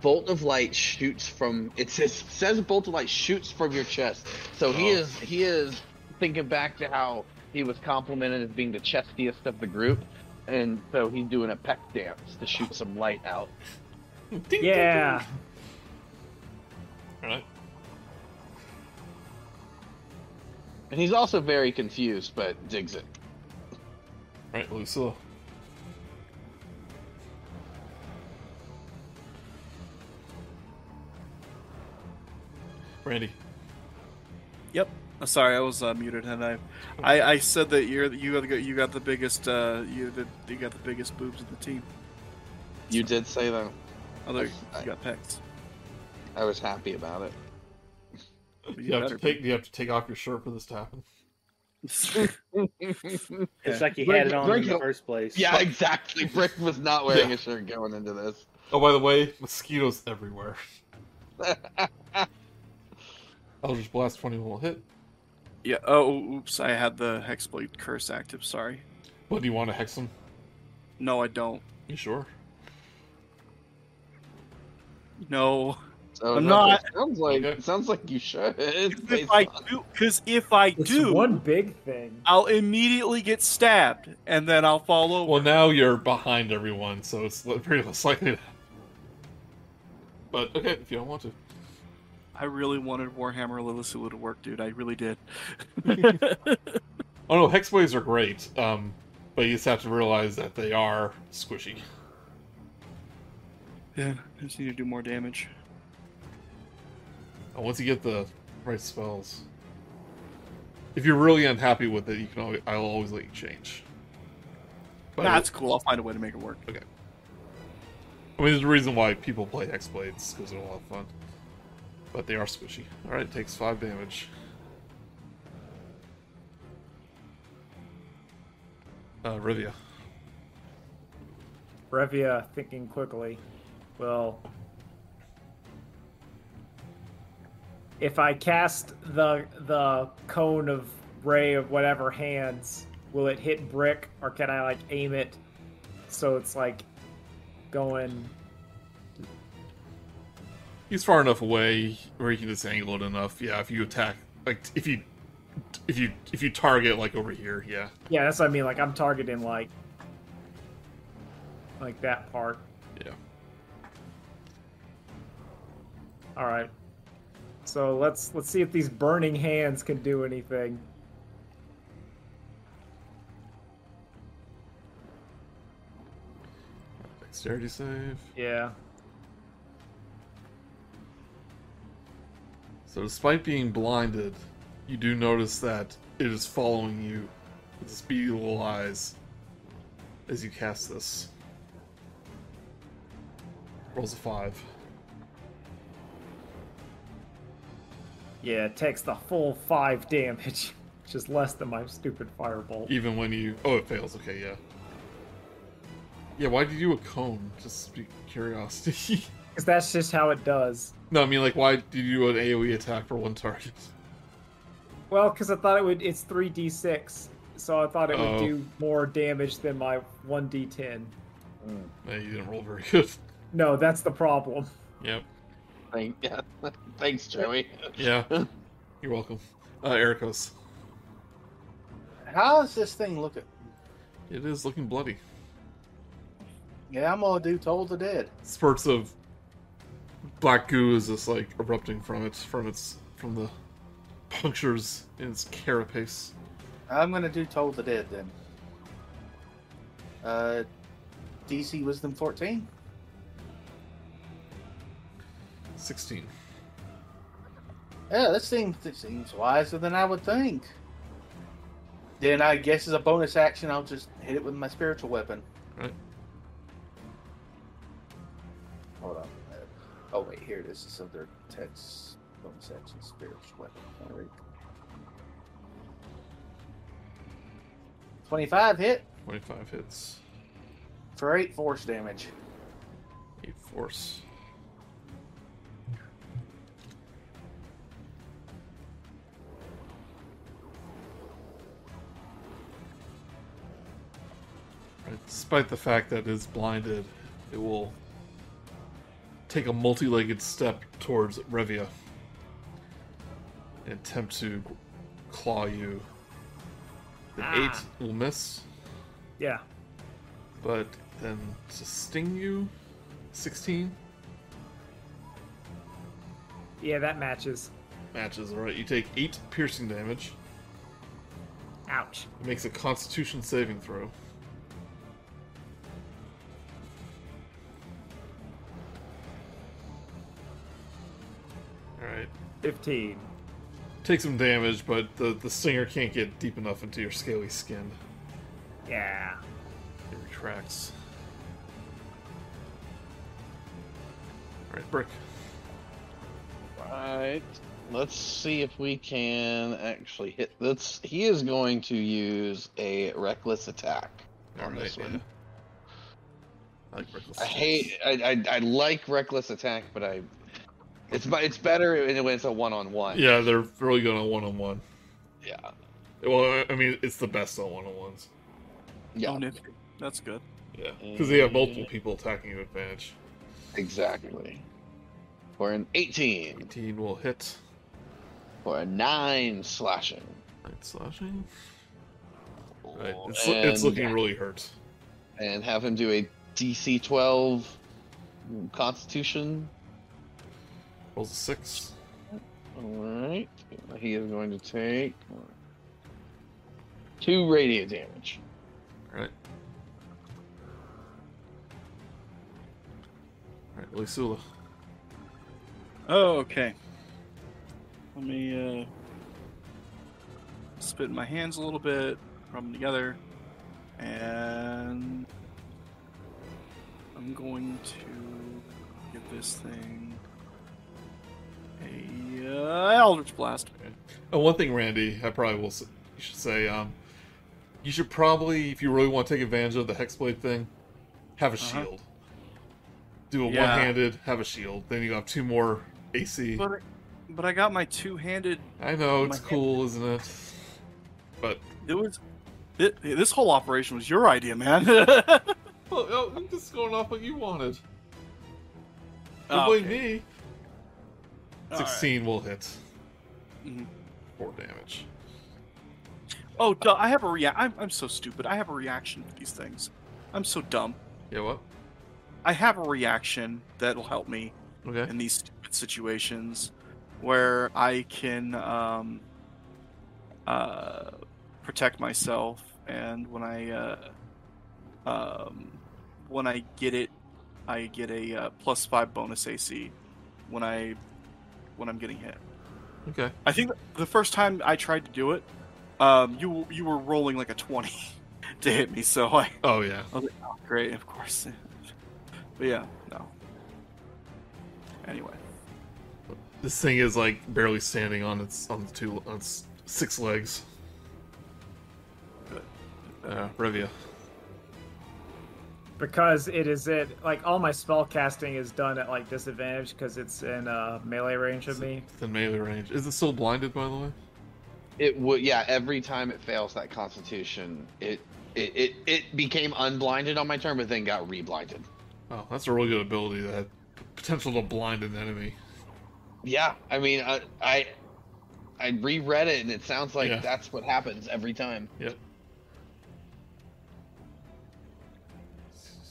Speaker 4: bolt of light shoots from. It says says bolt of light shoots from your chest. So he
Speaker 1: Oh.
Speaker 4: is he is thinking back to how he was complimented as being the chestiest of the group, and so he's doing a peck dance to shoot some light out.
Speaker 1: Ding, ding, ding.
Speaker 7: Yeah.
Speaker 1: Alright.
Speaker 4: And he's also very confused, but digs it.
Speaker 1: Right, Lucilla. Randy.
Speaker 6: Yep. Uh, Sorry, I was uh, muted, and I, I, I said that you're you got the, you got the biggest uh you the, you got the biggest boobs in the team.
Speaker 4: You did say that.
Speaker 6: Although you
Speaker 4: I-
Speaker 6: got pecs.
Speaker 4: I was happy about it.
Speaker 6: But
Speaker 1: You have to
Speaker 6: better
Speaker 1: take you have to take off your shirt for this to happen.
Speaker 6: be.
Speaker 3: it's like you
Speaker 4: Break
Speaker 3: had
Speaker 4: it-
Speaker 3: it on
Speaker 4: break
Speaker 3: in the
Speaker 4: it.
Speaker 3: first place.
Speaker 4: Yeah, exactly. Brick was not wearing a shirt going into this.
Speaker 1: Oh by the way, mosquitoes everywhere. Eldritch Blast twenty will hit.
Speaker 6: yeah. Oh, oops. I had the hexblade curse active. Sorry.
Speaker 1: But do you want to hex them?
Speaker 6: No, I don't.
Speaker 1: You sure?
Speaker 6: No.
Speaker 4: So
Speaker 6: I'm
Speaker 4: that's what
Speaker 6: not-
Speaker 4: it
Speaker 1: Okay.
Speaker 4: Sounds like sounds like you should. It's
Speaker 6: If
Speaker 4: based
Speaker 6: I
Speaker 4: on-
Speaker 6: do, because if I
Speaker 2: It's
Speaker 6: do,
Speaker 2: one big thing.
Speaker 6: I'll immediately get stabbed, and then I'll fall over.
Speaker 1: Well, now you're behind everyone, so it's li- pretty less likely. To... But okay, if you don't want to,
Speaker 6: I really wanted Warhammer Lilithula to work, dude. I really did.
Speaker 1: oh no, hex waves are great. Um, but you just have to realize that they are squishy.
Speaker 6: Yeah, I just need to do more damage.
Speaker 1: And once you get the right spells, if you're really unhappy with it, you can. Always, I'll always let you change. But
Speaker 6: Nah, that's cool. I'll find a way to make it work.
Speaker 1: I mean, there's a reason why people play X Blades because they're a lot of fun, but they are squishy. All right, it takes five damage. Uh, Rivia.
Speaker 2: Revia, thinking quickly, will. If I cast the the cone of ray of whatever hands, will it hit brick, or can I like aim it so it's like going?
Speaker 1: He's far enough away where you can just angle it enough. Yeah, if you attack, like if you, if you, if you target like over here, yeah.
Speaker 2: Yeah, that's what I mean. Like I'm targeting like like that part.
Speaker 1: Yeah.
Speaker 2: All right. So let's let's see if these burning hands can do anything.
Speaker 1: Dexterity save.
Speaker 2: Yeah.
Speaker 1: So, despite being blinded, you do notice that it is following you with its beady little eyes as you cast this. Rolls a five.
Speaker 2: Yeah, it takes the full five damage, which is less than my stupid firebolt.
Speaker 1: Even when you. Oh, it fails. Okay, yeah. Yeah, why'd you do a cone? Just be curiosity.
Speaker 2: Because that's just how it does.
Speaker 1: no, I mean, like, why did you do an AoE attack for one target?
Speaker 2: Well, because I thought it would. It's three d six, so I thought it would
Speaker 1: Oh.
Speaker 2: do more damage than my one d ten.
Speaker 1: No, you didn't roll very good.
Speaker 2: No, that's the problem.
Speaker 1: Yep.
Speaker 4: Thank, yeah. Thanks, Joey.
Speaker 1: Yeah. You're welcome. Uh, Ericos.
Speaker 3: How is this thing looking?
Speaker 1: It is looking bloody.
Speaker 3: Yeah, I'm gonna do Toll the Dead.
Speaker 1: spurts of black goo is just like erupting from it from its from the punctures in its carapace.
Speaker 3: I'm gonna do Toll the Dead then. Uh, DC Wisdom 14.
Speaker 1: Sixteen.
Speaker 3: Yeah, that seems that seems wiser than I would think. Then I guess as a bonus action, I'll just hit it with my spiritual weapon.
Speaker 1: Right.
Speaker 3: Hold on. Uh, Oh wait, here it is. This other text bonus action spiritual weapon. All right. Twenty-five hit
Speaker 1: Twenty-five hits.
Speaker 3: for eight force damage.
Speaker 1: Eight force. Right, Despite the fact that it's blinded, it will take a multi-legged step towards Revia and attempt to claw you. The
Speaker 7: Ah.
Speaker 1: eight will miss
Speaker 2: Yeah.
Speaker 1: but then to sting you, 16
Speaker 2: Yeah, that matches.
Speaker 1: matches. All right, you take eight piercing damage.
Speaker 7: Ouch.
Speaker 1: It makes a Constitution saving throw. All right,
Speaker 2: Fifteen.
Speaker 1: take some damage, but the the stinger can't get deep enough into your scaly skin.
Speaker 7: Yeah.
Speaker 1: It retracts. All right, brick.
Speaker 4: Right. Let's see if we can actually hit. Let's. He is going to use a reckless attack
Speaker 1: All
Speaker 4: on
Speaker 1: right,
Speaker 4: this
Speaker 1: yeah.
Speaker 4: one.
Speaker 1: I like reckless.
Speaker 4: I hate. I, I I like reckless attack, but I. It's bu- it's better when it's a one on one.
Speaker 1: Yeah, they're really good on one on one.
Speaker 4: Yeah.
Speaker 1: Well, I- I mean, it's the best on one on ones.
Speaker 4: Yeah.
Speaker 6: Oh, nifty. That's good.
Speaker 1: Yeah, because they have multiple
Speaker 4: Mm.
Speaker 1: people attacking you at advantage.
Speaker 4: Exactly. For an eighteen,
Speaker 1: 18 will hit.
Speaker 4: for a nine slashing.
Speaker 1: 9 slashing. Right.
Speaker 4: Oh,
Speaker 1: It's, it's
Speaker 4: and-
Speaker 1: looking really hurt.
Speaker 4: and have him do a DC 12 Constitution.
Speaker 1: Rolls a 6.
Speaker 4: All right, he is going to take two radiant damage.
Speaker 1: Alright. Alright, Lisula.
Speaker 6: Oh, okay. Let me uh, spit in my hands a little bit, rub them together, and I'm going to give this thing a uh, Eldritch Blast.
Speaker 1: And Uh, one thing, Randy, I probably will. s- You should say, um, you should probably, if you really want to take advantage of the hexblade thing, have a
Speaker 6: Uh-huh.
Speaker 1: shield. Do a
Speaker 6: Yeah.
Speaker 1: one-handed, have a shield. Then you have two more AC.
Speaker 6: But but I got my two-handed.
Speaker 1: I know it's
Speaker 6: Oh my-
Speaker 1: cool, isn't it? But
Speaker 6: It was thi- this whole operation was your idea, man.
Speaker 1: well, oh, I'm just going off what you wanted. Don't
Speaker 6: Oh,
Speaker 1: blame
Speaker 6: okay.
Speaker 1: me.
Speaker 6: All right.
Speaker 1: Sixteen will hit.
Speaker 6: Mhm.
Speaker 1: Four damage.
Speaker 6: Oh, duh, I have a react. I'm, I'm so stupid. I have a reaction to these things. I'm so dumb.
Speaker 1: Yeah. What?
Speaker 6: I have a reaction that'll help me
Speaker 1: Okay.
Speaker 6: in these stupid situations where I can um, uh, protect myself, and when I uh, um, when I get it, I get a uh, plus five bonus AC when I when I'm getting hit.
Speaker 1: Okay.
Speaker 6: I think the first time I tried to do it, um, you you were rolling like a twenty to hit me, so I
Speaker 1: Oh yeah.
Speaker 6: great, of course. but yeah, no. Anyway,
Speaker 1: This thing is like barely standing on its on the two on its six legs. Uh, Revia.
Speaker 2: because it is it like all my spell casting is done at like disadvantage because it's in uh, melee range of me.
Speaker 1: Within melee range. Is it still blinded, by the way?
Speaker 4: It would, yeah. Every time it fails that Constitution, it it it, it became unblinded on my turn, but then got reblinded.
Speaker 1: Oh, that's a really good ability that had potential to blind an enemy.
Speaker 4: Yeah, I mean, I I, I reread it, and it sounds like
Speaker 1: Yeah.
Speaker 4: that's what happens every time.
Speaker 1: Yep.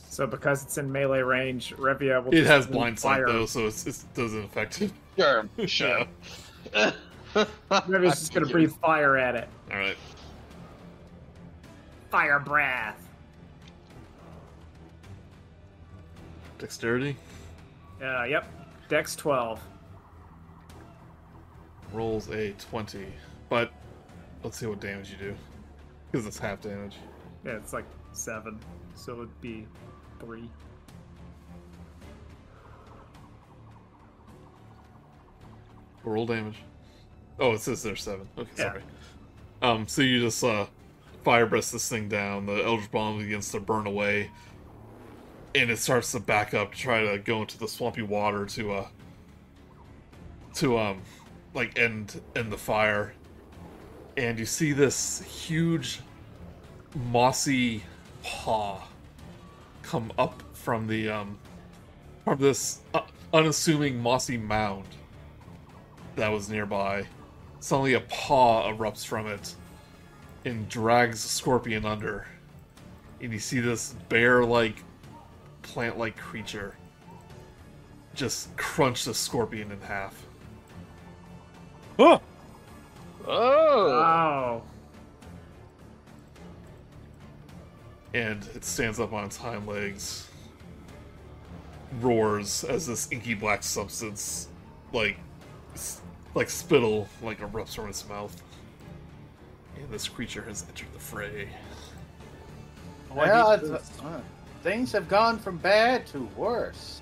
Speaker 2: So because it's in melee range, Revia will.
Speaker 1: It
Speaker 2: just
Speaker 1: has
Speaker 2: use
Speaker 1: blind sight
Speaker 2: fire.
Speaker 1: though, so it's, it doesn't affect it.
Speaker 4: Sure, sure.
Speaker 2: Revia's just gonna breathe fire at it.
Speaker 1: All right.
Speaker 7: Fire breath.
Speaker 1: Dexterity
Speaker 2: Uh, yep. Dex twelve.
Speaker 1: rolls a twenty, but let's see what damage you do, because it's half damage.
Speaker 2: Yeah, it's like seven, so it'd be three.
Speaker 1: Roll damage. Oh, it says there's seven. Okay,
Speaker 2: Yeah.
Speaker 1: sorry. Um, so you just uh, fire breast this thing down. The Eldritch Bomb begins to burn away, and it starts to back up, try to go into the swampy water to uh, to um, like end end the fire. And you see this huge mossy paw come up from the um, from this uh, unassuming mossy mound that was nearby. Suddenly, a paw erupts from it and drags Scorpion under. And you see this bear like, plant like creature just crunch the scorpion in half.
Speaker 6: oh,
Speaker 4: oh,
Speaker 2: Wow.
Speaker 1: And it stands up on its hind legs, roars as this inky black substance, like, s- like spittle, like erupts from its mouth. And this creature has entered the fray.
Speaker 6: Oh,
Speaker 3: Well, it's- things have gone from bad to worse.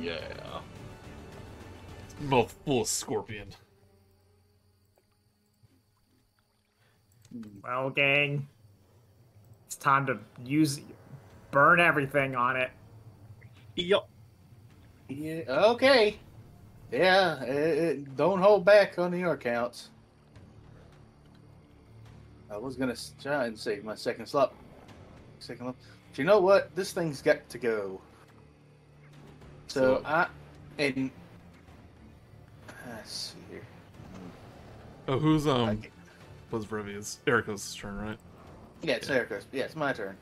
Speaker 5: Yeah.
Speaker 1: Mouth full of scorpion.
Speaker 7: Well, gang, it's time to use burn everything on it.
Speaker 6: yup.
Speaker 3: Yeah, okay. Yeah, eh, eh, don't hold back on your counts. I was gonna s- try and save my second slot. Second slot. But you know what? This thing's got to go. So
Speaker 5: So-
Speaker 3: I and let's see here.
Speaker 1: Oh, who's
Speaker 3: I
Speaker 1: um
Speaker 3: get-
Speaker 1: was Rivia's Erica's turn, right?
Speaker 3: yeah, it's Erica's. Yeah, it's my turn.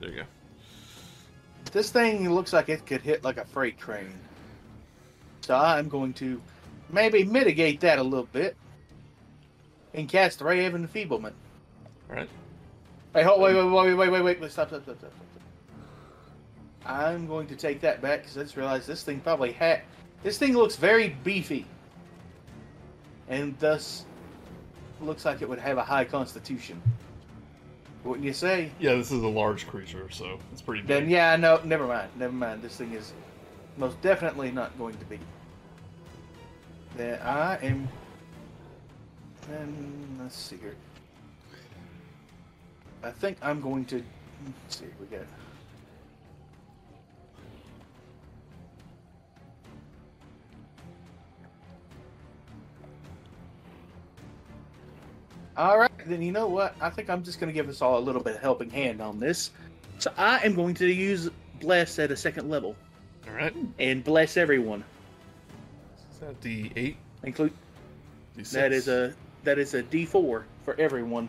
Speaker 1: There you go.
Speaker 3: This thing looks like it could hit like a freight train. So I'm going to maybe mitigate that a little bit and cast Ray of Enfeeblement.
Speaker 1: All right.
Speaker 3: Wait, hold, wait, wait, wait, wait, wait, wait, wait, stop, stop, stop, stop. stop. I'm going to take that back because I just realized this thing probably had. This thing looks very beefy, and thus looks like it would have a high constitution. Wouldn't you say?
Speaker 1: Yeah, this is a large creature, so it's pretty big.
Speaker 3: Then yeah, no, never mind, never mind. This thing is most definitely not going to be. Then I am. Then let's see here. I think I'm going to. Let's see, we got. All right, then you know what? I think I'm just going to give us all a little bit of helping hand on this. So I am going to use bless at a second level
Speaker 1: All right.
Speaker 3: and bless everyone,
Speaker 1: Is that D8?
Speaker 3: include
Speaker 1: D6?
Speaker 3: that is a that is a D4 for everyone.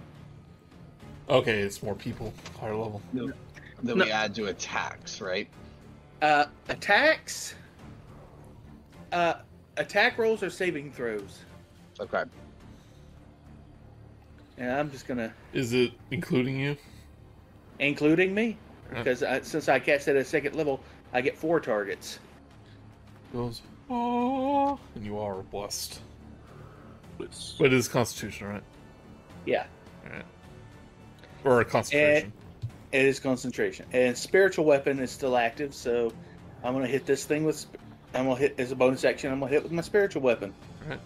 Speaker 1: Okay, it's more people, higher level.
Speaker 4: Then
Speaker 3: No.
Speaker 4: we add to attacks, right?
Speaker 3: Uh, attacks. Uh, attack rolls or saving throws,
Speaker 4: Okay.
Speaker 3: and I'm just gonna
Speaker 1: Is it including you?
Speaker 3: including me
Speaker 1: Yeah.
Speaker 3: because I, since I cast at a second level, I get four targets.
Speaker 1: Goes, oh, and you are blessed. But it is Constitution, right?
Speaker 3: Yeah,
Speaker 1: Or
Speaker 3: Eh.
Speaker 1: a Constitution.
Speaker 3: it is concentration, and spiritual weapon is still active, so I'm gonna hit this thing with. sp- I'm gonna hit as a bonus action. I'm gonna hit with my spiritual weapon.
Speaker 1: Alright.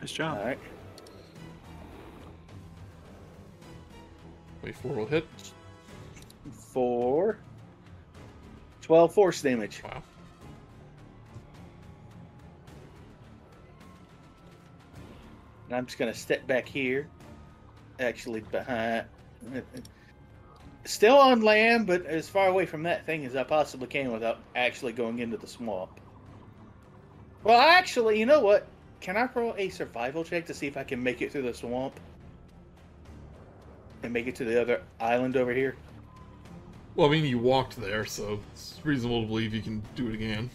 Speaker 6: Nice job.
Speaker 3: All right.
Speaker 1: Wait, four will hit.
Speaker 3: Four. 12 force damage.
Speaker 1: Wow.
Speaker 3: And I'm just going to step back here. Actually, behind. Still on land, but as far away from that thing as I possibly can without actually going into the swamp. Well, actually, you know what? Can I roll a survival check to see if I can make it through the swamp? And make it to the other island over here?
Speaker 1: Well, I mean, you walked there, so it's reasonable to believe you can do it again.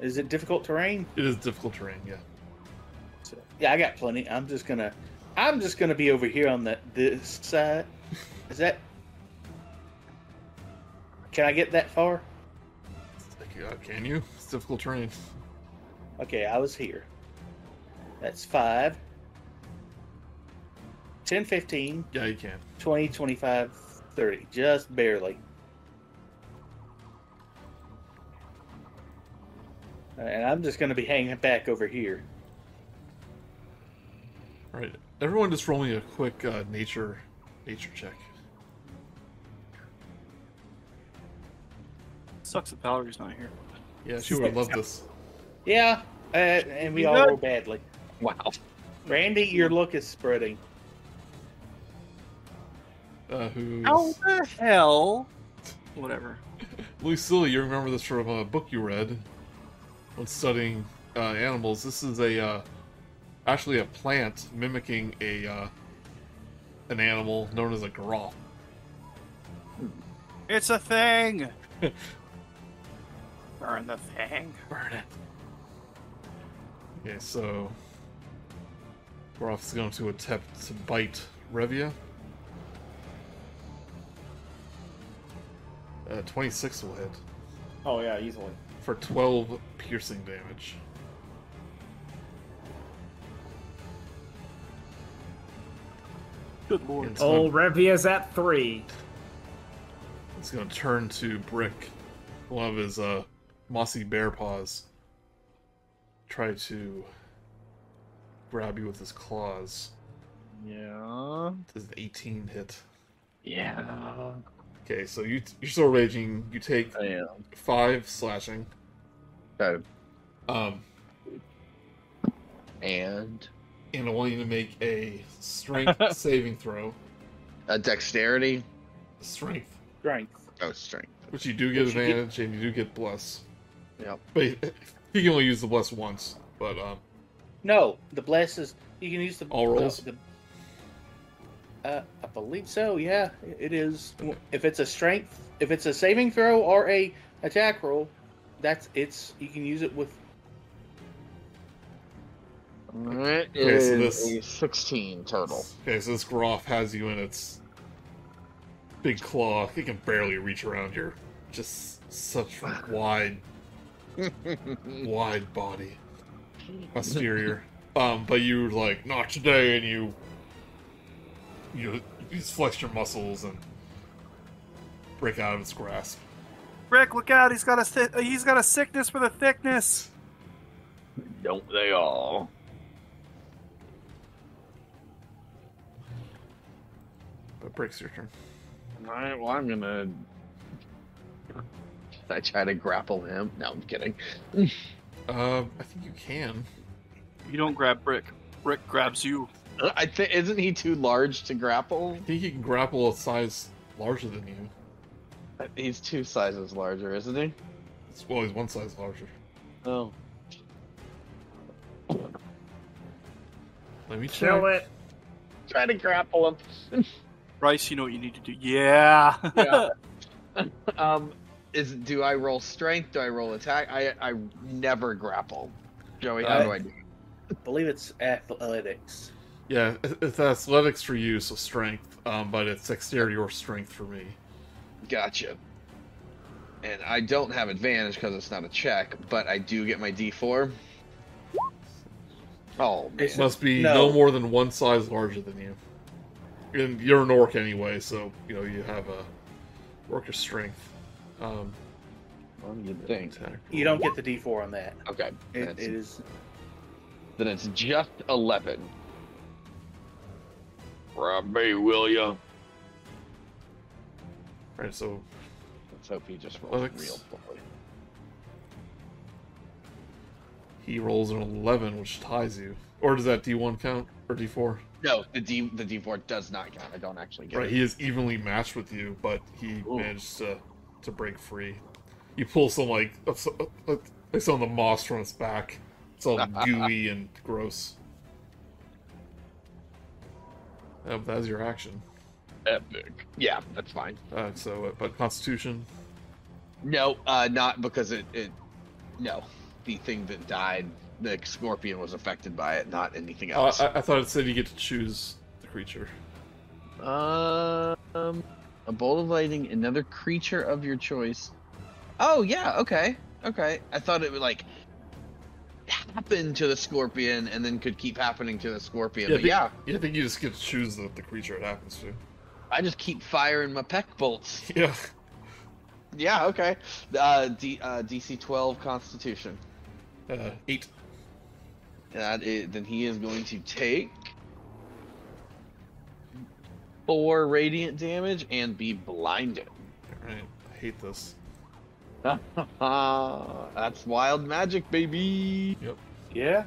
Speaker 3: Is it difficult terrain?
Speaker 1: It is difficult terrain, yeah.
Speaker 3: Yeah, I got plenty. I'm just gonna, I'm just gonna be over here on the this side. Is that? Can I get that far?
Speaker 1: It's like, uh, Can you? It's difficult terrain.
Speaker 3: Okay, I was here. That's 5, 10, 15,
Speaker 1: Yeah, you can.
Speaker 3: 20, 25, 30. Just barely. And I'm just going to be hanging back over here.
Speaker 1: All right. Everyone, just roll me a quick uh, nature, nature check.
Speaker 6: Sucks that Valerie's not here.
Speaker 1: Yeah, she would love this.
Speaker 3: Yeah, uh, and we
Speaker 6: You
Speaker 3: all
Speaker 6: good?
Speaker 3: roll badly.
Speaker 4: Wow.
Speaker 3: Randy, your look is spreading.
Speaker 1: Uh, who's
Speaker 6: How the hell? Whatever.
Speaker 1: Lucille? You remember this from a book you read when studying uh, animals. This is a uh, actually a plant mimicking a uh, an animal known as a garal.
Speaker 6: It's a thing. Burn the thing.
Speaker 1: Burn it. Okay, so Groff's going to attempt to bite Revia. Uh, 26 will hit
Speaker 2: Oh yeah, easily.
Speaker 1: for 12 piercing damage.
Speaker 6: Good lord.
Speaker 1: And
Speaker 7: Oh,
Speaker 1: so
Speaker 7: Revia's at three.
Speaker 1: it's going to turn to Brick, one of his uh, mossy bear paws. Try to grab you with his claws.
Speaker 12: Yeah.
Speaker 1: Does an 18 hit?
Speaker 12: Yeah.
Speaker 1: Okay, so you you're still raging. You take
Speaker 12: I am.
Speaker 1: five slashing.
Speaker 4: Okay.
Speaker 1: Um,
Speaker 4: And
Speaker 1: and I want you to make a strength saving throw.
Speaker 4: a dexterity.
Speaker 1: Strength,
Speaker 3: Strength.
Speaker 4: Oh, strength.
Speaker 1: which you do get
Speaker 3: Which you get-
Speaker 1: advantage, and you do get bless.
Speaker 4: Yep.
Speaker 1: But you you can only use the bless once. But um,
Speaker 3: No, the bless is you can use the
Speaker 1: All rolls?
Speaker 3: The, uh, I believe so. Yeah, it is. If it's a strength, if it's a saving throw or a attack roll, that's it's. You can use it with.
Speaker 4: It
Speaker 1: Okay, so
Speaker 4: is
Speaker 1: this-
Speaker 4: a 16 total.
Speaker 1: Okay, so this Groff has you in its big claw. It can barely reach around your just such wide, wide body. Posterior. Um, but you like not today, and you you, you just flex your muscles and break out of its grasp.
Speaker 6: Rick, look out! He's got a thi- he's got a sickness for the thickness.
Speaker 5: Don't they all?
Speaker 1: But breaks your turn.
Speaker 5: All right. Well, I'm gonna.
Speaker 4: I try to grapple him. No, I'm kidding.
Speaker 1: Um, I think you can.
Speaker 6: You don't grab Brick. Brick grabs you.
Speaker 4: Uh, I think isn't he too large to grapple?
Speaker 1: I think you can grapple a size larger than you.
Speaker 4: He's two sizes larger, isn't he?
Speaker 1: It's, well, he's one size larger.
Speaker 4: Oh.
Speaker 1: Let me check.
Speaker 7: Kill it.
Speaker 4: Try to grapple him.
Speaker 6: Bryce, you know what you need to do. Yeah.
Speaker 4: Yeah. Um, is do I roll strength? Do I roll attack? I I never grapple. Joey, how do I do? it?
Speaker 3: I believe it's athletics.
Speaker 1: Yeah, it- it's athletics for you, so strength. Um, but it's dexterity or strength for me.
Speaker 4: Gotcha. And I don't have advantage because it's not a check, but I do get my D4. Oh, man.
Speaker 3: It's-
Speaker 1: Must be no.
Speaker 3: No.
Speaker 1: more than one size larger than you. And you're an orc anyway, so you know you have a orcish strength. Um,
Speaker 4: you'd think.
Speaker 1: attack
Speaker 3: You
Speaker 1: roll.
Speaker 3: don't get the D4 on that.
Speaker 4: Okay,
Speaker 3: It,
Speaker 4: that's-
Speaker 3: it is
Speaker 4: then it's just eleven.
Speaker 5: Rob me, will ya?
Speaker 1: Right, so
Speaker 4: Let's hope he just rolls
Speaker 1: Athletics.
Speaker 4: real poorly.
Speaker 1: he rolls an eleven, which ties you. Or does that D1 count or D4?
Speaker 4: No, the D the D4 does not count. I don't actually get
Speaker 1: Right,
Speaker 4: it.
Speaker 1: he is evenly matched with you, but he
Speaker 4: Ooh.
Speaker 1: managed to to break free. You pull some like of some- uh, like some of the moss from its back. It's all gooey and gross. Uh, that is your action.
Speaker 4: Epic. Yeah, that's fine.
Speaker 1: Uh, so, uh, but Constitution. Uh,
Speaker 4: No, uh, not because it, it. No, the thing that died, the scorpion was affected by it, not anything
Speaker 1: Uh,
Speaker 4: else.
Speaker 1: I, I thought it said you get to choose the creature.
Speaker 4: Um, a bolt of lightning, another creature of your choice. Oh yeah, okay, okay. I thought it would like happen to the scorpion and then could keep happening to the scorpion.
Speaker 1: Yeah,
Speaker 4: but
Speaker 1: the-
Speaker 4: yeah,
Speaker 1: Yeah, I think you just get to choose the, the creature it happens to.
Speaker 4: I just keep firing my peck bolts.
Speaker 1: Yeah.
Speaker 4: Yeah, okay. Uh, D, uh, DC twelve Constitution.
Speaker 1: Uh, eight.
Speaker 4: That is, then he is going to take four radiant damage and be blinded.
Speaker 1: All right. I hate this.
Speaker 4: Ah, That's wild magic, baby.
Speaker 3: Yeah.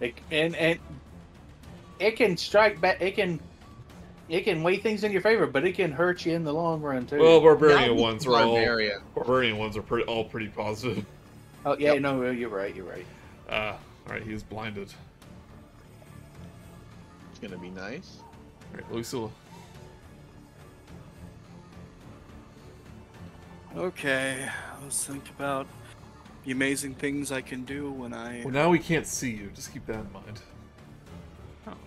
Speaker 3: It, and and it can strike back. It can it can weigh things in your favor, but it can hurt you in the long run too.
Speaker 1: Well, barbarian
Speaker 4: Now we-
Speaker 1: ones are all
Speaker 4: Barbarian.
Speaker 1: barbarian ones are pretty all pretty positive.
Speaker 3: oh yeah,
Speaker 4: yep.
Speaker 3: no, you're right. You're right.
Speaker 1: Uh, all right, he's blinded.
Speaker 4: It's gonna be nice.
Speaker 1: All right, Lucilla.
Speaker 6: okay. Let's think about the amazing things I can do when I.
Speaker 1: Well, now we can't see you. Just keep that in mind.
Speaker 6: Oh, okay.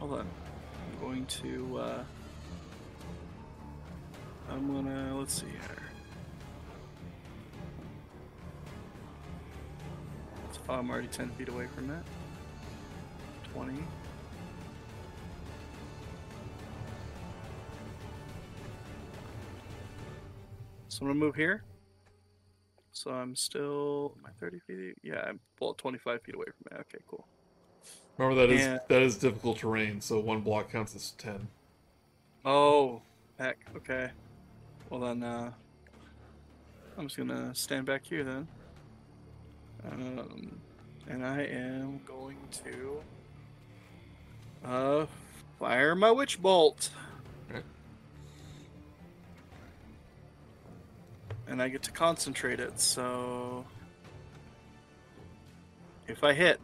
Speaker 6: Hold on. I'm going to. Uh, I'm gonna. Let's see here. Oh, I'm already 10 feet away from that. 20. So I'm gonna move here. So I'm still. Am I 30 feet? Yeah, I'm well 25 feet away from it. Okay, cool.
Speaker 1: Remember that is
Speaker 6: Yeah.
Speaker 1: that is difficult terrain, so one block counts as ten.
Speaker 6: Oh, heck. Okay. Well then, uh, I'm just gonna stand back here then. Um, and I am going to uh fire my witch bolt.
Speaker 1: Okay.
Speaker 6: And I get to concentrate it. So if I hit,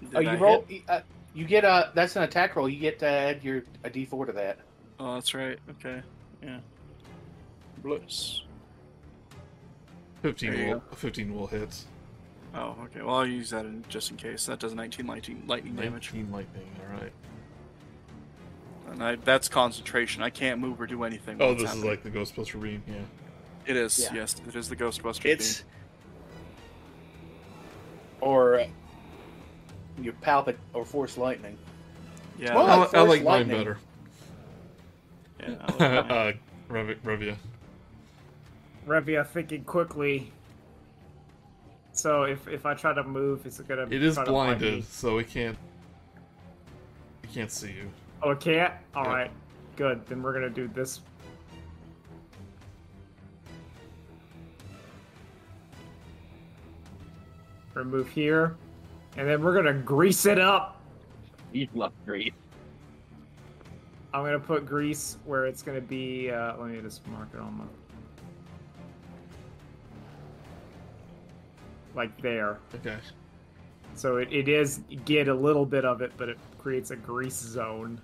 Speaker 6: did
Speaker 3: oh,
Speaker 6: I
Speaker 3: you
Speaker 6: hit?
Speaker 3: roll. Uh, you get a that's an attack roll. You get to add your a D4 to that.
Speaker 6: Oh, that's right. Okay. Yeah. Bliss.
Speaker 1: 15
Speaker 6: There you
Speaker 1: will, 15 will hit.
Speaker 6: Oh, okay. Well, I'll use that in, just in case. That does 19 lightning, lightning damage.
Speaker 1: 19 lightning, alright.
Speaker 6: And I, that's concentration. I can't move or do anything.
Speaker 1: Oh,
Speaker 6: while it's
Speaker 1: this is
Speaker 6: happening.
Speaker 1: like the Ghostbuster beam, yeah.
Speaker 6: It is,
Speaker 3: Yeah.
Speaker 6: yes. It is the Ghostbuster.
Speaker 3: It's
Speaker 6: beam.
Speaker 3: or uh, you palpit or force lightning.
Speaker 6: Yeah.
Speaker 3: Well,
Speaker 1: I,
Speaker 6: that-
Speaker 1: li- Oh, I
Speaker 3: force
Speaker 1: like mine
Speaker 3: lightning.
Speaker 1: better.
Speaker 6: yeah, I like that.
Speaker 1: uh, Rev- Revia.
Speaker 2: Revia thinking quickly. So if if I try to move, is it gonna?
Speaker 1: It is
Speaker 2: try to blind me?
Speaker 1: blinded, so it can't. It can't see you.
Speaker 2: Oh, it can't. All
Speaker 1: Yeah.
Speaker 2: right, good. Then we're gonna do this. Remove here, and then we're gonna grease it up.
Speaker 13: You love grease.
Speaker 2: I'm gonna put grease where it's gonna be. Uh, let me just mark it on my. Like there.
Speaker 1: Okay.
Speaker 2: So it, it is get a little bit of it, but it creates a grease zone.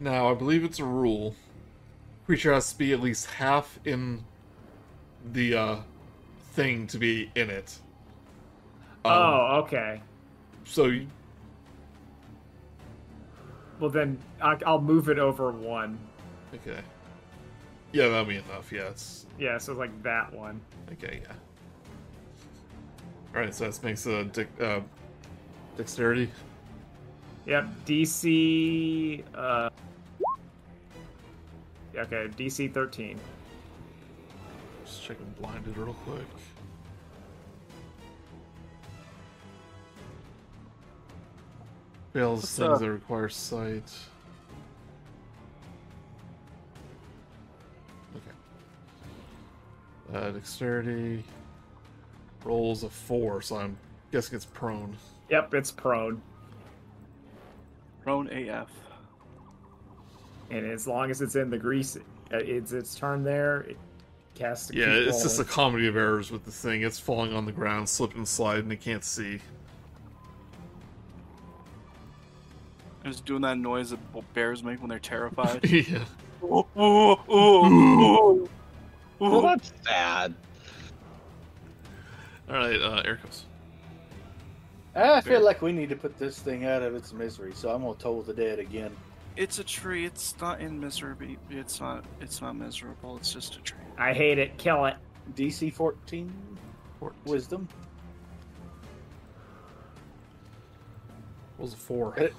Speaker 1: Now, I believe it's a rule. Creature has to be at least half in the uh, thing to be in it. Um,
Speaker 2: oh, okay.
Speaker 1: So you-
Speaker 2: Well, then I, I'll move it over one.
Speaker 1: okay. Yeah, that'll be enough. Yeah, it's
Speaker 2: Yeah, so like that one.
Speaker 1: okay. Yeah. All right. So that makes a dic- uh, dexterity.
Speaker 2: Yep, DC. Uh, okay, DC 13.
Speaker 1: Just checking blinded real quick. Fails
Speaker 6: What's,
Speaker 1: things
Speaker 6: uh,
Speaker 1: that require sight. Okay. Uh, dexterity rolls a four, so I'm guessing it's prone.
Speaker 2: Yep, it's prone.
Speaker 6: Prone AF.
Speaker 2: And as long as it's in the grease, uh, it's its turn there. It casts. to
Speaker 1: Yeah,
Speaker 2: keep
Speaker 1: it's just a
Speaker 2: rolling.
Speaker 1: comedy of errors with this thing. It's falling on the ground, slip and slide, and it can't see.
Speaker 6: I'm just doing that noise that b- bears make when they're terrified.
Speaker 1: yeah.
Speaker 6: Ooh, ooh, ooh, ooh,
Speaker 4: Well,
Speaker 6: ooh.
Speaker 4: that's sad.
Speaker 1: All right, uh, air comes.
Speaker 3: I feel
Speaker 6: Fair.
Speaker 3: like we need to put this thing out of its misery, so I'm gonna toll the dead again.
Speaker 6: It's a tree. It's not in misery. It's not. It's not miserable. It's just a tree.
Speaker 2: I hate it. Kill it.
Speaker 3: DC 14 wisdom.
Speaker 1: Rolls a four.
Speaker 3: It-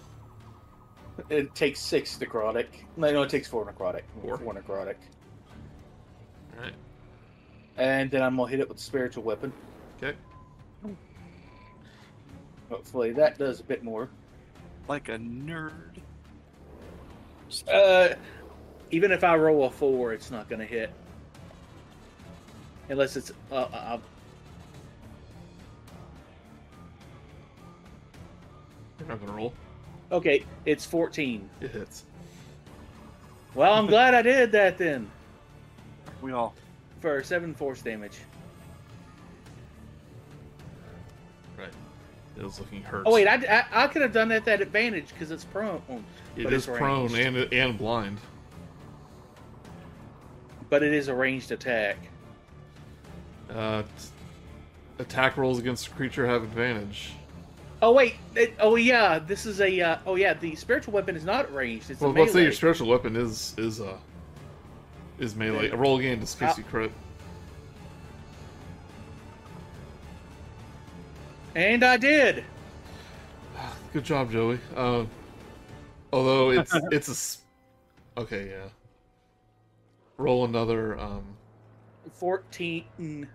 Speaker 3: It takes six necrotic. No, no, it takes four necrotic.
Speaker 1: Four.
Speaker 3: four necrotic.
Speaker 1: All right.
Speaker 3: And then I'm gonna hit it with spiritual weapon.
Speaker 1: Okay.
Speaker 3: Hopefully that does a bit more.
Speaker 6: Like a nerd.
Speaker 3: Uh, even if I roll a four, it's not gonna hit. Unless it's uh, uh,
Speaker 1: You're not gonna roll.
Speaker 3: uh, okay. It's 14.
Speaker 1: It hits.
Speaker 3: Well, I'm glad I did that then
Speaker 6: We all.
Speaker 3: for seven force damage.
Speaker 1: Right. It was looking hurt.
Speaker 3: Oh wait, I, I, I could have done that at advantage because it's prone,
Speaker 1: it
Speaker 3: but
Speaker 1: is
Speaker 3: it's
Speaker 1: prone and
Speaker 3: ranged.
Speaker 1: and blind.
Speaker 3: but it is a ranged attack.
Speaker 1: Uh, t- attack rolls against the creature have advantage.
Speaker 3: Oh wait, it, oh yeah, this is a uh, oh yeah, the spiritual weapon is not ranged. It's
Speaker 1: Well,
Speaker 3: a
Speaker 1: let's say
Speaker 3: melee.
Speaker 1: your spiritual weapon is is uh is melee.
Speaker 3: Yeah.
Speaker 1: Roll again to
Speaker 3: Ah.
Speaker 1: space you crit.
Speaker 3: and I did.
Speaker 1: Good job, Joey. Uh, although it's it's a s- okay, yeah. Roll another um
Speaker 3: Fourteen.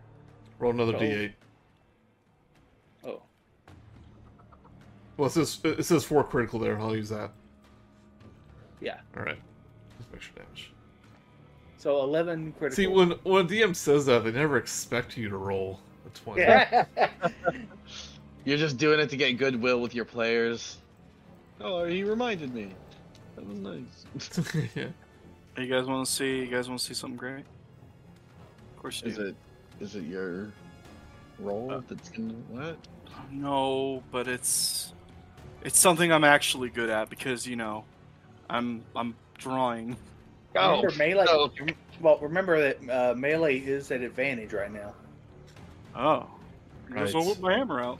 Speaker 1: roll another
Speaker 3: Oh.
Speaker 1: d8.
Speaker 3: Oh,
Speaker 1: Well, it says it says four critical there. I'll use that.
Speaker 3: Yeah.
Speaker 1: All right. Just make sure damage.
Speaker 3: so eleven critical.
Speaker 1: See, when when a DM says that, they never expect you to roll a twenty.
Speaker 3: Yeah.
Speaker 4: You're just doing it to get goodwill with your players. Oh, he reminded me. That was nice.
Speaker 1: yeah.
Speaker 6: Hey, you guys want to see? You guys want to see something great? Of course you
Speaker 4: Is
Speaker 6: do.
Speaker 4: it is it your role
Speaker 6: Uh,
Speaker 4: that's gonna what?
Speaker 6: No, but it's it's something I'm actually good at because you know, I'm I'm drawing.
Speaker 4: Go.
Speaker 3: Remember melee.
Speaker 4: So-
Speaker 3: Well, remember that uh, melee is at advantage right now.
Speaker 6: Oh, I guess I'll
Speaker 1: Right.
Speaker 6: whip my hammer out.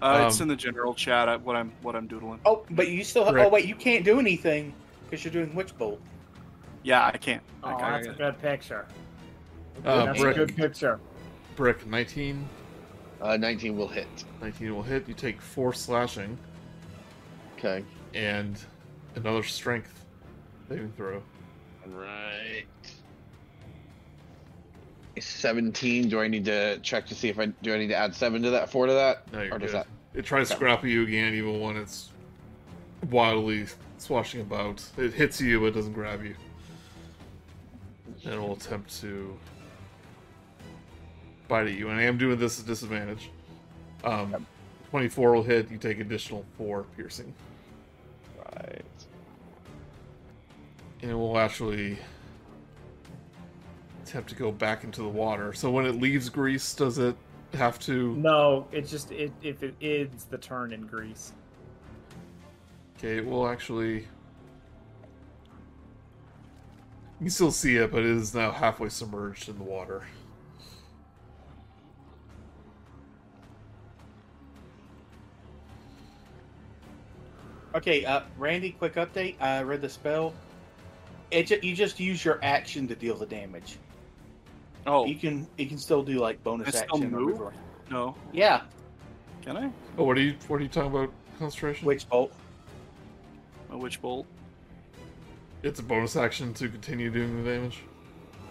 Speaker 6: Uh, it's
Speaker 1: Um,
Speaker 6: in the general chat. I, what I'm what I'm doodling.
Speaker 3: Oh, but you still. Oh
Speaker 1: Correct.
Speaker 3: wait, you can't do anything because you're doing witch bolt.
Speaker 6: Yeah, I can't. I
Speaker 7: Oh,
Speaker 6: can't-
Speaker 7: that's a good picture.
Speaker 1: Uh,
Speaker 7: that's
Speaker 1: Brick.
Speaker 7: a good picture.
Speaker 1: Brick 19.
Speaker 4: Uh, 19 will hit.
Speaker 1: 19 will hit. You take four slashing
Speaker 4: Okay.
Speaker 1: and another strength saving throw.
Speaker 4: All right. 17. Do I need to check to see if I do I need to add seven to that, four to that,
Speaker 1: No, you're
Speaker 4: or does
Speaker 1: good.
Speaker 4: that?
Speaker 1: It tries to
Speaker 4: Okay.
Speaker 1: grapple you again, even when it's wildly swashing about. It hits you, but doesn't grab you. And it will attempt to bite at you. And I am doing this at disadvantage. Um, 24 will hit. You take additional four piercing.
Speaker 4: Right.
Speaker 1: and it will actually attempt to go back into the water. So when it leaves Greece, does it have to?
Speaker 7: No, it's just it if it is the turn in Greece.
Speaker 1: Okay, it will actually. You can still see it, but it is now halfway submerged in the water.
Speaker 3: Okay, uh, Randy, quick update. I read the spell. It ju- you just use your action to deal the damage.
Speaker 6: Oh
Speaker 3: You
Speaker 1: E-
Speaker 3: can you can still do like bonus
Speaker 6: I
Speaker 3: action.
Speaker 6: still
Speaker 3: or
Speaker 6: move?
Speaker 3: reverse.
Speaker 6: no,
Speaker 3: Yeah,
Speaker 6: can I?
Speaker 1: Oh, what are you? What are you talking about? Concentration.
Speaker 3: witch bolt.
Speaker 6: My witch bolt.
Speaker 1: It's a bonus action to continue doing the damage.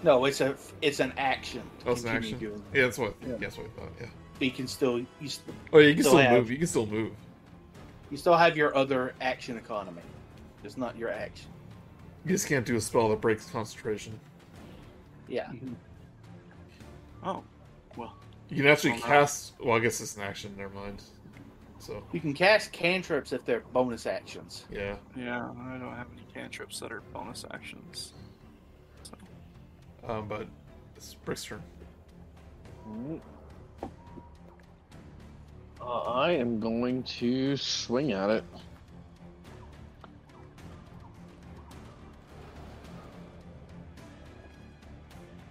Speaker 3: No, it's a it's an action. to
Speaker 1: Oh, it's an
Speaker 3: continue
Speaker 1: action?
Speaker 3: Doing.
Speaker 1: Yeah, that's what.
Speaker 3: Yeah.
Speaker 1: That's what I thought. Yeah.
Speaker 3: But you can still you, s-
Speaker 1: Oh, yeah, you can
Speaker 3: Still
Speaker 1: still,
Speaker 3: have-
Speaker 1: move. You can still move.
Speaker 3: you still have your other action economy. It's not your action.
Speaker 1: You just can't do a spell that breaks concentration.
Speaker 3: Yeah.
Speaker 6: Oh, well,
Speaker 1: You can actually
Speaker 6: Oh, no.
Speaker 1: cast. Well, I guess it's an action. Never mind. So
Speaker 3: You can cast cantrips if they're bonus actions.
Speaker 1: yeah.
Speaker 6: yeah. I don't have any cantrips that are bonus actions.
Speaker 1: Um, but it's Brick's turn.
Speaker 5: Uh, I am going to swing at it.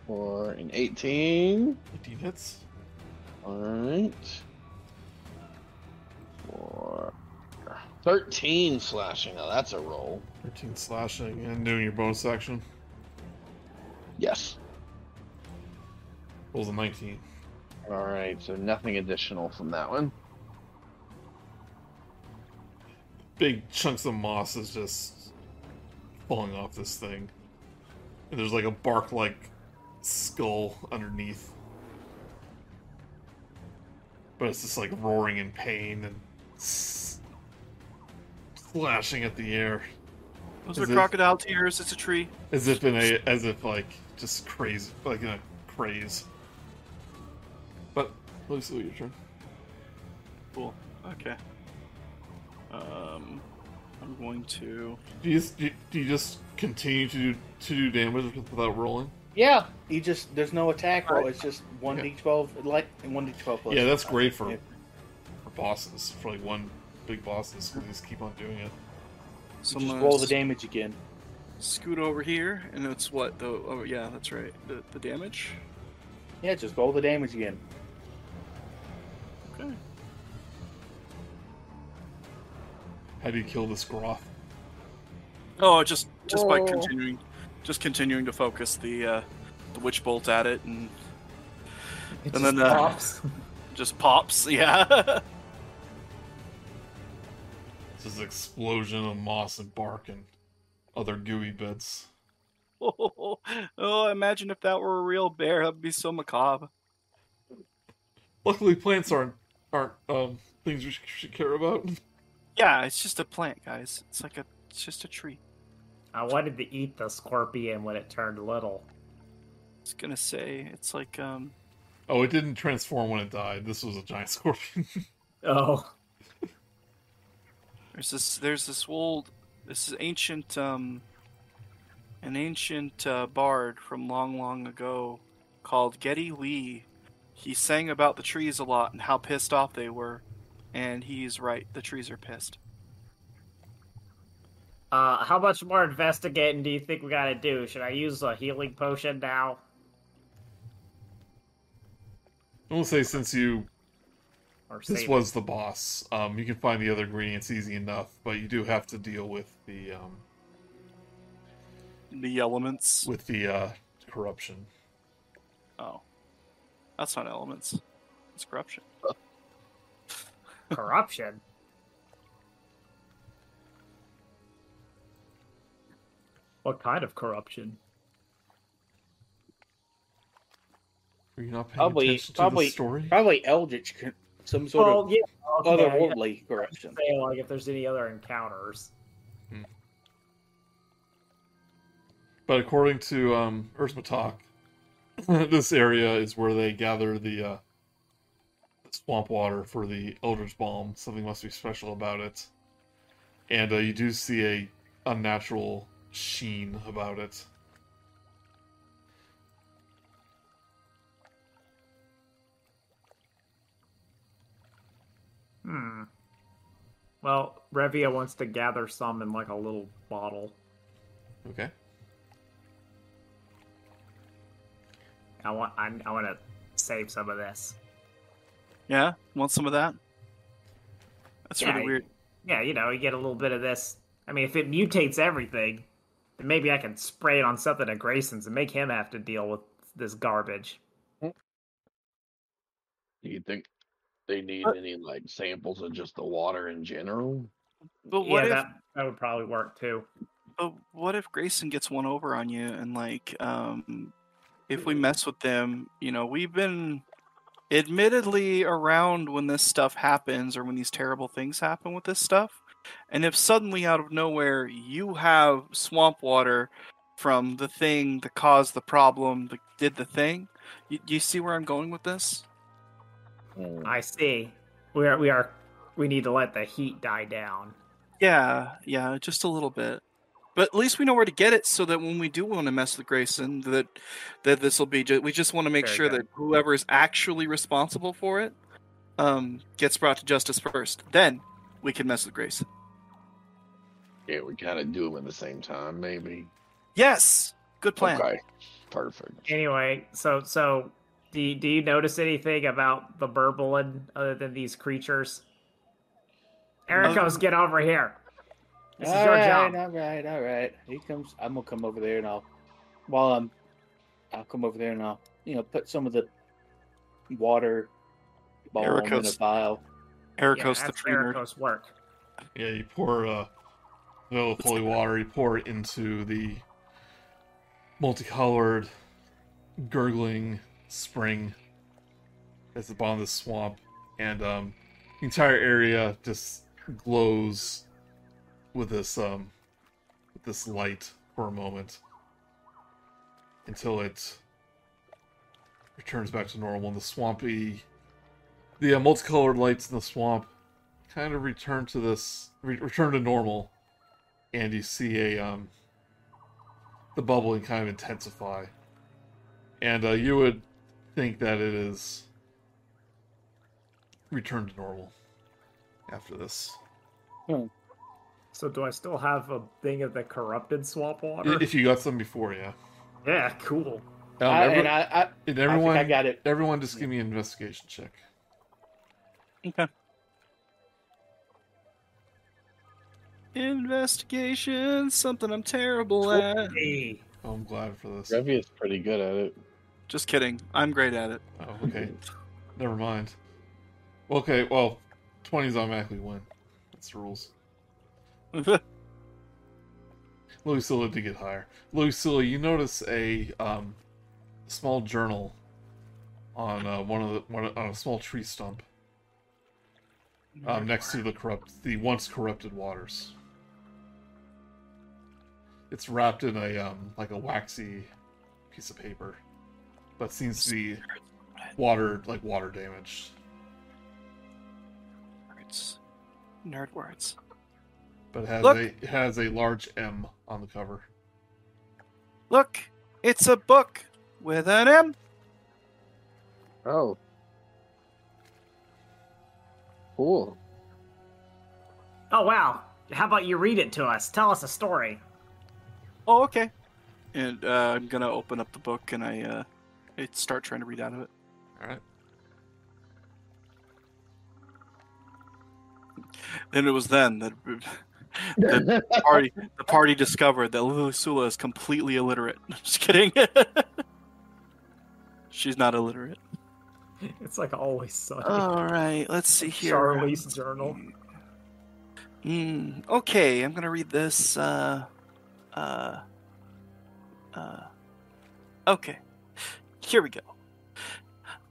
Speaker 5: For an 18.
Speaker 1: 18 hits.
Speaker 5: Alright. For 13 slashing. Now that's a roll.
Speaker 1: 13 slashing and doing your bonus action.
Speaker 5: Yes.
Speaker 1: Rolls a 19.
Speaker 5: Alright, so nothing additional from that one.
Speaker 1: Big chunks of moss is just falling off this thing. And there's like a bark like skull underneath. But it's just like roaring in pain and s- slashing at the air.
Speaker 6: Those
Speaker 1: Is
Speaker 6: are
Speaker 1: this-
Speaker 6: crocodile tears. It's a tree.
Speaker 1: As if in a as if like just crazy like in a craze. But Lucy, your turn.
Speaker 6: Cool. Okay. Um, I'm going to.
Speaker 1: Do you just do you, do you just continue to do to do damage without rolling?
Speaker 3: Yeah. You just there's no attack roll. It's just one d twelve like and one d twelve. plus-
Speaker 1: yeah, that's great for
Speaker 3: Yeah.
Speaker 1: for bosses, for like one big bosses. 'cause They just keep on doing it.
Speaker 6: So
Speaker 3: You
Speaker 6: I'm
Speaker 3: just
Speaker 6: gonna
Speaker 3: roll the damage again.
Speaker 6: Scoot over here, and it's what the. Oh yeah, that's right. The the damage.
Speaker 3: Yeah, just roll the damage again.
Speaker 6: Okay.
Speaker 1: How do you kill this groth?
Speaker 6: Oh, just just by
Speaker 3: Whoa.
Speaker 6: continuing, just continuing to focus the uh, the witch bolt at it, and And
Speaker 7: It just
Speaker 6: then, uh,
Speaker 7: pops.
Speaker 6: just pops. Yeah.
Speaker 1: It's just explosion of moss and bark and other gooey bits.
Speaker 6: oh, imagine if that were a real bear. That'd be so macabre.
Speaker 1: Luckily, plants aren't aren't um things we sh- should care about.
Speaker 6: Yeah, it's just a plant, guys. It's like a. It's just a tree.
Speaker 7: I wanted to eat the scorpion when it turned little.
Speaker 6: It's gonna say it's like um.
Speaker 1: Oh, it didn't transform when it died. This was a giant scorpion.
Speaker 7: Oh,
Speaker 6: There's this there's this old this is ancient um an ancient uh, bard from long long ago called Getty Lee. He sang about the trees a lot and how pissed off they were, and he's right. The trees are pissed.
Speaker 2: Uh, how much more investigating do you think we gotta do? Should I use a healing potion now?
Speaker 1: I will say since you
Speaker 2: Or
Speaker 1: this
Speaker 2: save
Speaker 1: was the boss, um, you can find the other ingredients easy enough, but you do have to deal with the um,
Speaker 6: The elements.
Speaker 1: with the uh, corruption.
Speaker 6: Oh, that's not elements. It's corruption.
Speaker 2: corruption? what kind of corruption?
Speaker 1: Are you not paying
Speaker 3: Probably-
Speaker 1: attention to
Speaker 3: probably-
Speaker 1: the story?
Speaker 3: Probably Eldritch, con- some sort
Speaker 2: Well,
Speaker 3: of
Speaker 2: yeah, okay, I guess
Speaker 3: otherworldly corruption.
Speaker 2: say, like if there's any other encounters.
Speaker 1: But according to um, Erzmatak, this area is where they gather the uh, swamp water for the Elder's Balm. Something must be special about it. And uh, you do see a unnatural sheen about it.
Speaker 2: Hmm. Well, Revia wants to gather some in like a little bottle.
Speaker 1: Okay.
Speaker 2: I want I, I want to save some of this.
Speaker 6: Yeah, want some of that? That's
Speaker 2: Yeah,
Speaker 6: really
Speaker 2: I-
Speaker 6: weird.
Speaker 2: Yeah, you know, you get a little bit of this. I mean, if it mutates everything, then maybe I can spray it on something at Grayson's and make him have to deal with this garbage.
Speaker 4: Do you think they need
Speaker 6: Uh,
Speaker 4: any like samples of just the water in general?
Speaker 6: But what
Speaker 2: yeah,
Speaker 6: if?
Speaker 2: that that would probably work too.
Speaker 6: But what if Grayson gets one over on you and like um if we mess with them, you know, we've been admittedly around when this stuff happens or when these terrible things happen with this stuff. And if suddenly out of nowhere you have swamp water from the thing that caused the problem, that did the thing, you, you see where I'm going with this?
Speaker 2: I see. We are we are we need to let the heat die down.
Speaker 6: Yeah, yeah, just a little bit. But at least we know where to get it, so that when we do want to mess with Grayson, that that this will be. Ju- we just want to make
Speaker 2: Very
Speaker 6: sure
Speaker 2: good.
Speaker 6: that whoever is actually responsible for it um, gets brought to justice first. Then we can mess with Grayson.
Speaker 4: Yeah, we kind of do them at the same time, maybe.
Speaker 6: Yes, good plan.
Speaker 4: Okay, perfect.
Speaker 2: Anyway, so so do you, do you notice anything about the Burblin other than these creatures? Ericos, get over here. This is
Speaker 3: All
Speaker 2: your
Speaker 3: right,
Speaker 2: job.
Speaker 3: All right, all right. He comes. I'm gonna come over there and I'll, while I'm, I'll come over there and I'll, you know, put some of the water balm in a
Speaker 6: Erica's-
Speaker 3: vial.
Speaker 2: Yeah,
Speaker 6: Ericos the
Speaker 2: that's
Speaker 6: tree nerd.
Speaker 2: Ericos' work.
Speaker 1: Yeah, you pour uh, vanilla holy water. You pour it into the multicolored, gurgling spring that's the bottom of the swamp, and um, the entire area just glows with this um, with this light for a moment until it returns back to normal. And the swampy, the uh, multicolored lights in the swamp kind of return to this re- return to normal and you see a um the bubbling kind of intensify and uh, you would think that it is returned to normal after this
Speaker 2: So do I still have a thing of the corrupted swamp
Speaker 1: I-
Speaker 2: water?
Speaker 1: if you got some before yeah
Speaker 2: yeah, cool.
Speaker 1: um,
Speaker 3: I,
Speaker 1: every-
Speaker 3: and I, I,
Speaker 1: and
Speaker 3: I think I
Speaker 1: everyone
Speaker 3: got it.
Speaker 1: everyone just give me an investigation check
Speaker 6: Okay. Investigation, something I'm terrible at.
Speaker 2: Hey,
Speaker 1: oh, i'm glad for this
Speaker 4: Revia's pretty good at it.
Speaker 6: Just kidding. I'm great at it.
Speaker 1: oh, okay never mind okay well 20s automatically win that's the rules Lucilla to get higher. Lucilla, you notice a um, small journal on uh, one of the one, on a small tree stump um, next to the corrupt the once corrupted waters. It's wrapped in a um, like a waxy piece of paper, but seems to be water like water damaged.
Speaker 6: Words. Nerd words.
Speaker 1: But it has
Speaker 6: Look.
Speaker 1: a it has a large M on the cover.
Speaker 6: Look, it's a book with an M.
Speaker 14: Oh. Cool.
Speaker 2: Oh wow,
Speaker 7: how about you read it to us? Tell us a story.
Speaker 6: Oh, okay. And uh, I'm gonna open up the book and I uh, I start trying to read out of it.
Speaker 1: All right.
Speaker 6: And it was then that the party the party discovered that Lily Sula is completely illiterate. Just kidding. She's not illiterate.
Speaker 2: It's like always sunny.
Speaker 6: All right, let's see here.
Speaker 2: Charlie's journal.
Speaker 6: Mm, okay, I'm gonna read this. Uh, uh, uh, okay, here we go.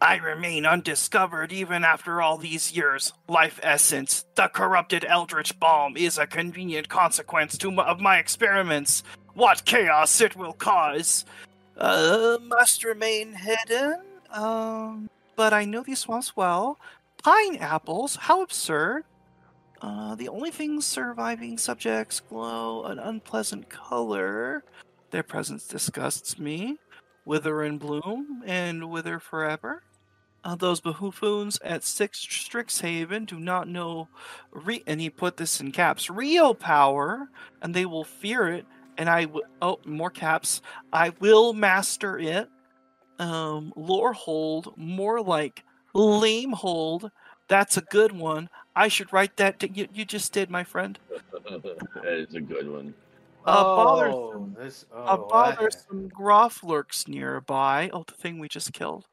Speaker 6: I remain undiscovered even after all these years. Life essence, the corrupted eldritch balm, is a convenient consequence to m- of my experiments. What chaos it will cause! Uh, must remain hidden. Um, but I know these swamps well. Pineapples, how absurd! Uh, the only things surviving subjects glow an unpleasant color. Their presence disgusts me. Wither and bloom, and wither forever. Uh, those behoofoons at Six Strixhaven do not know, re- and he put this in caps, real power, and they will fear it. And I will, oh, more caps. I will master it. Um, lore hold, more like lame hold. That's a good one. I should write that. d- you, you just did, my friend. Uh,
Speaker 5: that is a good one.
Speaker 3: oh,
Speaker 6: bothersome-
Speaker 3: this, oh,
Speaker 6: a
Speaker 3: I-
Speaker 6: bothersome uh, groff lurks nearby. Oh, the thing we just killed.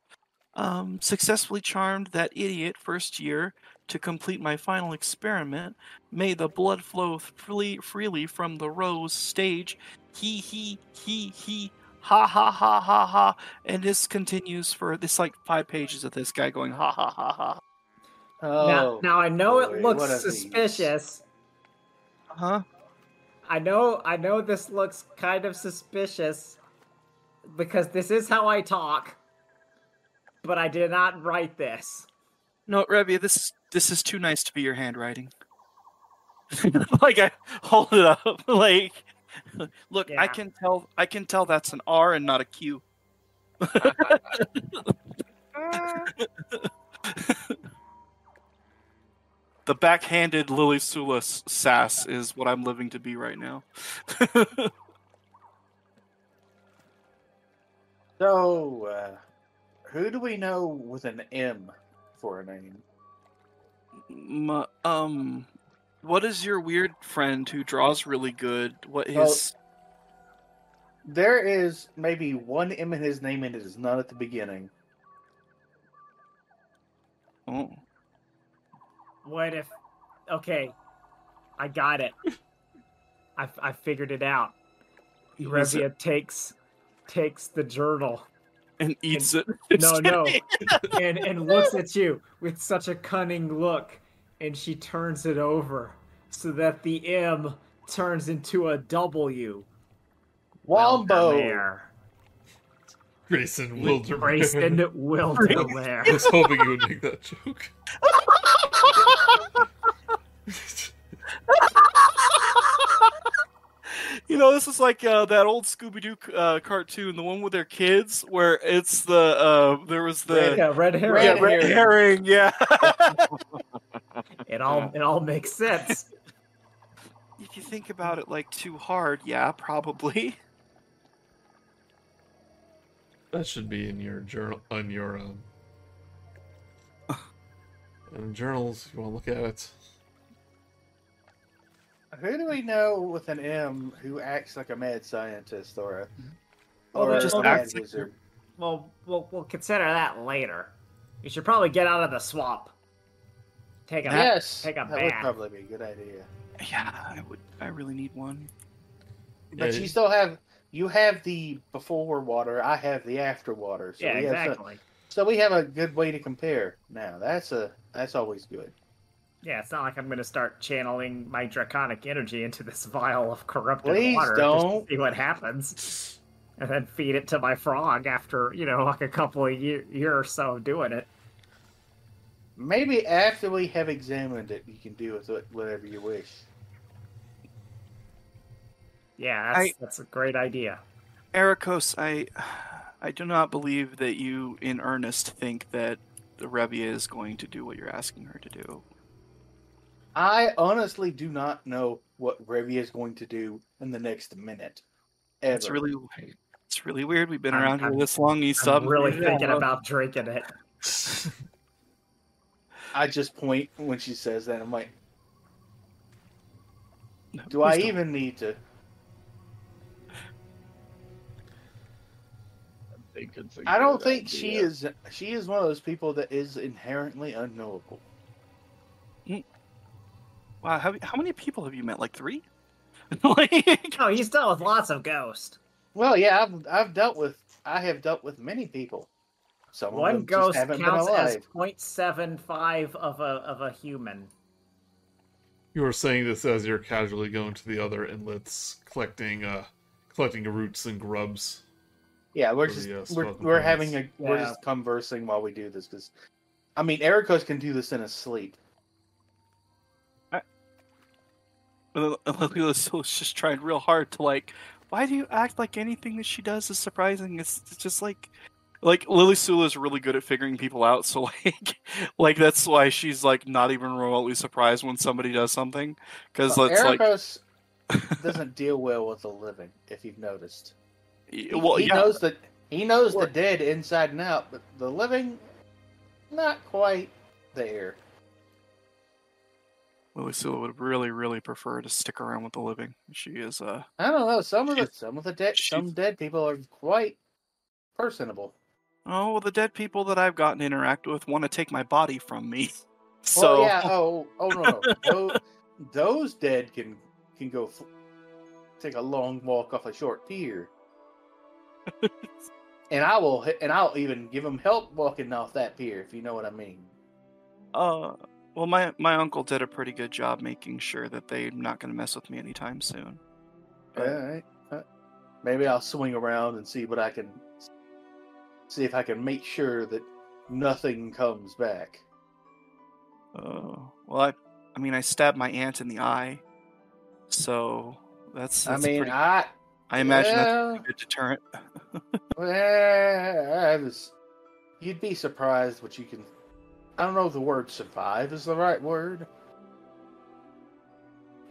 Speaker 6: Um, successfully charmed that idiot first year to complete my final experiment. May the blood flow freely, freely from the rose stage. He he he he. Ha ha ha ha ha. And this continues for this like five pages of this guy going ha ha ha ha.
Speaker 3: oh,
Speaker 7: now, now I know
Speaker 3: boy,
Speaker 7: it
Speaker 3: what a
Speaker 7: looks
Speaker 3: beast.
Speaker 7: suspicious.
Speaker 3: Uh-huh.
Speaker 6: Huh?
Speaker 7: I know I know this looks kind of suspicious because this is how I talk. But I did not write this.
Speaker 6: No, Revia, this this is too nice to be your handwriting. like I hold it up, like look,
Speaker 7: Yeah.
Speaker 6: I can tell, I can tell that's an R and not a Q. the backhanded Lily Sula s- sass is what I'm living to be right now.
Speaker 3: So, uh, who do we know with an M for a name?
Speaker 6: M- um, what is your weird friend who draws really good? What
Speaker 3: Well,
Speaker 6: his?
Speaker 3: There is maybe one M in his name, and it is not at the beginning.
Speaker 6: Oh.
Speaker 7: What if? Okay, I got it. I, I figured it out.
Speaker 6: Who is it?
Speaker 7: Revia takes takes the journal.
Speaker 6: and eats it.
Speaker 7: No, no, and and looks at you with such a cunning look, and she turns it over so that the M turns into a W. Well
Speaker 6: Oh,
Speaker 12: Oh.
Speaker 7: done
Speaker 3: Wombo.
Speaker 7: there.
Speaker 1: Grayson Wilderman.
Speaker 7: Grayson
Speaker 1: I
Speaker 7: Wildermere.
Speaker 1: was hoping you would make that joke.
Speaker 6: you know, this is like uh, that old Scooby Doo uh, cartoon, the one with their kids, where it's the uh, there was the
Speaker 7: Yeah, red hair.
Speaker 3: Red
Speaker 6: Yeah, red herring. Yeah,
Speaker 7: It all it all makes sense.
Speaker 6: if you think about it like too hard, yeah, probably.
Speaker 1: That should be in your journal. On your um. In journals, if you want to look at it.
Speaker 3: Who do we know with an M who acts like a mad scientist or a
Speaker 7: Well,
Speaker 3: or
Speaker 12: Oh,
Speaker 7: they're
Speaker 3: a
Speaker 7: Oh, just
Speaker 3: mad
Speaker 6: acts like-
Speaker 3: wizard?
Speaker 7: Well, we'll we'll consider that later. You should probably get out of the swamp. Take a
Speaker 3: yes,
Speaker 7: take a
Speaker 3: that would
Speaker 7: bath.
Speaker 3: probably be a good idea.
Speaker 6: Yeah, I would. I really need one.
Speaker 3: But
Speaker 1: Yeah.
Speaker 3: you still have you have the before water. I have the after water. So
Speaker 7: yeah,
Speaker 3: we have some-
Speaker 7: exactly.
Speaker 3: so we have a good way to compare. Now that's a that's always good.
Speaker 7: Yeah, it's not like I'm going to start channeling my draconic energy into this vial of corrupted
Speaker 3: Please
Speaker 7: water just
Speaker 3: don't.
Speaker 7: to see what happens, and then feed it to my frog after you know like a couple of year, year or so of doing it.
Speaker 3: Maybe after we have examined it, you can do with it whatever you wish.
Speaker 7: Yeah, that's,
Speaker 6: I-
Speaker 7: that's a great idea.
Speaker 6: Ericos, I, I do not believe that you, in earnest, think that the Rebia is going to do what you're asking her to do.
Speaker 3: I honestly do not know
Speaker 12: what Revy is going to do in the next minute. Ever.
Speaker 6: It's really, it's really weird. We've been
Speaker 2: I'm-
Speaker 6: around here
Speaker 2: I'm-
Speaker 6: this long. You
Speaker 2: I'm
Speaker 6: sub
Speaker 2: really
Speaker 12: Yeah.
Speaker 2: thinking about drinking it.
Speaker 12: I just point when she says that. I'm like, do I even need to?
Speaker 5: They could think
Speaker 12: I
Speaker 5: of
Speaker 12: don't
Speaker 5: that
Speaker 12: think she
Speaker 5: idea.
Speaker 12: is. She is one of those people that is inherently unknowable.
Speaker 6: Wow, how, how many people have you met? Like three? like,
Speaker 2: No, he's dealt with lots of ghosts.
Speaker 12: Well, yeah, I've I've dealt with I have dealt with many people. Some of
Speaker 2: One
Speaker 12: them just
Speaker 2: ghost
Speaker 12: haven't
Speaker 2: counts
Speaker 12: been
Speaker 2: as
Speaker 12: alive.
Speaker 2: 0.75 of a of a human.
Speaker 1: You are saying this as you're casually going to the other inlets, collecting uh, collecting roots and grubs.
Speaker 12: Yeah, we're
Speaker 1: for
Speaker 12: just
Speaker 1: the, uh,
Speaker 12: we're,
Speaker 1: skeleton
Speaker 12: we're
Speaker 1: parts.
Speaker 12: having a we're
Speaker 2: Yeah.
Speaker 12: just conversing while we do this because, I mean, Ericos can do this in his sleep.
Speaker 6: Lilia's just trying real hard to like. Why do you act like anything that she does is surprising? It's, it's just like, like Lily Sula's really good at figuring people out. So like, like that's why she's like not even remotely surprised when somebody does something because
Speaker 12: Well,
Speaker 6: it's like,
Speaker 12: Ericos doesn't deal well with the living, if you've noticed. He-
Speaker 6: well,
Speaker 12: he
Speaker 6: yeah,
Speaker 12: knows that he knows
Speaker 6: Well-
Speaker 12: the dead inside and out, but the living, not quite there.
Speaker 6: Lily Sula would really, really prefer to stick around with the living. She is uh
Speaker 12: I don't know. Some of the
Speaker 6: She's-
Speaker 12: some of the dead
Speaker 6: she's-
Speaker 12: some dead people are quite personable.
Speaker 6: oh, well, the dead people that I've gotten to interact with want to take my body from me.
Speaker 12: So
Speaker 6: So
Speaker 12: well, yeah. Oh, oh no, no. Tho- those dead can can go f- take a long walk off a short pier. and I will, h- and I'll even give them help walking off that pier if you know what I mean.
Speaker 6: Uh, well, my my uncle did a pretty good job making sure that they're not going to mess with me anytime soon.
Speaker 12: All
Speaker 6: But-
Speaker 12: right. uh, Maybe I'll swing around and see what I can see if I can make sure that nothing comes back.
Speaker 6: Oh, well, I, I mean, I stabbed my aunt in the eye, so that's.
Speaker 12: I
Speaker 6: that's
Speaker 12: mean,
Speaker 6: pretty-
Speaker 12: I
Speaker 6: I imagine that's
Speaker 12: well,
Speaker 6: a good deterrent.
Speaker 12: well, I was. You'd be surprised what you can. I don't know if the word "survive" is the right word,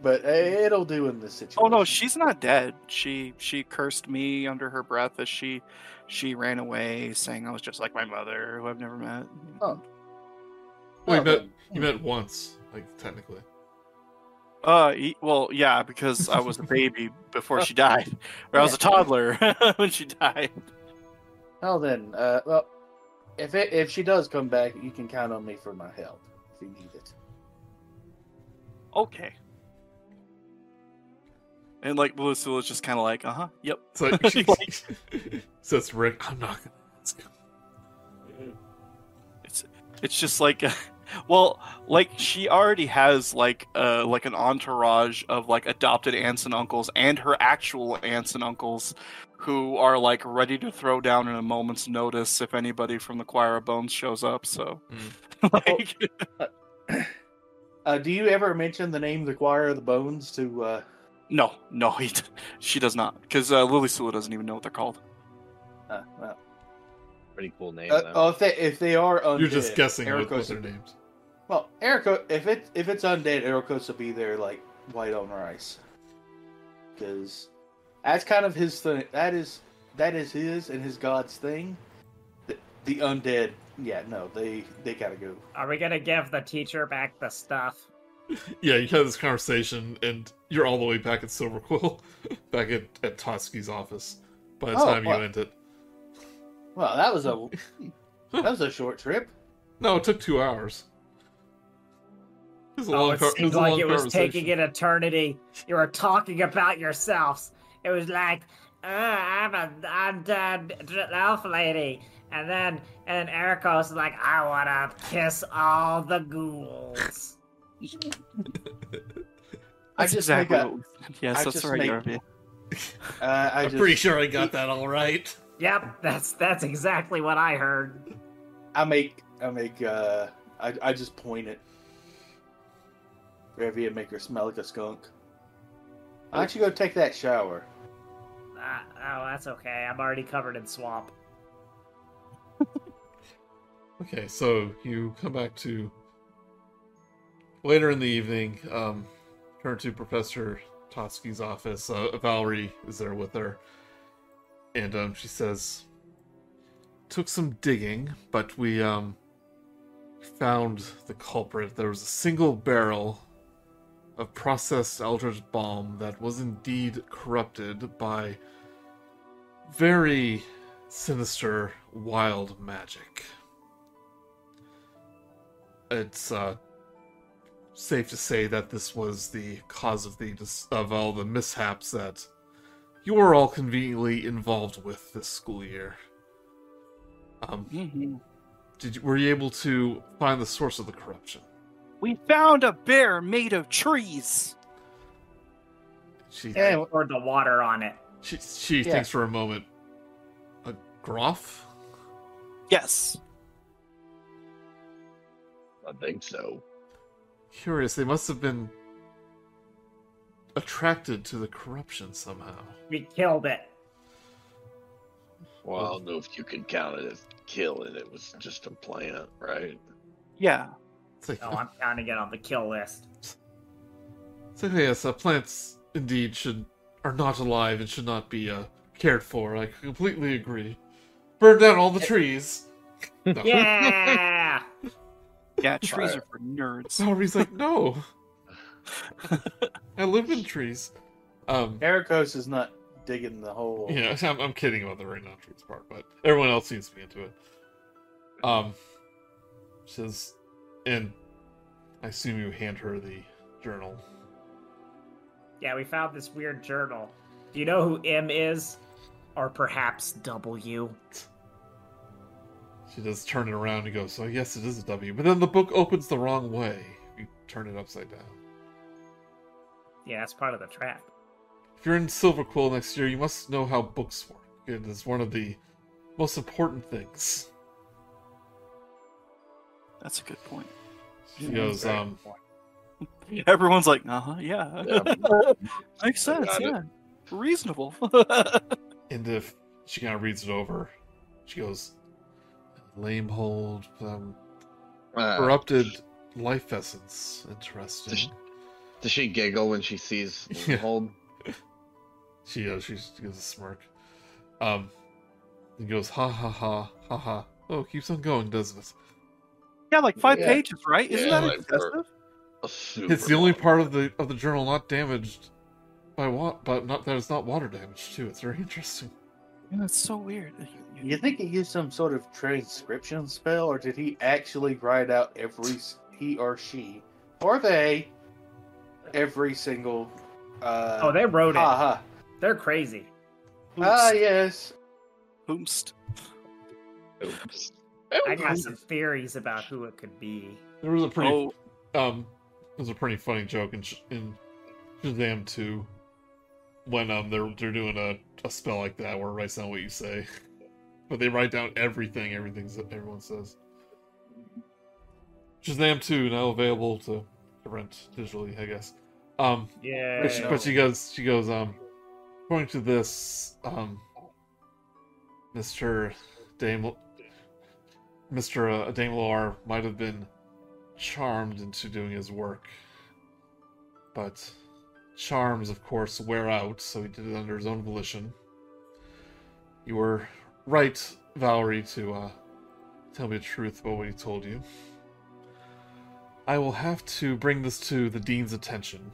Speaker 12: but it'll do in this situation.
Speaker 6: Oh no, she's not dead. She she cursed me under her breath as she she ran away, saying I was just like my mother, who I've never met.
Speaker 12: Oh.
Speaker 1: Well, you
Speaker 12: Oh,
Speaker 1: met you met once, like technically.
Speaker 6: Uh, e- well, yeah, because I was a baby before she died, or I was a toddler when she died.
Speaker 12: Well then, uh, well, if it, if she does come back, you can count on me for my help if you need it.
Speaker 6: okay. And like Lucilla's just kind of like, uh huh, yep.
Speaker 1: It's like says Rick, I'm not gonna ask him.
Speaker 6: It's just like, well, like she already has like uh like an entourage of like adopted aunts and uncles and her actual aunts and uncles, who are like ready to throw down in a moment's notice if anybody from the Choir of Bones shows up. So, like,
Speaker 12: Uh, do you ever mention the name the Choir of the Bones to? Uh,
Speaker 6: no, no, he, d- she does not, because uh, Lily Sula doesn't even know what they're called.
Speaker 12: uh, well,
Speaker 4: Pretty cool name.
Speaker 12: uh,
Speaker 4: though.
Speaker 12: oh, if they if they are undead,
Speaker 1: You're just guessing what, what
Speaker 12: Ericos-
Speaker 1: their names.
Speaker 12: Well, Erico, if it if it's undead, Ericos will be there like white on rice, because that's kind of his thing. That is that is his and his god's thing. The, the undead, yeah, no, they they gotta go.
Speaker 2: Are we gonna give the teacher back the stuff?
Speaker 1: Yeah, you had this conversation, and you're all the way back at Silver Quill, back at at Totsky's office. By the
Speaker 12: Oh,
Speaker 1: time
Speaker 12: what?
Speaker 1: you end it,
Speaker 12: Well, that was a that was a short trip.
Speaker 1: no, it took two hours. It was a
Speaker 2: Oh,
Speaker 1: long,
Speaker 2: it
Speaker 1: co- it
Speaker 2: seemed
Speaker 1: was a
Speaker 2: like
Speaker 1: long
Speaker 2: it was
Speaker 1: conversation.
Speaker 2: taking an eternity. You were talking about yourselves. It was like, "Uh, I'm a undead dr- elf lady. And then and Ericos is like, I wanna kiss all the ghouls.
Speaker 12: I
Speaker 6: That's
Speaker 12: just
Speaker 6: exactly
Speaker 12: make a-
Speaker 6: what we- yes,
Speaker 12: I
Speaker 6: that's
Speaker 12: just
Speaker 6: right,
Speaker 12: make-
Speaker 6: Yarby.
Speaker 12: Uh, I
Speaker 1: I'm
Speaker 12: just,
Speaker 1: pretty sure I got that all right.
Speaker 2: Yep, that's that's exactly what I heard.
Speaker 12: I make I make uh I I just point it. Wherever you make her smell like a skunk. Why don't you go take that shower?
Speaker 2: Uh, oh, that's okay. I'm already covered in swamp.
Speaker 1: Okay, so you come back to later in the evening. Um, turn to Professor Totsky's office. Uh, Valerie is there with her, and um, she says, "Took some digging, but we um, found the culprit. There was a single barrel of processed eldritch balm that was indeed corrupted by very sinister wild magic. It's uh, safe to say that this was the cause of the dis- of all the mishaps that you were all conveniently involved with this school year. Um, did you, were you able to find the source of the corruption?
Speaker 6: We found a bear made of trees.
Speaker 1: She
Speaker 2: And poured the water on it.
Speaker 1: she, she
Speaker 15: Yeah.
Speaker 1: thinks for a moment. A groff?
Speaker 6: Yes.
Speaker 4: I think so.
Speaker 1: Curious. They must have been attracted to the corruption somehow.
Speaker 2: We killed it.
Speaker 4: Well, I don't know if you can count it as killing. It was just a plant, right?
Speaker 6: Yeah.
Speaker 1: It's like,
Speaker 2: Oh, I'm counting it on the kill list.
Speaker 1: it's like, yes, uh, plants indeed should are not alive and should not be uh, cared for. I completely agree. Burn down all the trees. No.
Speaker 2: Yeah.
Speaker 6: Yeah, trees are for nerds.
Speaker 1: Valery's like, no. I live in trees. Um,
Speaker 12: Heracos is not digging the hole.
Speaker 1: Yeah, I'm, I'm kidding about the rain on trees part, but everyone else seems to be into it. Um, says, and I assume you hand her the journal.
Speaker 2: yeah, we found this weird journal. Do you know who M is? Or perhaps W?
Speaker 1: She does turn it around and goes, "So yes, it is a W." But then the book opens the wrong way. You turn it upside down.
Speaker 2: Yeah, that's part of the trap.
Speaker 1: If you're in Silver Quill next year, you must know how books work. It is one of the most important things.
Speaker 6: That's a good point.
Speaker 1: She goes, um,
Speaker 6: Everyone's like, uh huh, yeah.
Speaker 4: Yeah.
Speaker 6: Makes
Speaker 4: I
Speaker 6: sense,
Speaker 4: got it.
Speaker 6: yeah. Reasonable.
Speaker 1: And if she kind of reads it over, she goes, "Lame hold, um,
Speaker 15: Uh,
Speaker 1: corrupted life essence. Interesting."
Speaker 15: does she giggle when she sees
Speaker 1: Yeah.
Speaker 15: hold?
Speaker 1: She uh, she gives a smirk. Um, and goes, "Ha ha ha ha ha." Oh, it keeps on going, doesn't it?
Speaker 6: yeah, like five
Speaker 4: Yeah.
Speaker 6: pages, right? Isn't
Speaker 4: Yeah,
Speaker 6: that
Speaker 4: like for-
Speaker 6: excessive?
Speaker 4: A super
Speaker 1: It's the only
Speaker 4: long-
Speaker 1: part of the of the journal not damaged by what, but not that it's not water damage too. It's very interesting.
Speaker 6: Yeah, that's so weird.
Speaker 12: You think he used some sort of transcription spell, or did he actually write out every s- he or she or they every single? Uh,
Speaker 2: Oh, they wrote
Speaker 6: Ah.
Speaker 12: ha,
Speaker 2: it.
Speaker 12: ha.
Speaker 2: They're crazy.
Speaker 12: Ah,
Speaker 6: Hoomst.
Speaker 12: yes.
Speaker 6: Hoomst.
Speaker 4: Oops.
Speaker 2: I got some theories about who it could be.
Speaker 1: There was a pretty
Speaker 6: Oh,
Speaker 1: um it was a pretty funny joke in, Sh- in Shazam 2 when um they're they're doing a, a spell like that where it writes down what you say but they write down everything everything's everyone says Shazam 2 now available to, to rent digitally I guess um
Speaker 2: Yeah.
Speaker 1: but she, but she goes she goes um according to this um Mr. Dame Mr. Uh, Dame Loar might have been charmed into doing his work. But charms, of course, wear out, so he did it under his own volition. You were right, Valerie, to uh, tell me the truth about what he told you. I will have to bring this to the dean's attention,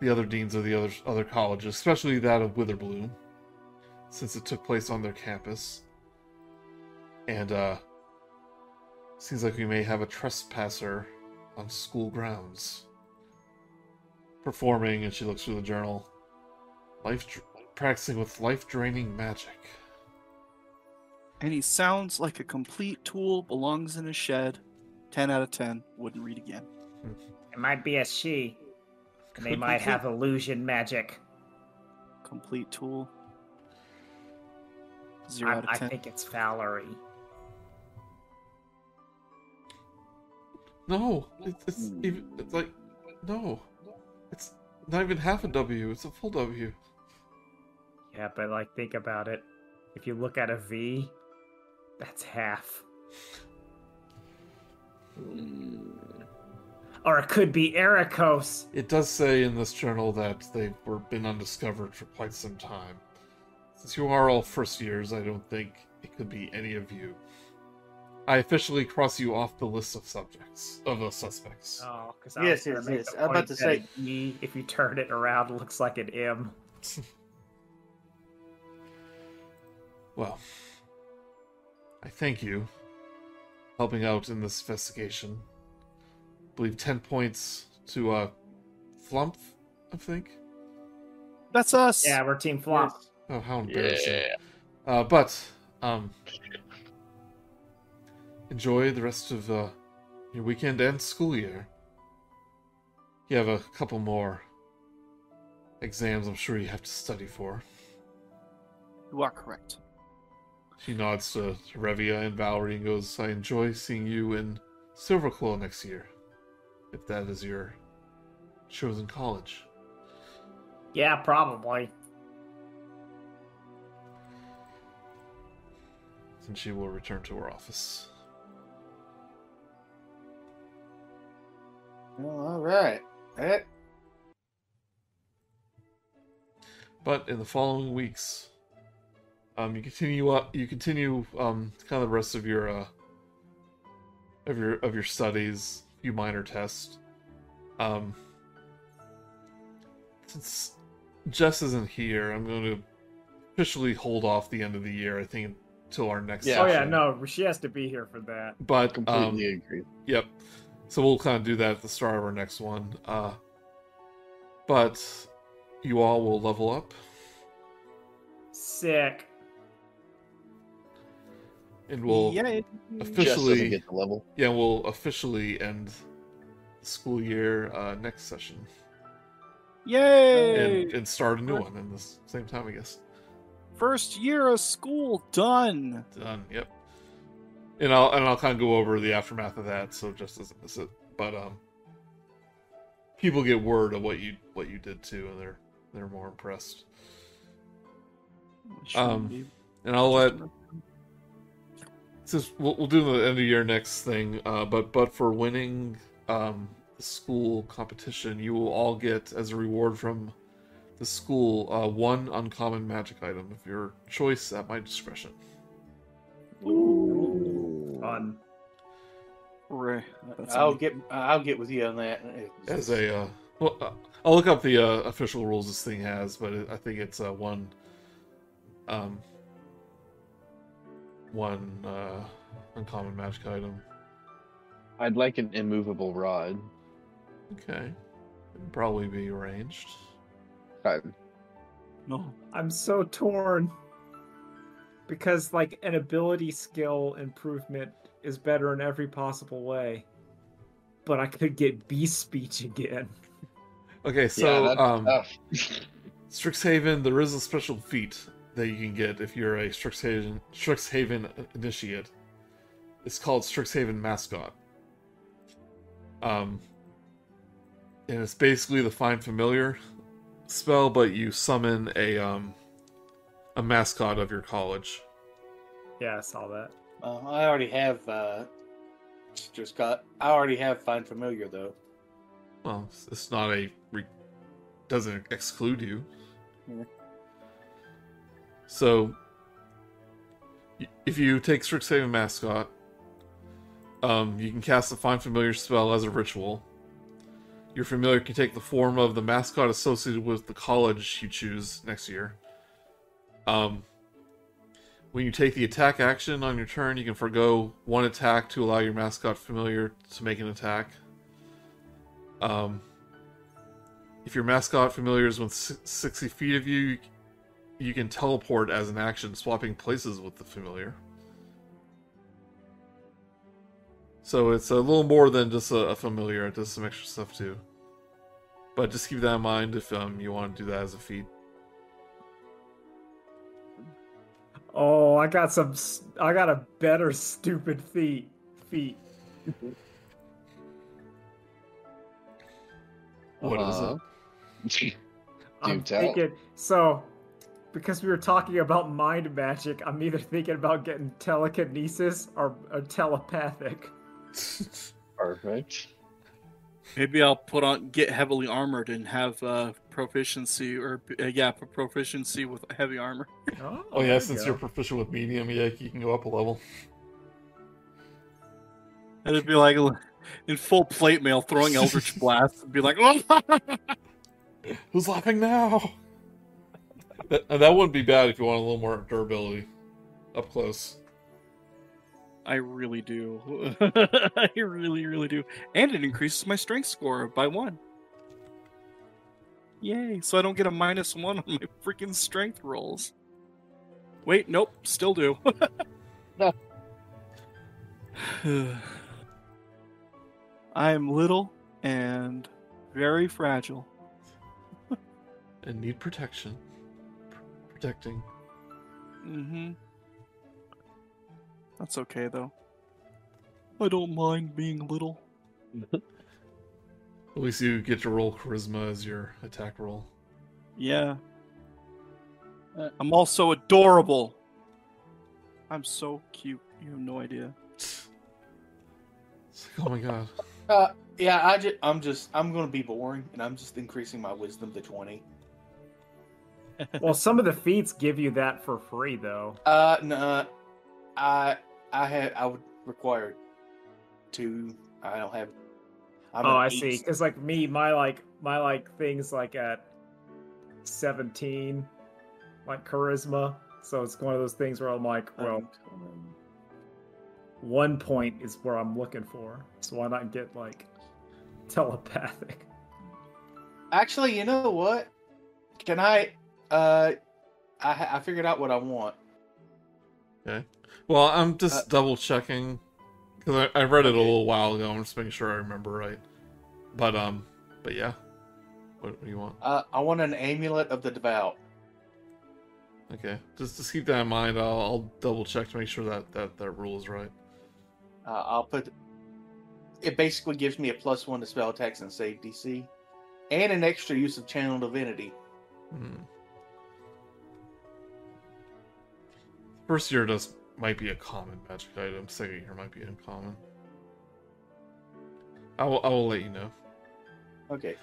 Speaker 1: the other deans of the other other colleges, especially that of Witherbloom, since it took place on their campus. And uh, Seems like we may have a trespasser on school grounds. Performing, and she looks through the journal. Life dr- practicing with life draining magic.
Speaker 6: and he sounds like a complete tool, belongs in a shed. 10 out of 10. Wouldn't read again.
Speaker 2: It might be a she. and They
Speaker 1: Could
Speaker 2: might
Speaker 1: be.
Speaker 2: have illusion magic.
Speaker 6: Complete tool. 0
Speaker 2: I,
Speaker 6: out
Speaker 2: I
Speaker 6: of 10.
Speaker 2: think it's Valerie.
Speaker 1: No, it's, it's even it's like no, it's not even half a W. It's a full W.
Speaker 2: Yeah, but like, think about it. If you look at a V, that's half.
Speaker 7: or it could be Ericos.
Speaker 1: It does say in this journal that they were been undiscovered for quite some time. Since you are all first years, I don't think it could be any of you. I officially cross you off the list of subjects of the suspects.
Speaker 7: Oh, because
Speaker 3: Yes, yes, yes. I'm about to say-
Speaker 7: E, if you turn it around, looks like an M.
Speaker 1: Well, I thank you for helping out in this investigation. I believe ten points to uh, Flump, I think.
Speaker 6: That's us.
Speaker 7: Yeah, we're Team Flop.
Speaker 1: Oh, how embarrassing! Uh, but um, enjoy the rest of uh, your weekend and school year. You have a couple more exams, I'm sure you have to study for.
Speaker 6: You are correct.
Speaker 1: She nods to to Revia and Valerie and goes, I enjoy seeing you in Silverclaw next year, if that is your chosen college.
Speaker 7: Yeah, probably.
Speaker 1: And she will return to her office.
Speaker 3: Well, all right. That
Speaker 1: But in the following weeks, um, you continue up. You continue um, kind of the rest of your uh, of your of your studies, few minor tests. Um, since Jess isn't here, I'm going to officially hold off the end of the year. I think until our next.
Speaker 5: Yeah.
Speaker 7: oh yeah,
Speaker 1: session.
Speaker 7: no, she has to be here for that.
Speaker 1: But um,
Speaker 5: Completely agree.
Speaker 1: Yep. So we'll kind of do that at the start of our next one. Uh, but you all will level up,
Speaker 7: Sick.
Speaker 1: and we'll
Speaker 6: Yay.
Speaker 5: Just doesn't
Speaker 1: officially
Speaker 5: get the level.
Speaker 1: yeah we'll officially end the school year uh, next session
Speaker 6: Yay.
Speaker 1: and, and start a new one in the s- same time, I guess.
Speaker 6: First year of school done.
Speaker 1: Done. Yep. And I'll and I'll kind of go over the aftermath of that, so just doesn't miss it. But um, people get word of what you what you did too, and they're they're more impressed. Um, And I'll let Since we'll, we'll do the end of your next thing, uh, but but for winning um, the school competition, you will all get as a reward from the school uh, one uncommon magic item of your choice at my discretion.
Speaker 7: Fun.
Speaker 6: Right. That's
Speaker 3: I'll
Speaker 6: me.
Speaker 3: get I'll get with you on that.
Speaker 1: As a uh, well, uh, I'll look up the uh, official rules this thing has, but it, I think it's uh, one um one uh, uncommon magic item.
Speaker 5: I'd like an immovable rod.
Speaker 1: Okay, It'd probably be arranged.
Speaker 5: God,
Speaker 6: No.
Speaker 2: I'm so torn because like an ability skill improvement is better in every possible way. But I could get beast speech again.
Speaker 1: Okay, so
Speaker 5: that's
Speaker 1: um.
Speaker 5: tough.
Speaker 1: Strixhaven, there is a special feat that you can get if you're a Strixhaven Strixhaven initiate. It's called Strixhaven Mascot. Um, and it's basically the Find Familiar spell, but you summon a um a mascot of your college.
Speaker 7: Yeah, I saw that.
Speaker 3: Uh, I already have uh, just got. I already have find familiar though.
Speaker 1: Well, it's- it's not a re- doesn't exclude you.
Speaker 3: Yeah.
Speaker 1: So, y- if you take Strixhaven mascot, um, you can cast the Find Familiar spell as a ritual. Your familiar can take the form of the mascot associated with the college you choose next year. Um, when you take the attack action on your turn, you can forego one attack to allow your mascot familiar to make an attack. Um, if your mascot familiar is within si- 60 feet of you, you can teleport as an action, swapping places with the familiar. So it's a little more than just a, a familiar. It does some extra stuff too. But just keep that in mind if um, you want to do that as a feat.
Speaker 2: Oh, I got some s- I got a better stupid feat feet.
Speaker 1: What is
Speaker 5: Uh,
Speaker 1: it?
Speaker 5: Do
Speaker 7: I'm
Speaker 5: tell.
Speaker 2: Thinking, so because we were talking about mind magic, I'm either thinking about getting telekinesis or, or telepathic.
Speaker 5: Perfect.
Speaker 6: Maybe I'll put on get heavily armored and have uh, proficiency or uh, yeah p- proficiency with heavy armor.
Speaker 16: Oh,
Speaker 1: Oh
Speaker 16: there
Speaker 1: yeah,
Speaker 16: you
Speaker 1: since
Speaker 16: go.
Speaker 1: you're proficient with medium, yeah, you can go up a level.
Speaker 6: And it'd be like in full plate mail throwing eldritch blasts. And be like, oh,
Speaker 1: Who's laughing now? That, and that wouldn't be bad if you want a little more durability up close.
Speaker 6: I really do. I really, really do. And it increases my strength score by one. Yay! So I don't get a minus one on my freaking strength rolls. Wait, nope, still do. I am little and very fragile.
Speaker 1: And need protection. P- protecting.
Speaker 6: Mm-hmm. That's okay though. I don't mind being little.
Speaker 1: At least you get to roll charisma as your attack roll.
Speaker 6: Yeah. I'm also adorable. I'm so cute. You have no idea.
Speaker 1: It's like, oh my god.
Speaker 12: Uh, yeah, I just, I'm just, I'm gonna be boring, and I'm just increasing my wisdom to twenty.
Speaker 2: well, some of the feats give you that for free, though.
Speaker 12: Uh, no, I, I had, I would require two. I don't have. I'm
Speaker 2: oh,
Speaker 12: an
Speaker 2: I
Speaker 12: eight.
Speaker 2: see. Because like me, my like my like things like at seventeen, like charisma. So it's one of those things where I'm like, well, one point is where I'm looking for. So why not get like telepathic?
Speaker 12: Actually, you know what? Can I? Uh, I, ha- I figured out what I want.
Speaker 1: Well, I'm just
Speaker 12: Uh,
Speaker 1: double checking because I, I read it a little while ago. I'm just making sure I remember right. But um, but yeah. What, what do you want?
Speaker 12: Uh, I want an amulet of the devout.
Speaker 1: Okay, just just keep that in mind. I'll, I'll double check to make sure that that that rule is right.
Speaker 12: Uh, I'll put. It basically gives me a plus one to spell attacks and save DC, and an extra use of channel divinity.
Speaker 1: Hmm. First year does might be a common magic item. Second year might be uncommon. I will I will let you know.
Speaker 12: Okay.